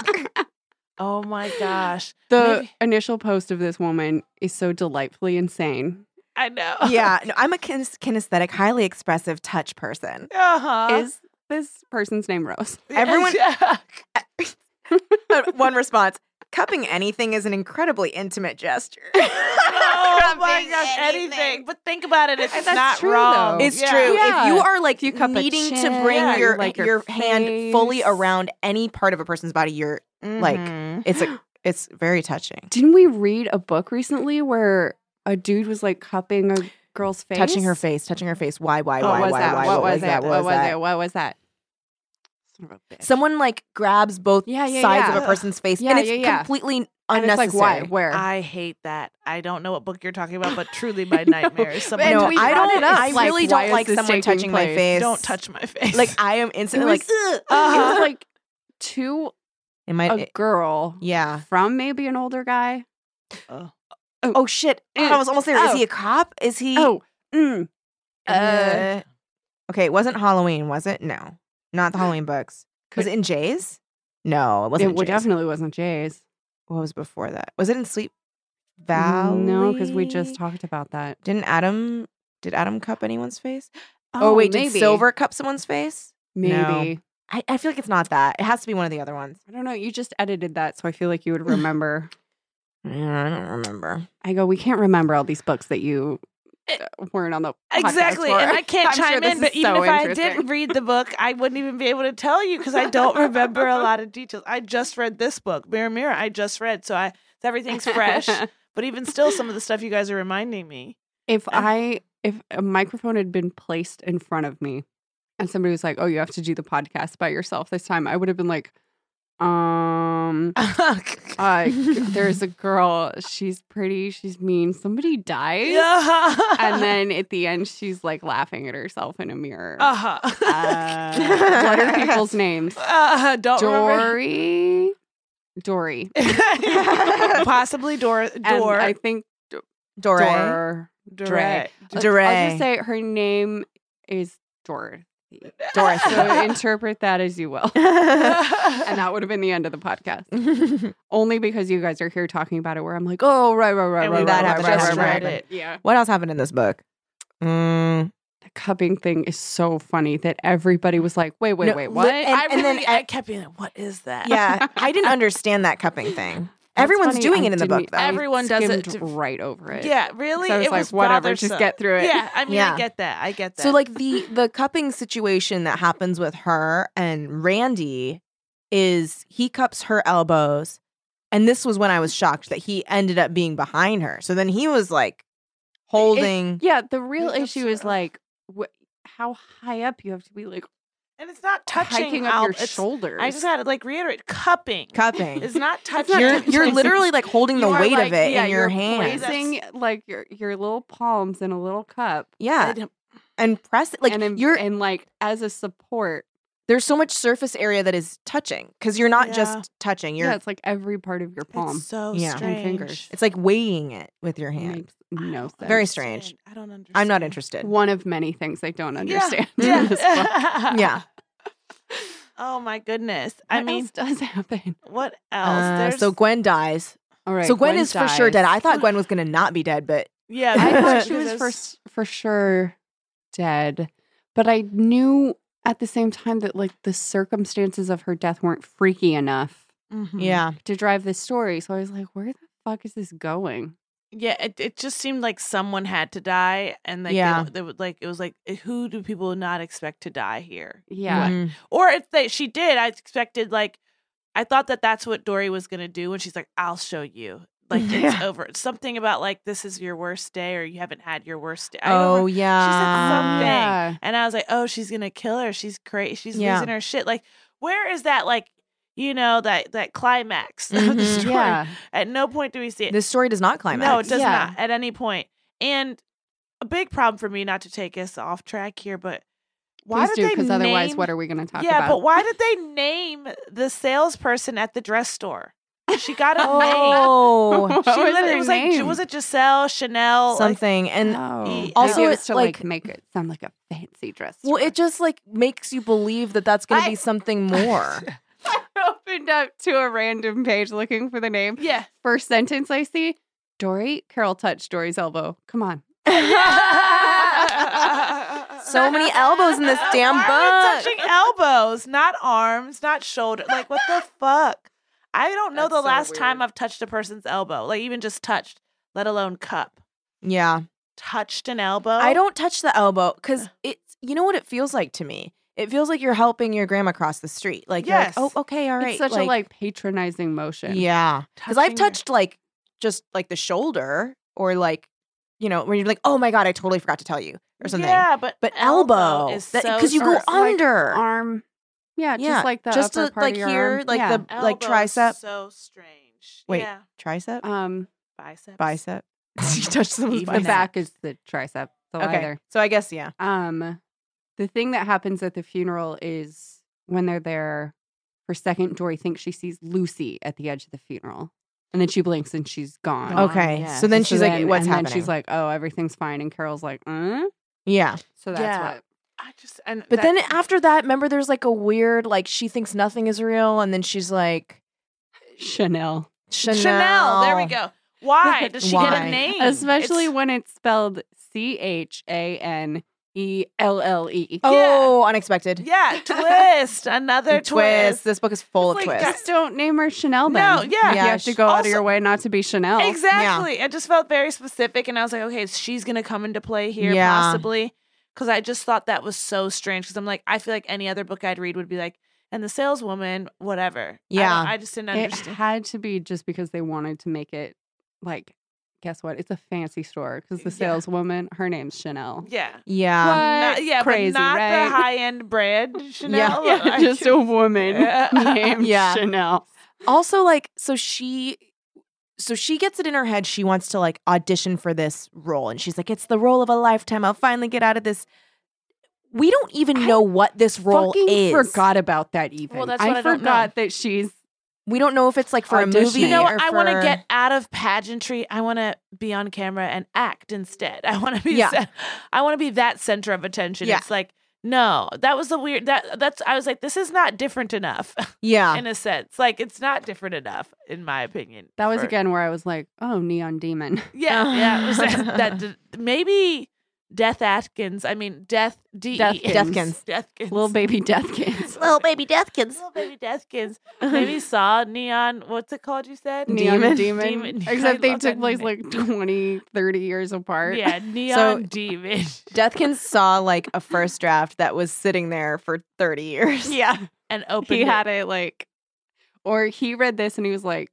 Speaker 4: Oh my gosh.
Speaker 3: the
Speaker 4: Maybe-
Speaker 3: initial post of this woman is so delightfully insane.
Speaker 4: I know.
Speaker 2: yeah, no, I'm a kines- kinesthetic, highly expressive touch person.
Speaker 4: Uh-huh.
Speaker 3: Is this person's name Rose?
Speaker 2: everyone-
Speaker 4: Yeah.
Speaker 2: One response cupping anything is an incredibly intimate gesture.
Speaker 4: Oh my
Speaker 2: Cupping
Speaker 4: gosh, anything. But think about it, it's
Speaker 3: That's
Speaker 4: not
Speaker 3: true,
Speaker 4: wrong.
Speaker 3: though.
Speaker 2: It's
Speaker 4: Yeah.
Speaker 2: true.
Speaker 3: Yeah.
Speaker 2: If you are like
Speaker 3: If you cup a
Speaker 2: needing to
Speaker 3: chin,
Speaker 2: bring
Speaker 4: Yeah.
Speaker 2: your
Speaker 3: like
Speaker 2: your,
Speaker 3: your
Speaker 2: hand fully
Speaker 3: face.
Speaker 2: around any part of a person's body, you're like
Speaker 4: Mm-hmm.
Speaker 2: it's a it's very touching.
Speaker 3: Didn't we read a book recently where a dude was like cupping a girl's face?
Speaker 2: Touching her face, touching her face. Why, why,
Speaker 4: What
Speaker 2: why,
Speaker 3: What was
Speaker 2: why,
Speaker 3: that?
Speaker 2: why?
Speaker 3: What was that?
Speaker 2: What was that?
Speaker 3: it? What was that?
Speaker 2: Someone like grabs both
Speaker 3: Yeah, yeah,
Speaker 2: sides
Speaker 3: yeah.
Speaker 2: of a person's face,
Speaker 3: Yeah,
Speaker 2: and it's
Speaker 3: yeah, yeah.
Speaker 2: completely
Speaker 3: And it's
Speaker 2: unnecessary.
Speaker 3: like why? Where?
Speaker 4: I hate that. I don't know what book you're talking about, but truly my nightmare is somebody
Speaker 3: And
Speaker 2: no,
Speaker 3: we
Speaker 2: I
Speaker 3: brought
Speaker 2: don't.
Speaker 3: it up.
Speaker 2: I
Speaker 3: Like,
Speaker 2: really
Speaker 3: why
Speaker 2: don't
Speaker 3: is
Speaker 2: like
Speaker 3: this
Speaker 2: someone
Speaker 3: taking
Speaker 2: touching my
Speaker 3: place?
Speaker 2: face.
Speaker 4: don't touch my face.
Speaker 2: Like I am instantly
Speaker 3: was-
Speaker 2: like. Ugh.
Speaker 3: it
Speaker 4: Uh-huh.
Speaker 3: was like to
Speaker 2: It might.
Speaker 3: a
Speaker 2: it-
Speaker 3: girl
Speaker 2: eh, yeah.
Speaker 3: from maybe an older guy. uh,
Speaker 2: Oh shit!
Speaker 3: Mm.
Speaker 2: I was almost there. Is
Speaker 3: Oh.
Speaker 2: he a cop? Is he?
Speaker 3: Oh, mm.
Speaker 2: Uh, okay, it wasn't Halloween, was it? No, not the Halloween books. Was
Speaker 3: Could-
Speaker 2: it in Jay's? No, it wasn't.
Speaker 3: it
Speaker 2: in Jay's.
Speaker 3: definitely wasn't Jay's.
Speaker 2: What was before that? Was it in Sleep Valley?
Speaker 3: No, because we just talked about that.
Speaker 2: Didn't Adam? Did Adam cup anyone's face? Oh, wait, did Silver cup someone's face?
Speaker 3: Maybe.
Speaker 2: No. I, I feel like it's not that. It has to be one of the other ones.
Speaker 3: I don't know. You just edited that, so I feel like you would remember.
Speaker 2: Yeah, I don't remember.
Speaker 3: I go, we can't remember all these books that you
Speaker 4: It-
Speaker 3: uh, weren't on the podcast
Speaker 4: Eh, Exactly.
Speaker 3: for."
Speaker 4: And I can't
Speaker 3: I'm sure
Speaker 4: chime
Speaker 3: this
Speaker 4: in,
Speaker 3: is
Speaker 4: but even
Speaker 3: so
Speaker 4: if I did
Speaker 3: interesting.
Speaker 4: read the book, I wouldn't even be able to tell you because I don't remember a lot of details. I just read this book, Mirror Mirror, I just read. So I everything's fresh. but even still, some of the stuff you guys are reminding me.
Speaker 3: if I if a microphone had been placed in front of me and somebody was like, "Oh, you have to do the podcast by yourself this time," I would have been like, "Um, uh, there's a girl. She's pretty. She's mean. Somebody dies."
Speaker 4: yeah.
Speaker 3: And then at the end, she's like laughing at herself in a mirror.
Speaker 4: uh-huh.
Speaker 3: Uh, what are people's names?
Speaker 4: Uh, don't remember.
Speaker 3: Dory. Dory.
Speaker 4: Possibly Dor.
Speaker 3: And
Speaker 4: Dor.
Speaker 3: I think
Speaker 2: Dore.
Speaker 3: Dor.
Speaker 4: Dore.
Speaker 3: Let's- I'll
Speaker 2: Dore.
Speaker 3: just say her name is Dor.
Speaker 2: Dorothy.
Speaker 3: So interpret that as you will. And that would have been the end of the podcast. Only because you guys are here talking about it where I'm like, oh, right, right, right,
Speaker 4: And
Speaker 3: right,
Speaker 4: we
Speaker 3: right,
Speaker 2: that
Speaker 3: right,
Speaker 2: happened,
Speaker 3: right,
Speaker 2: just
Speaker 3: right, right,
Speaker 2: read
Speaker 3: right.
Speaker 4: it.
Speaker 3: Yeah.
Speaker 2: what else happened in this book? Mm.
Speaker 3: The cupping thing is so funny that everybody was like, wait, wait,
Speaker 2: No,
Speaker 3: wait,
Speaker 2: li-
Speaker 3: what?
Speaker 2: and-
Speaker 4: I
Speaker 2: then
Speaker 4: really- I kept being like, what is that?
Speaker 2: Yeah, I didn't understand that cupping thing.
Speaker 3: That's
Speaker 2: Everyone's
Speaker 3: funny.
Speaker 2: doing
Speaker 3: I
Speaker 2: it in the
Speaker 3: didn't-
Speaker 2: book, though.
Speaker 3: I
Speaker 4: Everyone does it
Speaker 3: skimmed
Speaker 4: to-
Speaker 3: right over it.
Speaker 4: Yeah, really?
Speaker 3: So I was
Speaker 4: it
Speaker 3: like,
Speaker 4: was
Speaker 3: whatever,
Speaker 4: bothersome.
Speaker 3: just get through it.
Speaker 4: Yeah, I mean,
Speaker 2: Yeah.
Speaker 4: I get that. I get that.
Speaker 2: So like the the cupping situation that happens with her and Randy is he cups her elbows, and this was when I was shocked that he ended up being behind her. So then he was like holding.
Speaker 3: Yeah, the real
Speaker 4: Makeup
Speaker 3: issue is
Speaker 4: stuff.
Speaker 3: like wh- how high up you have to be, like
Speaker 4: and it's not touching
Speaker 3: hiking up
Speaker 4: Al.
Speaker 3: your
Speaker 4: It's-
Speaker 3: shoulders.
Speaker 4: I just had to like reiterate cupping.
Speaker 2: cupping.
Speaker 4: It's not touching.
Speaker 3: not
Speaker 2: You're
Speaker 3: touching.
Speaker 2: you're literally like holding the
Speaker 3: You are,
Speaker 2: weight
Speaker 3: like,
Speaker 2: of it
Speaker 3: yeah,
Speaker 2: in your
Speaker 3: you're
Speaker 2: hand.
Speaker 4: That's-
Speaker 3: Placing like your your little palms in a little cup,
Speaker 2: Yeah, and press it like
Speaker 3: and then-
Speaker 2: you're.
Speaker 3: and like as a support.
Speaker 2: there's so much surface area that is touching because you're not
Speaker 4: Yeah.
Speaker 2: just touching. You're
Speaker 3: yeah, it's like every part of your palm.
Speaker 4: It's so
Speaker 2: Yeah.
Speaker 4: strange.
Speaker 3: And fingers.
Speaker 2: it's like weighing it with your
Speaker 3: It
Speaker 2: hand.
Speaker 3: makes no sense.
Speaker 2: Very strange.
Speaker 4: understand. I don't understand.
Speaker 2: I'm not interested.
Speaker 3: One of many things I don't understand.
Speaker 4: Yeah.
Speaker 3: in this book.
Speaker 2: Yeah.
Speaker 4: Oh my goodness. I
Speaker 3: What
Speaker 4: mean,
Speaker 3: else does happen.
Speaker 4: what else?
Speaker 2: Uh,
Speaker 4: There's
Speaker 2: so Gwen dies.
Speaker 3: All right.
Speaker 2: so Gwen, is for sure
Speaker 3: dies.
Speaker 2: dead. I thought Gwen was gonna not be dead, but
Speaker 4: yeah,
Speaker 3: I thought
Speaker 4: because-
Speaker 3: she was
Speaker 4: because-
Speaker 3: for s- for sure dead, but I knew at the same time that like the circumstances of her death weren't freaky enough
Speaker 4: Mhm.
Speaker 2: yeah,
Speaker 3: to drive this story. So I was like, where the fuck is this going?
Speaker 4: Yeah, it, it just seemed like someone had to die, and like they
Speaker 2: Yeah.
Speaker 4: don't- they, would like it was like "Eh, who do people not expect to die here?
Speaker 3: Yeah.
Speaker 2: Mhm.
Speaker 4: Or if they she did, I expected like I thought that that's what Dory was gonna do when she's like, "I'll show you." Like it's
Speaker 2: Yeah.
Speaker 4: over. It's something about like this is your worst day, or you haven't had your worst day. I don't
Speaker 2: Oh
Speaker 4: remember-
Speaker 2: yeah,
Speaker 4: something. And I was like, "Oh, she's gonna kill her. She's crazy. She's
Speaker 2: Yeah.
Speaker 4: losing her shit." Like, where is that? Like, you know that that climax of the
Speaker 2: Mhm.
Speaker 4: story.
Speaker 3: Yeah.
Speaker 4: At no point do we see it.
Speaker 2: This story does not climax.
Speaker 4: No, it does
Speaker 3: Yeah.
Speaker 4: not at any point. And a big problem for me, not to take us off track here, but why
Speaker 3: Please
Speaker 4: did
Speaker 3: do,
Speaker 4: they
Speaker 3: because otherwise,
Speaker 4: name-
Speaker 3: what are we going to talk
Speaker 4: yeah,
Speaker 3: about?
Speaker 4: but why did they name the salesperson at the dress store? She got a name.
Speaker 2: Oh,
Speaker 3: What
Speaker 4: She
Speaker 3: was
Speaker 4: literally
Speaker 3: her
Speaker 4: was like,
Speaker 3: name?
Speaker 4: was it Giselle Chanel? Like,
Speaker 2: something and
Speaker 3: No.
Speaker 2: also
Speaker 3: Maybe it
Speaker 2: it's
Speaker 3: was to like,
Speaker 2: like-
Speaker 3: make it sound like a fancy dress.
Speaker 2: well,
Speaker 3: store.
Speaker 2: it just like makes you believe that that's gonna
Speaker 4: I-
Speaker 2: be something more.
Speaker 3: opened up to a random page looking for the name.
Speaker 4: yeah,
Speaker 3: First sentence I see Dory, Carol touched Dory's elbow. Come on.
Speaker 2: so many elbows in this damn
Speaker 4: Why are
Speaker 2: book.
Speaker 4: you touching elbows, not arms, not shoulder. Like what the fuck? I don't know
Speaker 2: That's
Speaker 4: the
Speaker 2: so
Speaker 4: last time
Speaker 2: weird.
Speaker 4: I've touched a person's elbow, like even just touched, let alone cup.
Speaker 2: Yeah,
Speaker 4: Touched an elbow.
Speaker 2: I don't touch the elbow because it's you know what it feels like to me. It feels like you're helping your grandma cross the street. Like, you're like,
Speaker 4: Yes.
Speaker 2: oh, okay, all right.
Speaker 3: it's such a like patronizing motion.
Speaker 2: Yeah. Because I've
Speaker 4: Touching your-
Speaker 2: touched like just like the shoulder or like, you know, when you're like, oh my God, I totally forgot to tell you or something.
Speaker 4: Yeah, but
Speaker 2: But elbow,
Speaker 4: is
Speaker 2: that-
Speaker 4: so
Speaker 2: 'cause you go
Speaker 4: strong.
Speaker 3: Or, like,
Speaker 2: under.
Speaker 3: arm. Yeah,
Speaker 2: Yeah,
Speaker 3: just like the
Speaker 2: just
Speaker 3: upper
Speaker 2: to,
Speaker 3: part
Speaker 2: like,
Speaker 3: of your
Speaker 2: here,
Speaker 3: arm.
Speaker 2: like
Speaker 3: Yeah.
Speaker 2: the- like
Speaker 4: Elbow is
Speaker 2: tricep.
Speaker 4: So strange.
Speaker 2: Wait.
Speaker 4: yeah.
Speaker 2: Tricep?
Speaker 3: um
Speaker 4: biceps,
Speaker 2: Bicep? you touched someone's
Speaker 4: Even
Speaker 3: the
Speaker 2: bicep.
Speaker 4: Bicep.
Speaker 3: back is the tricep. So
Speaker 2: Okay.
Speaker 3: either.
Speaker 2: So I guess, yeah.
Speaker 3: Um the thing that happens at the funeral is when they're there for second, Dory thinks she sees Lucy at the edge of the funeral. And then she blinks and she's gone.
Speaker 4: Gone,
Speaker 2: Okay.
Speaker 4: yes.
Speaker 2: So then she's like, what's
Speaker 3: and
Speaker 2: happening?
Speaker 3: Then she's like, oh, everything's fine. And Carol's like, uh?
Speaker 2: yeah.
Speaker 3: So that's
Speaker 4: Yeah.
Speaker 3: what.
Speaker 4: I just and
Speaker 2: But
Speaker 4: that-
Speaker 2: then after that, remember there's like a weird, like she thinks nothing is real. And then she's like,
Speaker 3: Chanel.
Speaker 2: Chanel.
Speaker 4: Chanel. There we go. Why does she get
Speaker 2: Why?
Speaker 4: a name?
Speaker 3: Especially
Speaker 4: It's-
Speaker 3: when it's spelled C H A N E L L E.
Speaker 2: Oh, unexpected.
Speaker 4: yeah, twist another
Speaker 2: Twist.
Speaker 4: twist.
Speaker 2: This book is full of
Speaker 4: It's like,
Speaker 2: twists.
Speaker 3: Just don't name her Chanel then.
Speaker 4: No, yeah.
Speaker 2: Yeah,
Speaker 3: You have to
Speaker 2: she-
Speaker 3: go out
Speaker 4: also-
Speaker 3: of your way not to be
Speaker 2: Oh,
Speaker 3: Chanel.
Speaker 4: Exactly. It just felt very specific, and I was like, okay, she's gonna come into play here
Speaker 2: Yeah.
Speaker 4: possibly. Because I just thought that was so strange. Because I'm like, I feel like any other book I'd read would be like, and the saleswoman, whatever. I
Speaker 2: Yeah.
Speaker 4: don't- I, just didn't
Speaker 3: It
Speaker 4: understand.
Speaker 3: had to be just because they wanted to make it like, guess what? It's a fancy store because the
Speaker 4: Yeah.
Speaker 3: saleswoman, her name's Chanel.
Speaker 4: yeah.
Speaker 2: Yeah.
Speaker 4: Not-
Speaker 3: What?
Speaker 4: yeah,
Speaker 3: Um, Crazy,
Speaker 4: but not
Speaker 3: right?
Speaker 4: the high end brand Chanel.
Speaker 3: Yeah,
Speaker 4: I
Speaker 3: just a woman
Speaker 4: Yeah.
Speaker 3: named
Speaker 2: Yeah.
Speaker 3: Chanel.
Speaker 2: also like so she so she gets it in her head she wants to like audition for this role and she's like it's the role of a lifetime i'll finally get out of this we don't even
Speaker 3: I
Speaker 2: know what this role
Speaker 3: Fucking
Speaker 2: is
Speaker 3: forgot about that even.
Speaker 4: Well, that's
Speaker 3: I
Speaker 4: what I don't know.
Speaker 3: forgot that she's
Speaker 2: we don't know if it's like for a
Speaker 3: Auditioning.
Speaker 2: movie
Speaker 4: You know,
Speaker 2: or
Speaker 4: I want to
Speaker 2: for-
Speaker 4: get out of pageantry. I want to be on camera and act instead. I want to be.
Speaker 2: Yeah.
Speaker 4: ce- I want to be that center of attention.
Speaker 2: Yeah.
Speaker 4: It's like no, that was the weird. That that's. I was like, this is not different enough
Speaker 2: yeah
Speaker 4: in a sense. Like it's not different enough in my opinion.
Speaker 3: that was
Speaker 4: for-
Speaker 3: again where I was like, oh, neon demon.
Speaker 4: Yeah, yeah. it was that, that d- maybe Death Atkins. I mean Death D. E
Speaker 3: Deathkins.
Speaker 4: Deathkins.
Speaker 3: Little baby Deathkins.
Speaker 4: Little
Speaker 2: baby deathkins
Speaker 4: Little baby Deathkins. Maybe saw neon. What's it called? You said
Speaker 3: Neon
Speaker 2: Demon.
Speaker 3: demon.
Speaker 4: Demon. I
Speaker 3: Except they
Speaker 4: love
Speaker 3: took
Speaker 4: that
Speaker 3: place
Speaker 4: name.
Speaker 3: like 20, 30 years apart.
Speaker 4: Yeah, neon demon.
Speaker 2: deathkins saw like a first draft that was sitting there for 30 years
Speaker 4: yeah, and open.
Speaker 3: he had it like, or he read this and he was like,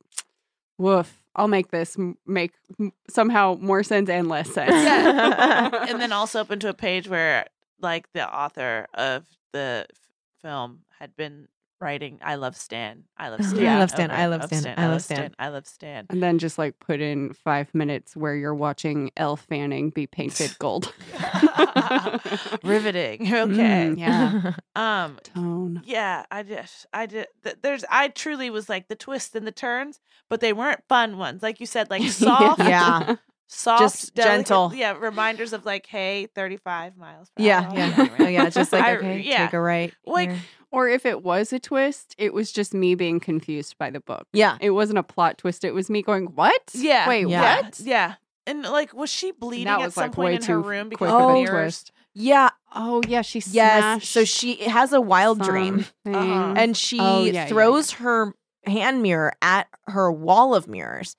Speaker 3: woof, I'll make this m- make m- somehow more sense and less sense.
Speaker 4: Yeah. and then also up into a page where like the author of the f- film had been writing I love Stan. I love
Speaker 2: I
Speaker 4: Stan.
Speaker 2: love Stan,
Speaker 4: over
Speaker 2: I
Speaker 4: and
Speaker 2: love
Speaker 4: of
Speaker 2: Stan, I love Stan.
Speaker 4: I love Stan.
Speaker 3: And then just like put in five minutes where you're watching Elle Fanning be painted gold.
Speaker 4: Riveting. Okay.
Speaker 3: Mm, yeah.
Speaker 4: Um
Speaker 3: Tone.
Speaker 4: yeah, I just I did th- there's I truly was like the twists and the turns, but they weren't fun ones. Like you said like soft
Speaker 2: Yeah.
Speaker 4: soft
Speaker 2: Just gentle.
Speaker 4: Yeah, reminders of like hey, 35 miles per
Speaker 2: Yeah,
Speaker 4: hour.
Speaker 2: yeah, oh, yeah. Just like
Speaker 4: I-
Speaker 2: okay,
Speaker 4: yeah.
Speaker 2: take a right.
Speaker 4: Like,
Speaker 2: here.
Speaker 3: Or if it was a twist, it was just me being confused by the book.
Speaker 2: yeah,
Speaker 3: It wasn't a plot twist. It was me going, what?
Speaker 4: Yeah.
Speaker 3: Wait,
Speaker 2: Oh, Yeah.
Speaker 3: what?
Speaker 4: Yeah. And like, was she bleeding
Speaker 3: that
Speaker 4: at
Speaker 3: was,
Speaker 4: some
Speaker 3: like, way
Speaker 4: point in her
Speaker 3: too
Speaker 4: room
Speaker 3: quick
Speaker 4: because
Speaker 3: of
Speaker 4: of
Speaker 3: a
Speaker 4: the mirrors?
Speaker 3: twist.
Speaker 2: yeah.
Speaker 3: Oh, yeah. She
Speaker 2: Yes. So
Speaker 3: smashed
Speaker 2: she has a wild dream
Speaker 3: something.
Speaker 2: and she
Speaker 3: Oh, yeah, yeah,
Speaker 2: throws her hand mirror at her wall of mirrors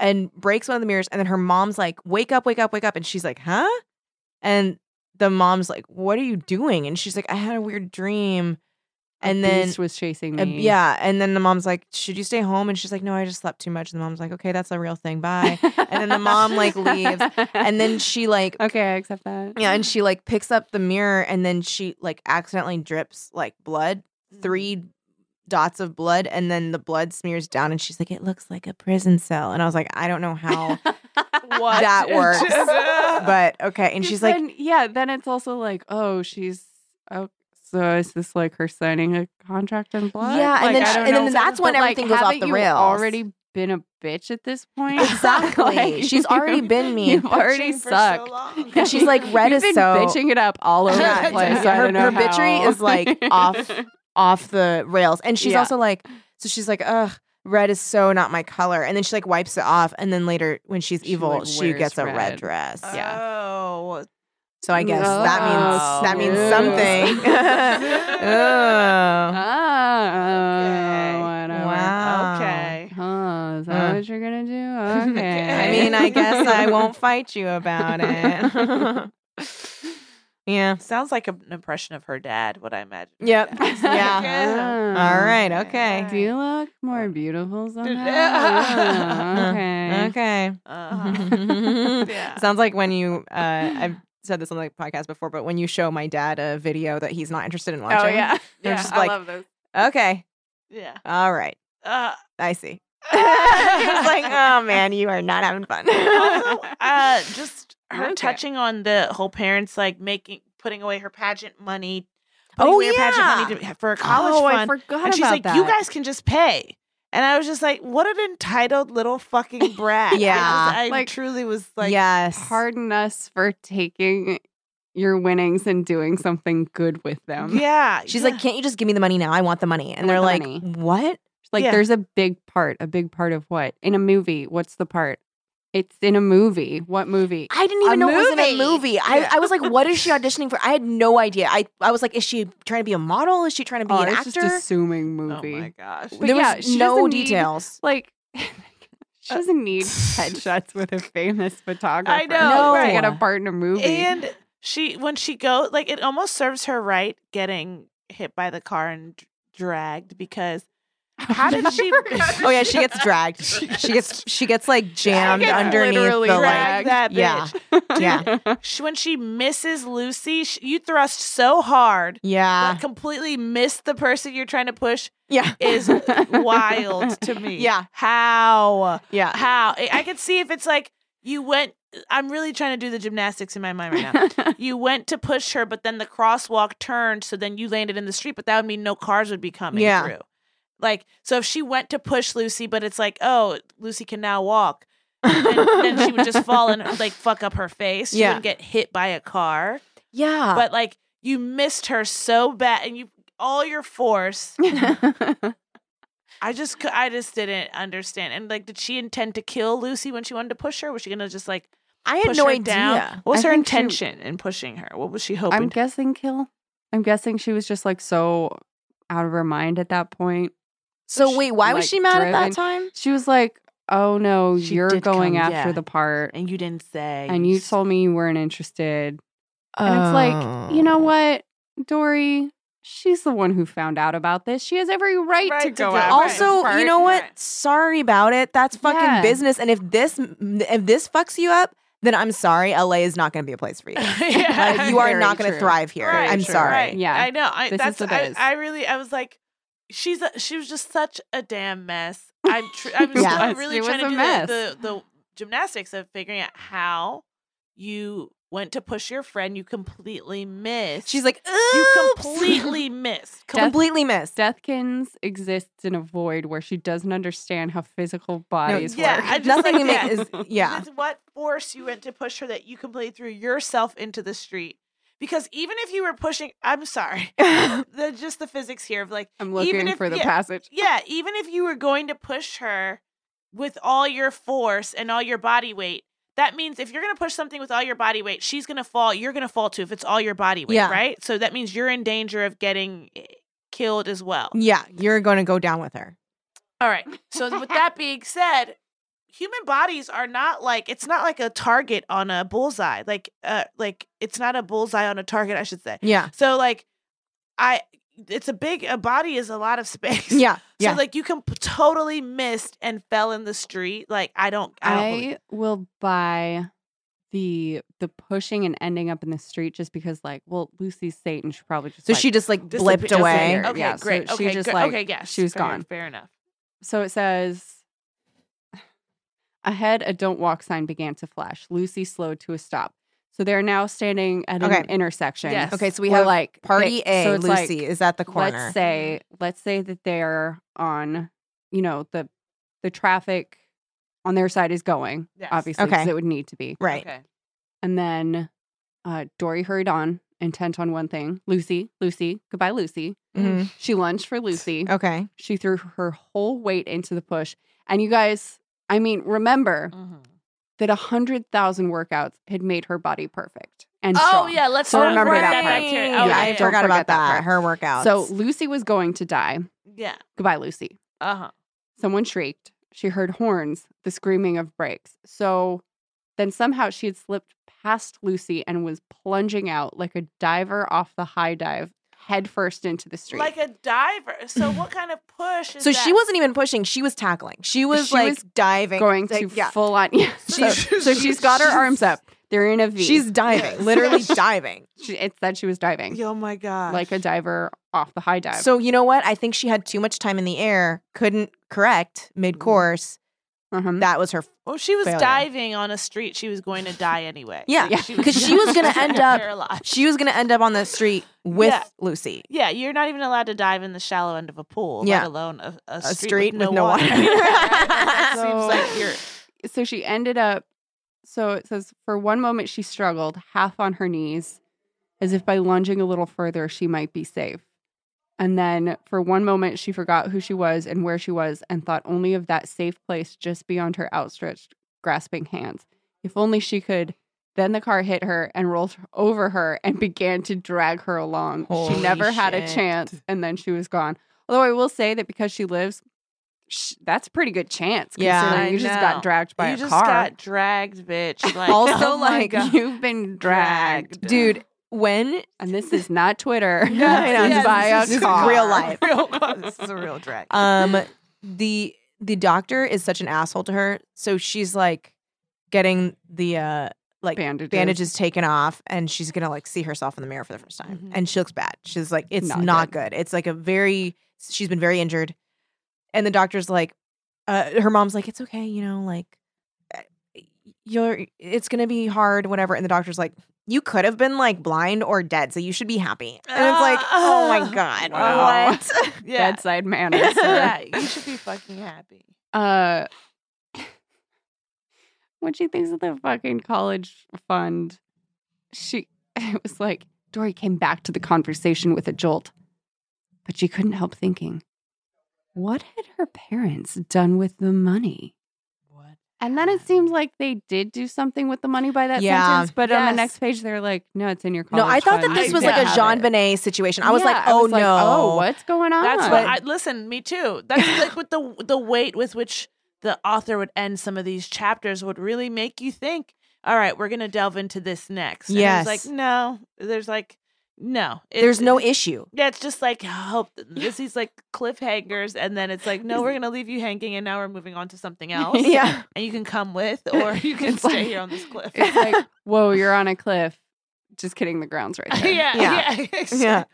Speaker 2: and breaks one of the mirrors. And then her mom's like, wake up, wake up, wake up. And she's like, huh? And the mom's like, what are you doing? And she's like, I had a weird dream. And
Speaker 3: a
Speaker 2: then,
Speaker 3: beast was chasing
Speaker 2: uh,
Speaker 3: me.
Speaker 2: yeah. And then the mom's like, should you stay home? And she's like, no, I just slept too much. And the mom's like, okay, that's a real thing. Bye. And then the mom, like, leaves. and then she like
Speaker 3: okay, I accept that.
Speaker 2: Yeah, and she like picks up the mirror and then she like accidentally drips like blood,
Speaker 3: Mm.
Speaker 2: three dots of blood, and then the blood smears down and she's like, It looks like a prison cell. And I was like, I don't know how
Speaker 4: What?
Speaker 2: that works.
Speaker 4: but
Speaker 2: but okay. And
Speaker 3: 'Cause
Speaker 2: she's like,
Speaker 3: then- yeah. Then it's also like, oh, she's oh, so is this like her signing a contract in blood?
Speaker 2: Yeah, and
Speaker 3: Like,
Speaker 2: then
Speaker 3: I
Speaker 2: sh-
Speaker 3: don't
Speaker 2: and then
Speaker 3: know.
Speaker 2: that's when
Speaker 3: But, like,
Speaker 2: everything goes off
Speaker 3: haven't
Speaker 2: the
Speaker 3: you
Speaker 2: rails.
Speaker 3: Already been a bitch at this point.
Speaker 2: Exactly. She's already been mean.
Speaker 3: You've already sucked.
Speaker 2: And she's like, red
Speaker 3: You've
Speaker 2: is
Speaker 3: been
Speaker 2: so-
Speaker 3: bitching it up all over
Speaker 4: Yeah,
Speaker 3: the place.
Speaker 4: yeah.
Speaker 3: I
Speaker 2: Her-
Speaker 3: don't know
Speaker 2: her bitchery
Speaker 3: how.
Speaker 2: is, like, off. off the rails. And she's
Speaker 3: Yeah.
Speaker 2: also like, so she's like, ugh, red is so not my color. And then she like wipes it off. And then later when she's
Speaker 3: She,
Speaker 2: evil,
Speaker 3: like,
Speaker 2: she
Speaker 3: wears
Speaker 2: gets a red
Speaker 3: red.
Speaker 2: dress.
Speaker 3: Yeah.
Speaker 4: Oh.
Speaker 2: So I guess that means that means
Speaker 3: Oh.
Speaker 2: something.
Speaker 3: oh,
Speaker 2: oh.
Speaker 3: whatever.
Speaker 2: Wow.
Speaker 4: Okay.
Speaker 3: Oh, is that
Speaker 2: Uh.
Speaker 3: what you're gonna do? Okay.
Speaker 2: I mean, I guess I won't fight you about it. yeah.
Speaker 4: Sounds like an impression of her dad, what I imagine.
Speaker 2: Yep.
Speaker 4: Yeah.
Speaker 2: Yeah. All right. Okay.
Speaker 3: Do you look more beautiful somehow?
Speaker 4: Yeah.
Speaker 3: Oh, okay.
Speaker 2: Okay.
Speaker 4: Uh-huh. yeah.
Speaker 2: Mm-hmm. Sounds like when you, uh, I've said this on the podcast before, but when you show my dad a video that he's not interested
Speaker 3: Oh,
Speaker 2: in watching. They're just like,
Speaker 3: those.
Speaker 2: okay,
Speaker 4: Yeah.
Speaker 2: all right,
Speaker 4: Uh,
Speaker 2: I see. he was like, oh man, you are not having fun.
Speaker 4: also, uh, just her
Speaker 3: "Oh." Okay.
Speaker 4: touching on the whole parents like making putting away her pageant money.
Speaker 2: Oh,
Speaker 4: putting away her pageant
Speaker 2: yeah.
Speaker 4: money to, for a college
Speaker 3: oh, I
Speaker 4: fund.
Speaker 3: forgot
Speaker 4: and she's
Speaker 3: about
Speaker 4: like,
Speaker 3: that.
Speaker 4: "You guys can just pay." And I was just like, "What an entitled little fucking brat!" I just-
Speaker 2: Yeah.
Speaker 4: I,
Speaker 3: Like-
Speaker 4: truly was like,
Speaker 2: yes.
Speaker 3: pardon us for taking your winnings and doing something good with them.
Speaker 4: yeah.
Speaker 2: She's
Speaker 4: yeah.
Speaker 2: like, can't you just give me the money now? I want the money. And
Speaker 3: I
Speaker 2: they're like,
Speaker 3: want the
Speaker 2: what?
Speaker 3: Like,
Speaker 4: Yeah.
Speaker 3: there's a big part. A big part of what in a movie? What's the part? It's in a movie. What movie?
Speaker 2: I didn't even
Speaker 3: A
Speaker 2: know it was in a
Speaker 3: movie.
Speaker 2: movie. I, I was like, what is she auditioning for? I had no idea. I, I was like, is she trying to be a model? Is she trying to be
Speaker 3: oh,
Speaker 2: an
Speaker 3: it's
Speaker 2: actor?
Speaker 3: just assuming
Speaker 4: "Oh
Speaker 3: movie.
Speaker 4: my gosh."
Speaker 3: But
Speaker 2: there
Speaker 3: yeah,
Speaker 2: was
Speaker 3: she
Speaker 2: no
Speaker 3: doesn't need-
Speaker 2: details.
Speaker 3: like oh
Speaker 4: Uh
Speaker 3: she doesn't need headshots with a famous photographer.
Speaker 4: I know,
Speaker 3: No,
Speaker 4: right.
Speaker 3: to get a part in a movie.
Speaker 4: And she, when she go, like it almost serves her right getting hit by the car and d- dragged because how did she?
Speaker 2: Oh yeah, she gets dragged. She gets she gets like jammed
Speaker 4: gets
Speaker 2: underneath the
Speaker 3: literally
Speaker 2: like.
Speaker 4: drag that bitch.
Speaker 2: Yeah. Yeah.
Speaker 4: She, when she misses Lucy, sh you thrust so hard.
Speaker 2: Yeah.
Speaker 4: But completely miss the person you're trying to push
Speaker 2: Yeah.
Speaker 4: is wild to me.
Speaker 2: Yeah.
Speaker 4: How?
Speaker 2: Yeah.
Speaker 4: How? I I could see if it's like you went. I'm really trying to do the gymnastics in my mind right now. you went to push her, but then the crosswalk turned, so then you landed in the street, but that would mean no cars would be coming
Speaker 2: Yeah.
Speaker 4: through. Like, so if she went to push Lucy, but it's like, oh, Lucy can now walk, then, then she would just fall and like fuck up her face. She
Speaker 2: Yeah. Ah.
Speaker 4: wouldn't get hit by a car.
Speaker 2: Yeah.
Speaker 4: But like, you missed her so bad, and you all your force. I just, cou- I just didn't understand. And like, did she intend to kill Lucy when she wanted to push her? Was she gonna just like
Speaker 2: I
Speaker 4: push
Speaker 2: had no
Speaker 4: her
Speaker 2: idea.
Speaker 4: down? What was
Speaker 3: I
Speaker 4: her
Speaker 3: think she-
Speaker 4: intention in pushing her? What was she hoping?
Speaker 3: I'm
Speaker 4: to
Speaker 3: guessing kill. I'm guessing she was just like so out of her mind at that point.
Speaker 2: So wait, why was
Speaker 3: like,
Speaker 2: she mad at that
Speaker 3: driven.
Speaker 2: time?
Speaker 3: She was like, "Oh no,
Speaker 4: She
Speaker 3: you're
Speaker 4: did
Speaker 3: going
Speaker 4: come,
Speaker 3: after
Speaker 4: yeah.
Speaker 3: the part,
Speaker 4: and you didn't say.
Speaker 3: and you
Speaker 4: just-
Speaker 2: Oh.
Speaker 4: Oh.
Speaker 3: told me you weren't interested." And it's like, you know what, Dory? She's the one who found out about this. She has every right,
Speaker 4: Right
Speaker 3: to
Speaker 4: to
Speaker 3: go after
Speaker 4: do- Right.
Speaker 3: this
Speaker 2: Also,
Speaker 3: part.
Speaker 2: you know what?
Speaker 4: Right.
Speaker 2: Sorry about it. That's fucking
Speaker 3: Yeah.
Speaker 2: business. And if this if this fucks you up, then I'm sorry. LA is not going to be a place for you.
Speaker 4: Yeah.
Speaker 2: Uh, you are
Speaker 3: Very
Speaker 2: not going to
Speaker 3: true.
Speaker 2: thrive here.
Speaker 4: Right,
Speaker 2: I'm
Speaker 4: true,
Speaker 2: sorry.
Speaker 4: right.
Speaker 3: Yeah.
Speaker 4: I know. I,
Speaker 3: This is
Speaker 4: that's
Speaker 3: the
Speaker 4: I,
Speaker 3: biz.
Speaker 4: I really. I was like, she's a, she was just such a damn mess. I'm tr- I'm,
Speaker 3: Yes,
Speaker 4: I'm really
Speaker 3: she was
Speaker 4: trying to
Speaker 3: a
Speaker 4: do
Speaker 3: mess.
Speaker 4: The, the the gymnastics of figuring out how you went to push your friend. You completely missed.
Speaker 2: She's like,
Speaker 4: you
Speaker 2: Oops.
Speaker 4: completely missed.
Speaker 3: Def-
Speaker 2: completely missed.
Speaker 3: Deathkins exists in a void where she doesn't understand how physical bodies
Speaker 4: yeah,
Speaker 3: work.
Speaker 4: I just
Speaker 2: Nothing
Speaker 4: like
Speaker 2: in it
Speaker 4: that.
Speaker 2: is yeah.
Speaker 4: With what force you went to push her that you completely threw yourself into the street. Because even if you were pushing, I'm sorry, the, just the physics here of like,
Speaker 3: I'm looking
Speaker 4: if-
Speaker 3: for the
Speaker 4: yeah.
Speaker 3: passage.
Speaker 4: yeah, even if you were going to push her with all your force and all your body weight, that means if you're going to push something with all your body weight, she's going to fall. You're going to fall too if it's all your body weight,
Speaker 2: Yeah.
Speaker 4: right? So that means you're in danger of getting eh, killed as well.
Speaker 2: Yeah, you're going to go down with her.
Speaker 4: All right. So with that being said, human bodies are not like it's not like a target on a bullseye. Like uh like it's not a bullseye on a target, I should say.
Speaker 2: Yeah.
Speaker 4: So like I it's a big a body is a lot of space.
Speaker 2: Yeah. Yeah.
Speaker 4: So like you can p- totally missed and fell in the street. Like I don't I don't believe-
Speaker 3: I will buy the the pushing and ending up in the street just because like well Lucy's Satan she probably just
Speaker 2: so
Speaker 3: like,
Speaker 2: she just like
Speaker 4: Disappear-
Speaker 2: blipped away.
Speaker 3: disappeared.
Speaker 4: Okay,
Speaker 3: Yeah, so
Speaker 4: great.
Speaker 3: she
Speaker 4: okay,
Speaker 3: just,
Speaker 4: good.
Speaker 3: like,
Speaker 4: okay, yes.
Speaker 3: she was
Speaker 4: fair-
Speaker 3: gone.
Speaker 4: Fair enough.
Speaker 3: so it says ahead a don't walk sign began to flash Lucy slowed to a stop so they're now standing at an
Speaker 2: Okay.
Speaker 3: intersection
Speaker 4: Yes.
Speaker 2: Okay, so we
Speaker 3: where,
Speaker 2: have
Speaker 3: like
Speaker 2: Party
Speaker 3: they-
Speaker 2: A
Speaker 3: so it's
Speaker 2: Lucy
Speaker 3: like,
Speaker 2: is at the corner.
Speaker 3: let's say let's say that they're on you know the the traffic on their side is going
Speaker 4: Yes.
Speaker 3: obviously because
Speaker 2: Okay.
Speaker 3: it would need to be
Speaker 2: right.
Speaker 4: Okay.
Speaker 3: And then uh, Dory hurried on, intent on one thing Lucy, Lucy, goodbye, Lucy.
Speaker 2: Mhm.
Speaker 3: She lunged for Lucy.
Speaker 2: Okay.
Speaker 3: She threw her whole weight into the push. And you guys, I mean, remember
Speaker 4: Mhm.
Speaker 3: that a 100,000 workouts had made her body perfect and
Speaker 4: Oh
Speaker 3: strong.
Speaker 4: yeah, let's
Speaker 3: So
Speaker 4: not
Speaker 3: remember
Speaker 4: forget
Speaker 3: that part.
Speaker 4: criteria.
Speaker 3: Yeah,
Speaker 2: yeah,
Speaker 4: Oh, yeah,
Speaker 2: I
Speaker 4: yeah.
Speaker 3: don't
Speaker 2: forgot about
Speaker 3: forget that
Speaker 2: that.
Speaker 3: part.
Speaker 2: Her workout.
Speaker 3: So Lucy was going to die.
Speaker 4: Yeah.
Speaker 3: Goodbye, Lucy.
Speaker 4: Uh-huh.
Speaker 3: Someone shrieked. She heard horns, the screaming of brakes. So then somehow she had slipped past Lucy and was plunging out like a diver off the high dive, headfirst into the street.
Speaker 4: Like a diver. So what kind of push is
Speaker 2: so
Speaker 4: that?
Speaker 2: she wasn't even pushing; she was tackling. She was
Speaker 3: She
Speaker 2: like
Speaker 3: was
Speaker 2: diving,
Speaker 3: going to
Speaker 2: like, yeah.
Speaker 3: full on. Yeah. So,
Speaker 4: She's-
Speaker 3: so she's got her
Speaker 4: she's-
Speaker 3: arms up. They're in a V.
Speaker 2: She's diving, literally diving.
Speaker 3: she, it said she was diving
Speaker 4: Oh my god.
Speaker 3: like a diver off the high dive.
Speaker 2: So you know what? I think she had too much time in the air, couldn't correct mid course.
Speaker 3: uh-huh.
Speaker 2: That was her.
Speaker 4: Well, she was
Speaker 2: failure.
Speaker 4: diving on a street. She was going to die anyway.
Speaker 2: Yeah,
Speaker 3: Yeah.
Speaker 2: because she was gonna end up-
Speaker 4: Paralyzed.
Speaker 2: She was going to end up on the street with
Speaker 4: Yeah.
Speaker 2: Lucy.
Speaker 4: yeah, you're not even allowed to dive in the shallow end of a pool,
Speaker 2: Yeah.
Speaker 4: let alone a, a,
Speaker 2: A
Speaker 4: street,
Speaker 2: street
Speaker 4: with no,
Speaker 2: with no
Speaker 4: water.
Speaker 2: water.
Speaker 4: That seems
Speaker 3: So-
Speaker 4: like you're.
Speaker 3: so she ended up so it says for one moment she struggled half on her knees as if by lunging a little further she might be safe and then for one moment she forgot who she was and where she was and thought only of that safe place just beyond her outstretched grasping hands if only she could then the car hit her and rolled over her and began to drag her along
Speaker 2: Holy
Speaker 3: she never had a
Speaker 2: shit.
Speaker 3: chance and then she was gone although i will say that because she lives sh- that's a pretty good chance
Speaker 2: Yeah.
Speaker 3: considering
Speaker 4: I
Speaker 3: you just
Speaker 4: know.
Speaker 3: got dragged by
Speaker 4: you
Speaker 3: a
Speaker 4: just
Speaker 3: car
Speaker 4: got dragged, bitch. Like,
Speaker 2: Also,
Speaker 4: oh my
Speaker 2: like,
Speaker 4: God.
Speaker 3: you've been dragged.
Speaker 4: dragged.
Speaker 2: Dude, when
Speaker 3: And this is not Twitter.
Speaker 2: No, I know.
Speaker 3: It's
Speaker 2: Yeah,
Speaker 3: by a
Speaker 2: this is
Speaker 3: car.
Speaker 2: real life.
Speaker 4: this is a real drag.
Speaker 2: um the the doctor is such an asshole to her, so she's like getting the uh like
Speaker 3: Bandages.
Speaker 2: bandages taken off and she's gonna like see herself in the mirror for the first time
Speaker 4: Mhm.
Speaker 2: and she looks bad she's like it's Mm-hmm. not,
Speaker 3: Not
Speaker 2: good. it's like a very she's been very injured and the doctor's like uh, her mom's like it's okay you know like uh, you're it's gonna be hard whatever and the doctor's like you could have been like blind or dead so you should be happy and it's like oh my god
Speaker 3: Wow.
Speaker 2: what
Speaker 4: yeah.
Speaker 3: Bedside manners. sir.
Speaker 4: yeah, you should be fucking happy.
Speaker 3: uh, when she thinks of the fucking college fund, she it was like Dory came back to the conversation with a jolt, but she couldn't help thinking, what had her parents done with the money?
Speaker 4: What?
Speaker 3: And then it seems like they did do something with the money by that
Speaker 2: Yeah.
Speaker 3: sentence, but on the
Speaker 4: Yes.
Speaker 3: next page they're like, "No, it's in your college."
Speaker 2: No, I thought that
Speaker 3: fund.
Speaker 2: this
Speaker 3: You
Speaker 2: was
Speaker 4: I
Speaker 3: can't
Speaker 2: like a
Speaker 3: have
Speaker 2: Jean
Speaker 3: it."
Speaker 2: Benet situation. I was
Speaker 3: Yeah,
Speaker 2: like, oh
Speaker 3: like,
Speaker 2: no.
Speaker 3: oh, what's going on?
Speaker 4: That's
Speaker 2: But-
Speaker 4: what I listen. Me too. That's like with the the weight with which the author would end some of these chapters would really make you think. All right, we're gonna delve into this next. And it was
Speaker 2: Yes.
Speaker 4: like no, there's like no, it's-
Speaker 2: There's no issue.
Speaker 4: Yeah, it's just like hope. This is like cliffhangers, and then it's like, no, we're gonna leave you hanging, and now we're moving on to something else.
Speaker 2: Yeah.
Speaker 4: and you can come with, or you can
Speaker 3: It's
Speaker 4: stay
Speaker 3: like-
Speaker 4: here on this cliff.
Speaker 3: It's like, whoa, you're on a cliff. Just kidding, the ground's right
Speaker 4: yeah,
Speaker 3: there.
Speaker 4: yeah,
Speaker 2: Yeah.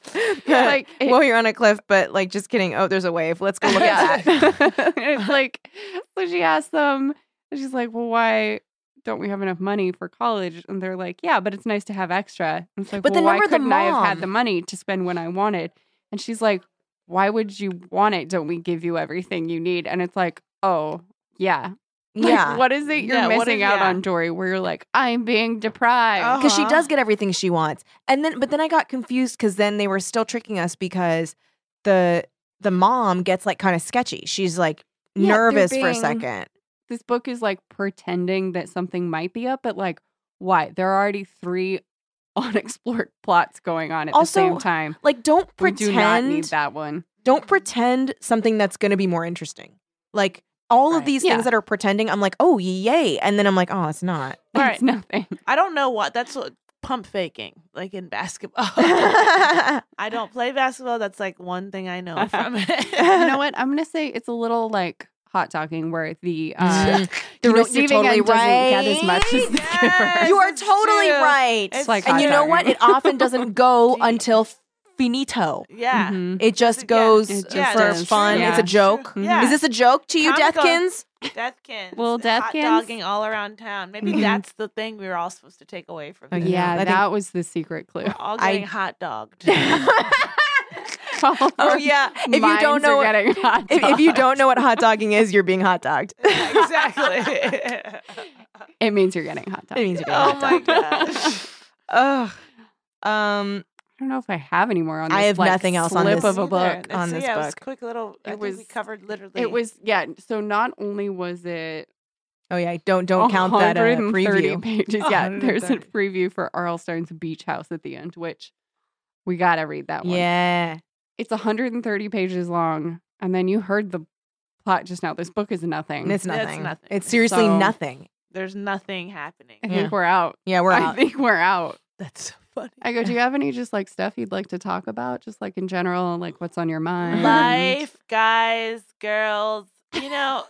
Speaker 3: Yeah, like it-
Speaker 2: well, you're on a cliff, but like, just kidding. Oh, there's a wave. Let's go look
Speaker 3: yeah.
Speaker 2: at that.
Speaker 3: it's like so she asked them and she's like, Well, why don't we have enough money for college? And they're like, Yeah, but it's nice to have extra. And it's like,
Speaker 2: But
Speaker 3: well,
Speaker 2: then
Speaker 3: why
Speaker 2: remember the
Speaker 3: couldn't I have
Speaker 2: mom.
Speaker 3: had the money to spend when I wanted? And she's like, Why would you want it? Don't we give you everything you need? And it's like, Oh, yeah. Like,
Speaker 2: Yeah.
Speaker 3: what is it you're
Speaker 4: Yeah, what
Speaker 3: missing
Speaker 4: is-
Speaker 3: out
Speaker 4: yeah.
Speaker 3: on, Dory, where you're like, I'm being deprived?
Speaker 2: Because she
Speaker 4: Uh-huh.
Speaker 2: does get everything she wants. And then, but then I got confused because then they were still tricking us because the the mom gets like kind of sketchy. She's like
Speaker 3: Yeah, they're
Speaker 2: nervous for a
Speaker 3: being-
Speaker 2: second.
Speaker 3: this book is like pretending that something might be up, but like, why? There are already three unexplored plots going on at
Speaker 2: Also,
Speaker 3: the same time.
Speaker 2: Like, don't
Speaker 3: We
Speaker 2: pretend.
Speaker 3: do not need that one.
Speaker 2: don't pretend something that's going to be more interesting. Like all of
Speaker 3: Right.
Speaker 2: these
Speaker 3: Yeah.
Speaker 2: things that are pretending, I'm like, oh yay, and then I'm like, oh, it's not.
Speaker 4: All
Speaker 3: It's
Speaker 4: right,
Speaker 3: nothing.
Speaker 4: I don't know what that's what pump faking like in basketball.
Speaker 2: yeah,
Speaker 4: I don't play basketball. That's like one thing I know from
Speaker 3: you
Speaker 4: it.
Speaker 3: know what? I'm gonna say it's a little like hot talking where the uh,
Speaker 2: You
Speaker 3: the
Speaker 2: know, you're
Speaker 3: receiving
Speaker 2: totally
Speaker 3: end doesn't get as
Speaker 2: right.
Speaker 3: much as the
Speaker 2: you
Speaker 4: Yes.
Speaker 3: giver.
Speaker 2: are
Speaker 4: it's
Speaker 2: totally
Speaker 4: true.
Speaker 2: right.
Speaker 4: It's
Speaker 3: like
Speaker 2: and
Speaker 3: hot
Speaker 2: you know
Speaker 3: dog.
Speaker 2: what? It often doesn't go
Speaker 4: Gee.
Speaker 2: until finito.
Speaker 4: yeah.
Speaker 3: Mhm.
Speaker 2: It
Speaker 4: Yeah.
Speaker 2: just goes
Speaker 3: It just
Speaker 2: for
Speaker 3: is.
Speaker 2: fun.
Speaker 3: Yeah.
Speaker 2: It's a joke.
Speaker 3: Mhm.
Speaker 4: Yeah.
Speaker 2: Is this a joke to you,
Speaker 4: Comical.
Speaker 2: Deathkins?
Speaker 4: Deathkins?
Speaker 3: Little
Speaker 4: Hot
Speaker 3: Deathkins?
Speaker 4: dogging all around town. Maybe
Speaker 2: Mhm.
Speaker 4: that's the thing we were all supposed to take away from
Speaker 2: Oh,
Speaker 4: this.
Speaker 3: Yeah,
Speaker 2: I think-
Speaker 3: that was the secret clue.
Speaker 4: We're all
Speaker 2: I-
Speaker 4: getting hot dogged.
Speaker 2: oh yeah. If you don't know, what-
Speaker 3: getting hot
Speaker 2: if, if you don't know what hot dogging is, you're being hot dogged.
Speaker 4: exactly.
Speaker 3: it means you're getting hot dogs.
Speaker 2: It means you're getting
Speaker 4: oh
Speaker 2: hot
Speaker 4: my
Speaker 2: dogged.
Speaker 4: gosh.
Speaker 2: Ugh. Um.
Speaker 3: I don't know if I have any more on. This,
Speaker 2: I have
Speaker 3: like,
Speaker 2: nothing else on
Speaker 3: slip
Speaker 2: this
Speaker 3: of a
Speaker 4: Either.
Speaker 3: book.
Speaker 4: It's-
Speaker 2: on this
Speaker 4: yeah, It was
Speaker 2: book.
Speaker 4: quick little. I
Speaker 3: It
Speaker 4: think we
Speaker 3: was-
Speaker 4: covered literally.
Speaker 3: It was yeah. So not only was it
Speaker 2: Oh yeah. Don't don't count that uh,
Speaker 3: 130
Speaker 2: preview.
Speaker 3: pages. Yeah, there's a
Speaker 4: 130.
Speaker 3: preview for Arlstone's Beach House at the end, which we gotta read that one.
Speaker 2: Yeah.
Speaker 3: it's 130 pages long, and then you heard the plot just now. This book is nothing.
Speaker 2: And it's
Speaker 4: That's
Speaker 2: nothing.
Speaker 4: nothing.
Speaker 2: It's seriously
Speaker 3: So-
Speaker 2: nothing.
Speaker 4: There's nothing happening.
Speaker 3: I think
Speaker 2: yeah.
Speaker 3: we're out.
Speaker 2: Yeah, we're
Speaker 3: I
Speaker 2: out.
Speaker 3: think we're out.
Speaker 4: That's so funny.
Speaker 3: I go. Do you have any just like stuff you'd like to talk about, just like in general, like what's on your mind?
Speaker 4: Life, guys, girls. You know,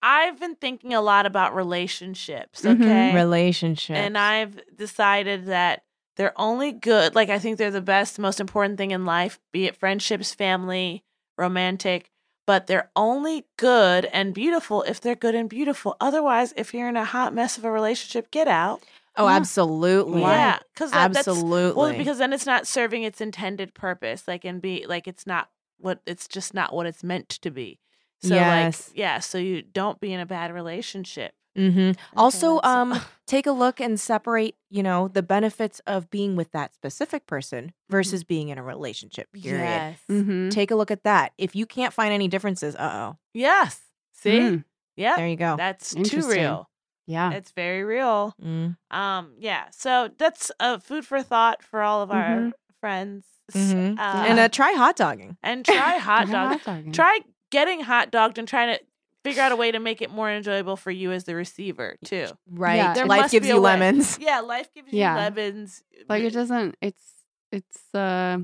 Speaker 4: I've been thinking a lot about relationships.
Speaker 3: Mhm.
Speaker 4: Okay.
Speaker 2: Relationship.
Speaker 4: And I've decided that they're only good. Like, I think they're the best, most important thing in life, be it friendships, family, romantic, but they're only good and beautiful if they're good and beautiful. Otherwise, if you're in a hot mess of a relationship, get out.
Speaker 2: oh,
Speaker 3: Yeah.
Speaker 2: absolutely.
Speaker 4: Yeah. Because that's
Speaker 2: Absolutely.
Speaker 4: well, because then it's not serving its intended purpose. Like, and be like, it's not what it's just not what it's meant to be. So,
Speaker 2: Yes.
Speaker 4: like, yeah. So you don't be in a bad relationship.
Speaker 2: hmm
Speaker 4: Okay,
Speaker 2: Also,
Speaker 4: that's-
Speaker 2: um, take a look and separate, you know, the benefits of being with that specific person
Speaker 4: Mm-hmm.
Speaker 2: versus being in a relationship. Period. Mm-hmm.
Speaker 3: Mhm.
Speaker 2: Take a look at that. If you can't find any differences, uh oh.
Speaker 4: Yes. See?
Speaker 3: Mm.
Speaker 4: Yeah.
Speaker 2: There you go.
Speaker 4: That's too
Speaker 3: Interesting.
Speaker 4: real.
Speaker 3: Yeah.
Speaker 4: It's very real.
Speaker 2: Mm.
Speaker 4: Um, yeah. So that's uh, food for thought for all of our
Speaker 3: Mhm.
Speaker 4: friends.
Speaker 2: Mhm.
Speaker 4: Uh,
Speaker 2: and uh, try hot dogging.
Speaker 4: and try hot
Speaker 3: Yeah,
Speaker 4: dog.
Speaker 3: dogging.
Speaker 4: Try getting hot dogged and trying to figure out a way to make it more enjoyable for you as the receiver too.
Speaker 2: Right.
Speaker 3: Yeah. There
Speaker 2: Life
Speaker 4: must
Speaker 2: gives
Speaker 4: be a
Speaker 2: you
Speaker 4: way.
Speaker 2: lemons.
Speaker 4: Yeah, life gives you
Speaker 3: Yeah.
Speaker 4: lemons.
Speaker 3: like it doesn't it's it's uh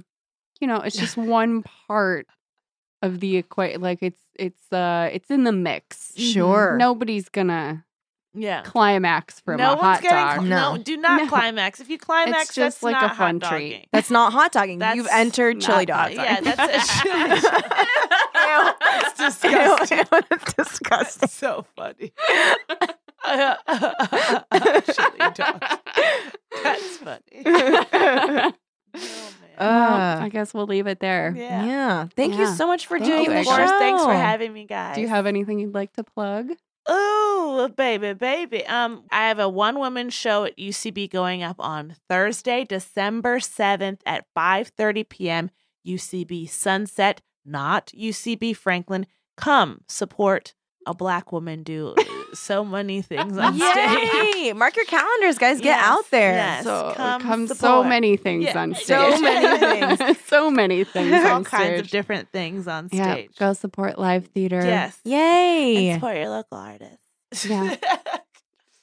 Speaker 3: you know it's just one part of the equate like it's it's uh it's in the mix
Speaker 4: Mm-hmm.
Speaker 2: Sure.
Speaker 3: nobody's gonna
Speaker 4: Yeah.
Speaker 3: climax from
Speaker 4: no
Speaker 3: a
Speaker 4: one's
Speaker 3: hot
Speaker 4: getting
Speaker 3: dog
Speaker 4: cl- no.
Speaker 2: No.
Speaker 4: do not
Speaker 3: No.
Speaker 4: climax. If you climax,
Speaker 3: just
Speaker 4: that's
Speaker 3: like a
Speaker 4: not hot
Speaker 3: fun treat.
Speaker 4: dogging.
Speaker 2: That's not hot dogging. You've
Speaker 4: That's
Speaker 2: entered chili
Speaker 3: not hot
Speaker 2: dog.
Speaker 3: dogging.
Speaker 4: Yeah, that's a chili
Speaker 2: Ew,
Speaker 4: dog.
Speaker 2: it's disgusting. it's disgusting.
Speaker 4: That's so funny. Chili dogs. That's funny. Oh, man.
Speaker 3: Well,
Speaker 2: Uh,
Speaker 3: i guess we'll leave it there
Speaker 4: yeah.
Speaker 2: yeah. Thank you
Speaker 3: Yeah.
Speaker 2: so much for
Speaker 3: Thank
Speaker 2: doing
Speaker 3: you,
Speaker 2: the
Speaker 4: Of
Speaker 3: Thank
Speaker 4: course,
Speaker 2: show.
Speaker 4: thanks for having me, guys.
Speaker 3: do you have anything you'd like to plug
Speaker 4: Oh, baby, baby. Um, I have a one woman show at UCB going up on Thursday, December seventh at five thirty p.m. UCB Sunset, not UCB Franklin. Come support a black woman do uh, so many things on stage.
Speaker 2: Yay! Mark your calendars, guys. Get
Speaker 4: Yes,
Speaker 2: out there.
Speaker 4: yes.
Speaker 3: so
Speaker 4: come
Speaker 3: come so
Speaker 4: support.
Speaker 3: many things
Speaker 4: Yeah.
Speaker 3: on stage
Speaker 4: So
Speaker 2: many
Speaker 3: things so many things
Speaker 4: There's all
Speaker 3: on
Speaker 4: kinds of
Speaker 3: stage.
Speaker 4: different things on
Speaker 3: yeah
Speaker 4: stage.
Speaker 3: go support live theater
Speaker 4: yes.
Speaker 2: Yay!
Speaker 4: And support your local artists.
Speaker 3: Yeah.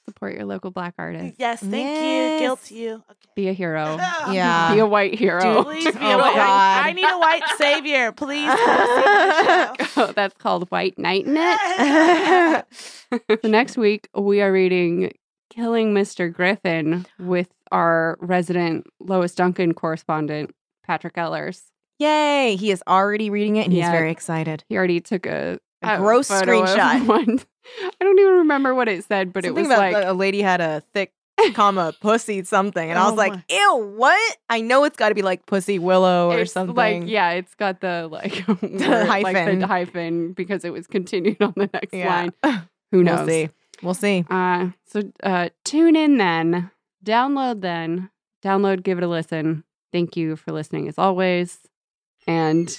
Speaker 3: Support your local black artists.
Speaker 4: Yes, thank
Speaker 2: Yes.
Speaker 4: you. Guilt you. Okay.
Speaker 3: Be a
Speaker 4: Oh,
Speaker 3: hero.
Speaker 2: Yeah.
Speaker 3: Be a white hero.
Speaker 4: Please be a
Speaker 2: Oh,
Speaker 4: white.
Speaker 2: God.
Speaker 4: I need a white savior. Please. come save the show.
Speaker 3: Oh, That's called White Knight in It. Next week, we are reading Killing Mr. Griffin with our resident Lois Duncan correspondent, Patrick Ellers.
Speaker 2: Yay! He is already reading it and he's
Speaker 3: Yeah.
Speaker 2: very excited.
Speaker 3: He already took a,
Speaker 2: A gross
Speaker 3: photo of
Speaker 2: screenshot.
Speaker 3: One. I don't even remember what it said, but
Speaker 2: Something
Speaker 3: it was like,
Speaker 2: a lady had a thick comma pussy something, and I was
Speaker 4: Oh
Speaker 2: like,
Speaker 4: my.
Speaker 2: ew, what? I know it's got to be like pussy willow or
Speaker 3: it's
Speaker 2: something.
Speaker 3: Like, yeah, it's got the like word, like
Speaker 2: hyphen.
Speaker 3: the hyphen because it was continued on the next
Speaker 2: Yeah.
Speaker 3: line. Who knows?
Speaker 2: We'll see. We'll see.
Speaker 3: Uh, so uh, tune in then, download then, download, give it a listen. Thank you for listening as always. And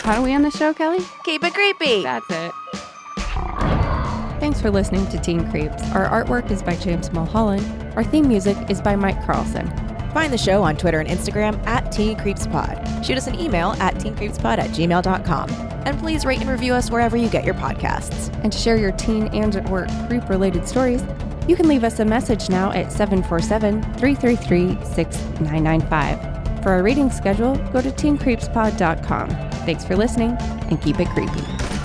Speaker 3: how do we end the show, Kelly?
Speaker 2: Keep it creepy.
Speaker 3: That's it.
Speaker 6: Thanks for listening to Teen Creeps. Our artwork is by James Mulholland. Our theme music is by Mike Carlson.
Speaker 2: Find the show on Twitter and Instagram at Teen Creeps Pod. Shoot us an email at teencreepspod at gmail.com. And please rate and review us wherever you get your podcasts.
Speaker 6: And to share your teen and at work creep related stories, you can leave us a message now at 747 333 6995. For our reading schedule, go to teencreepspod.com. Thanks for listening and keep it creepy.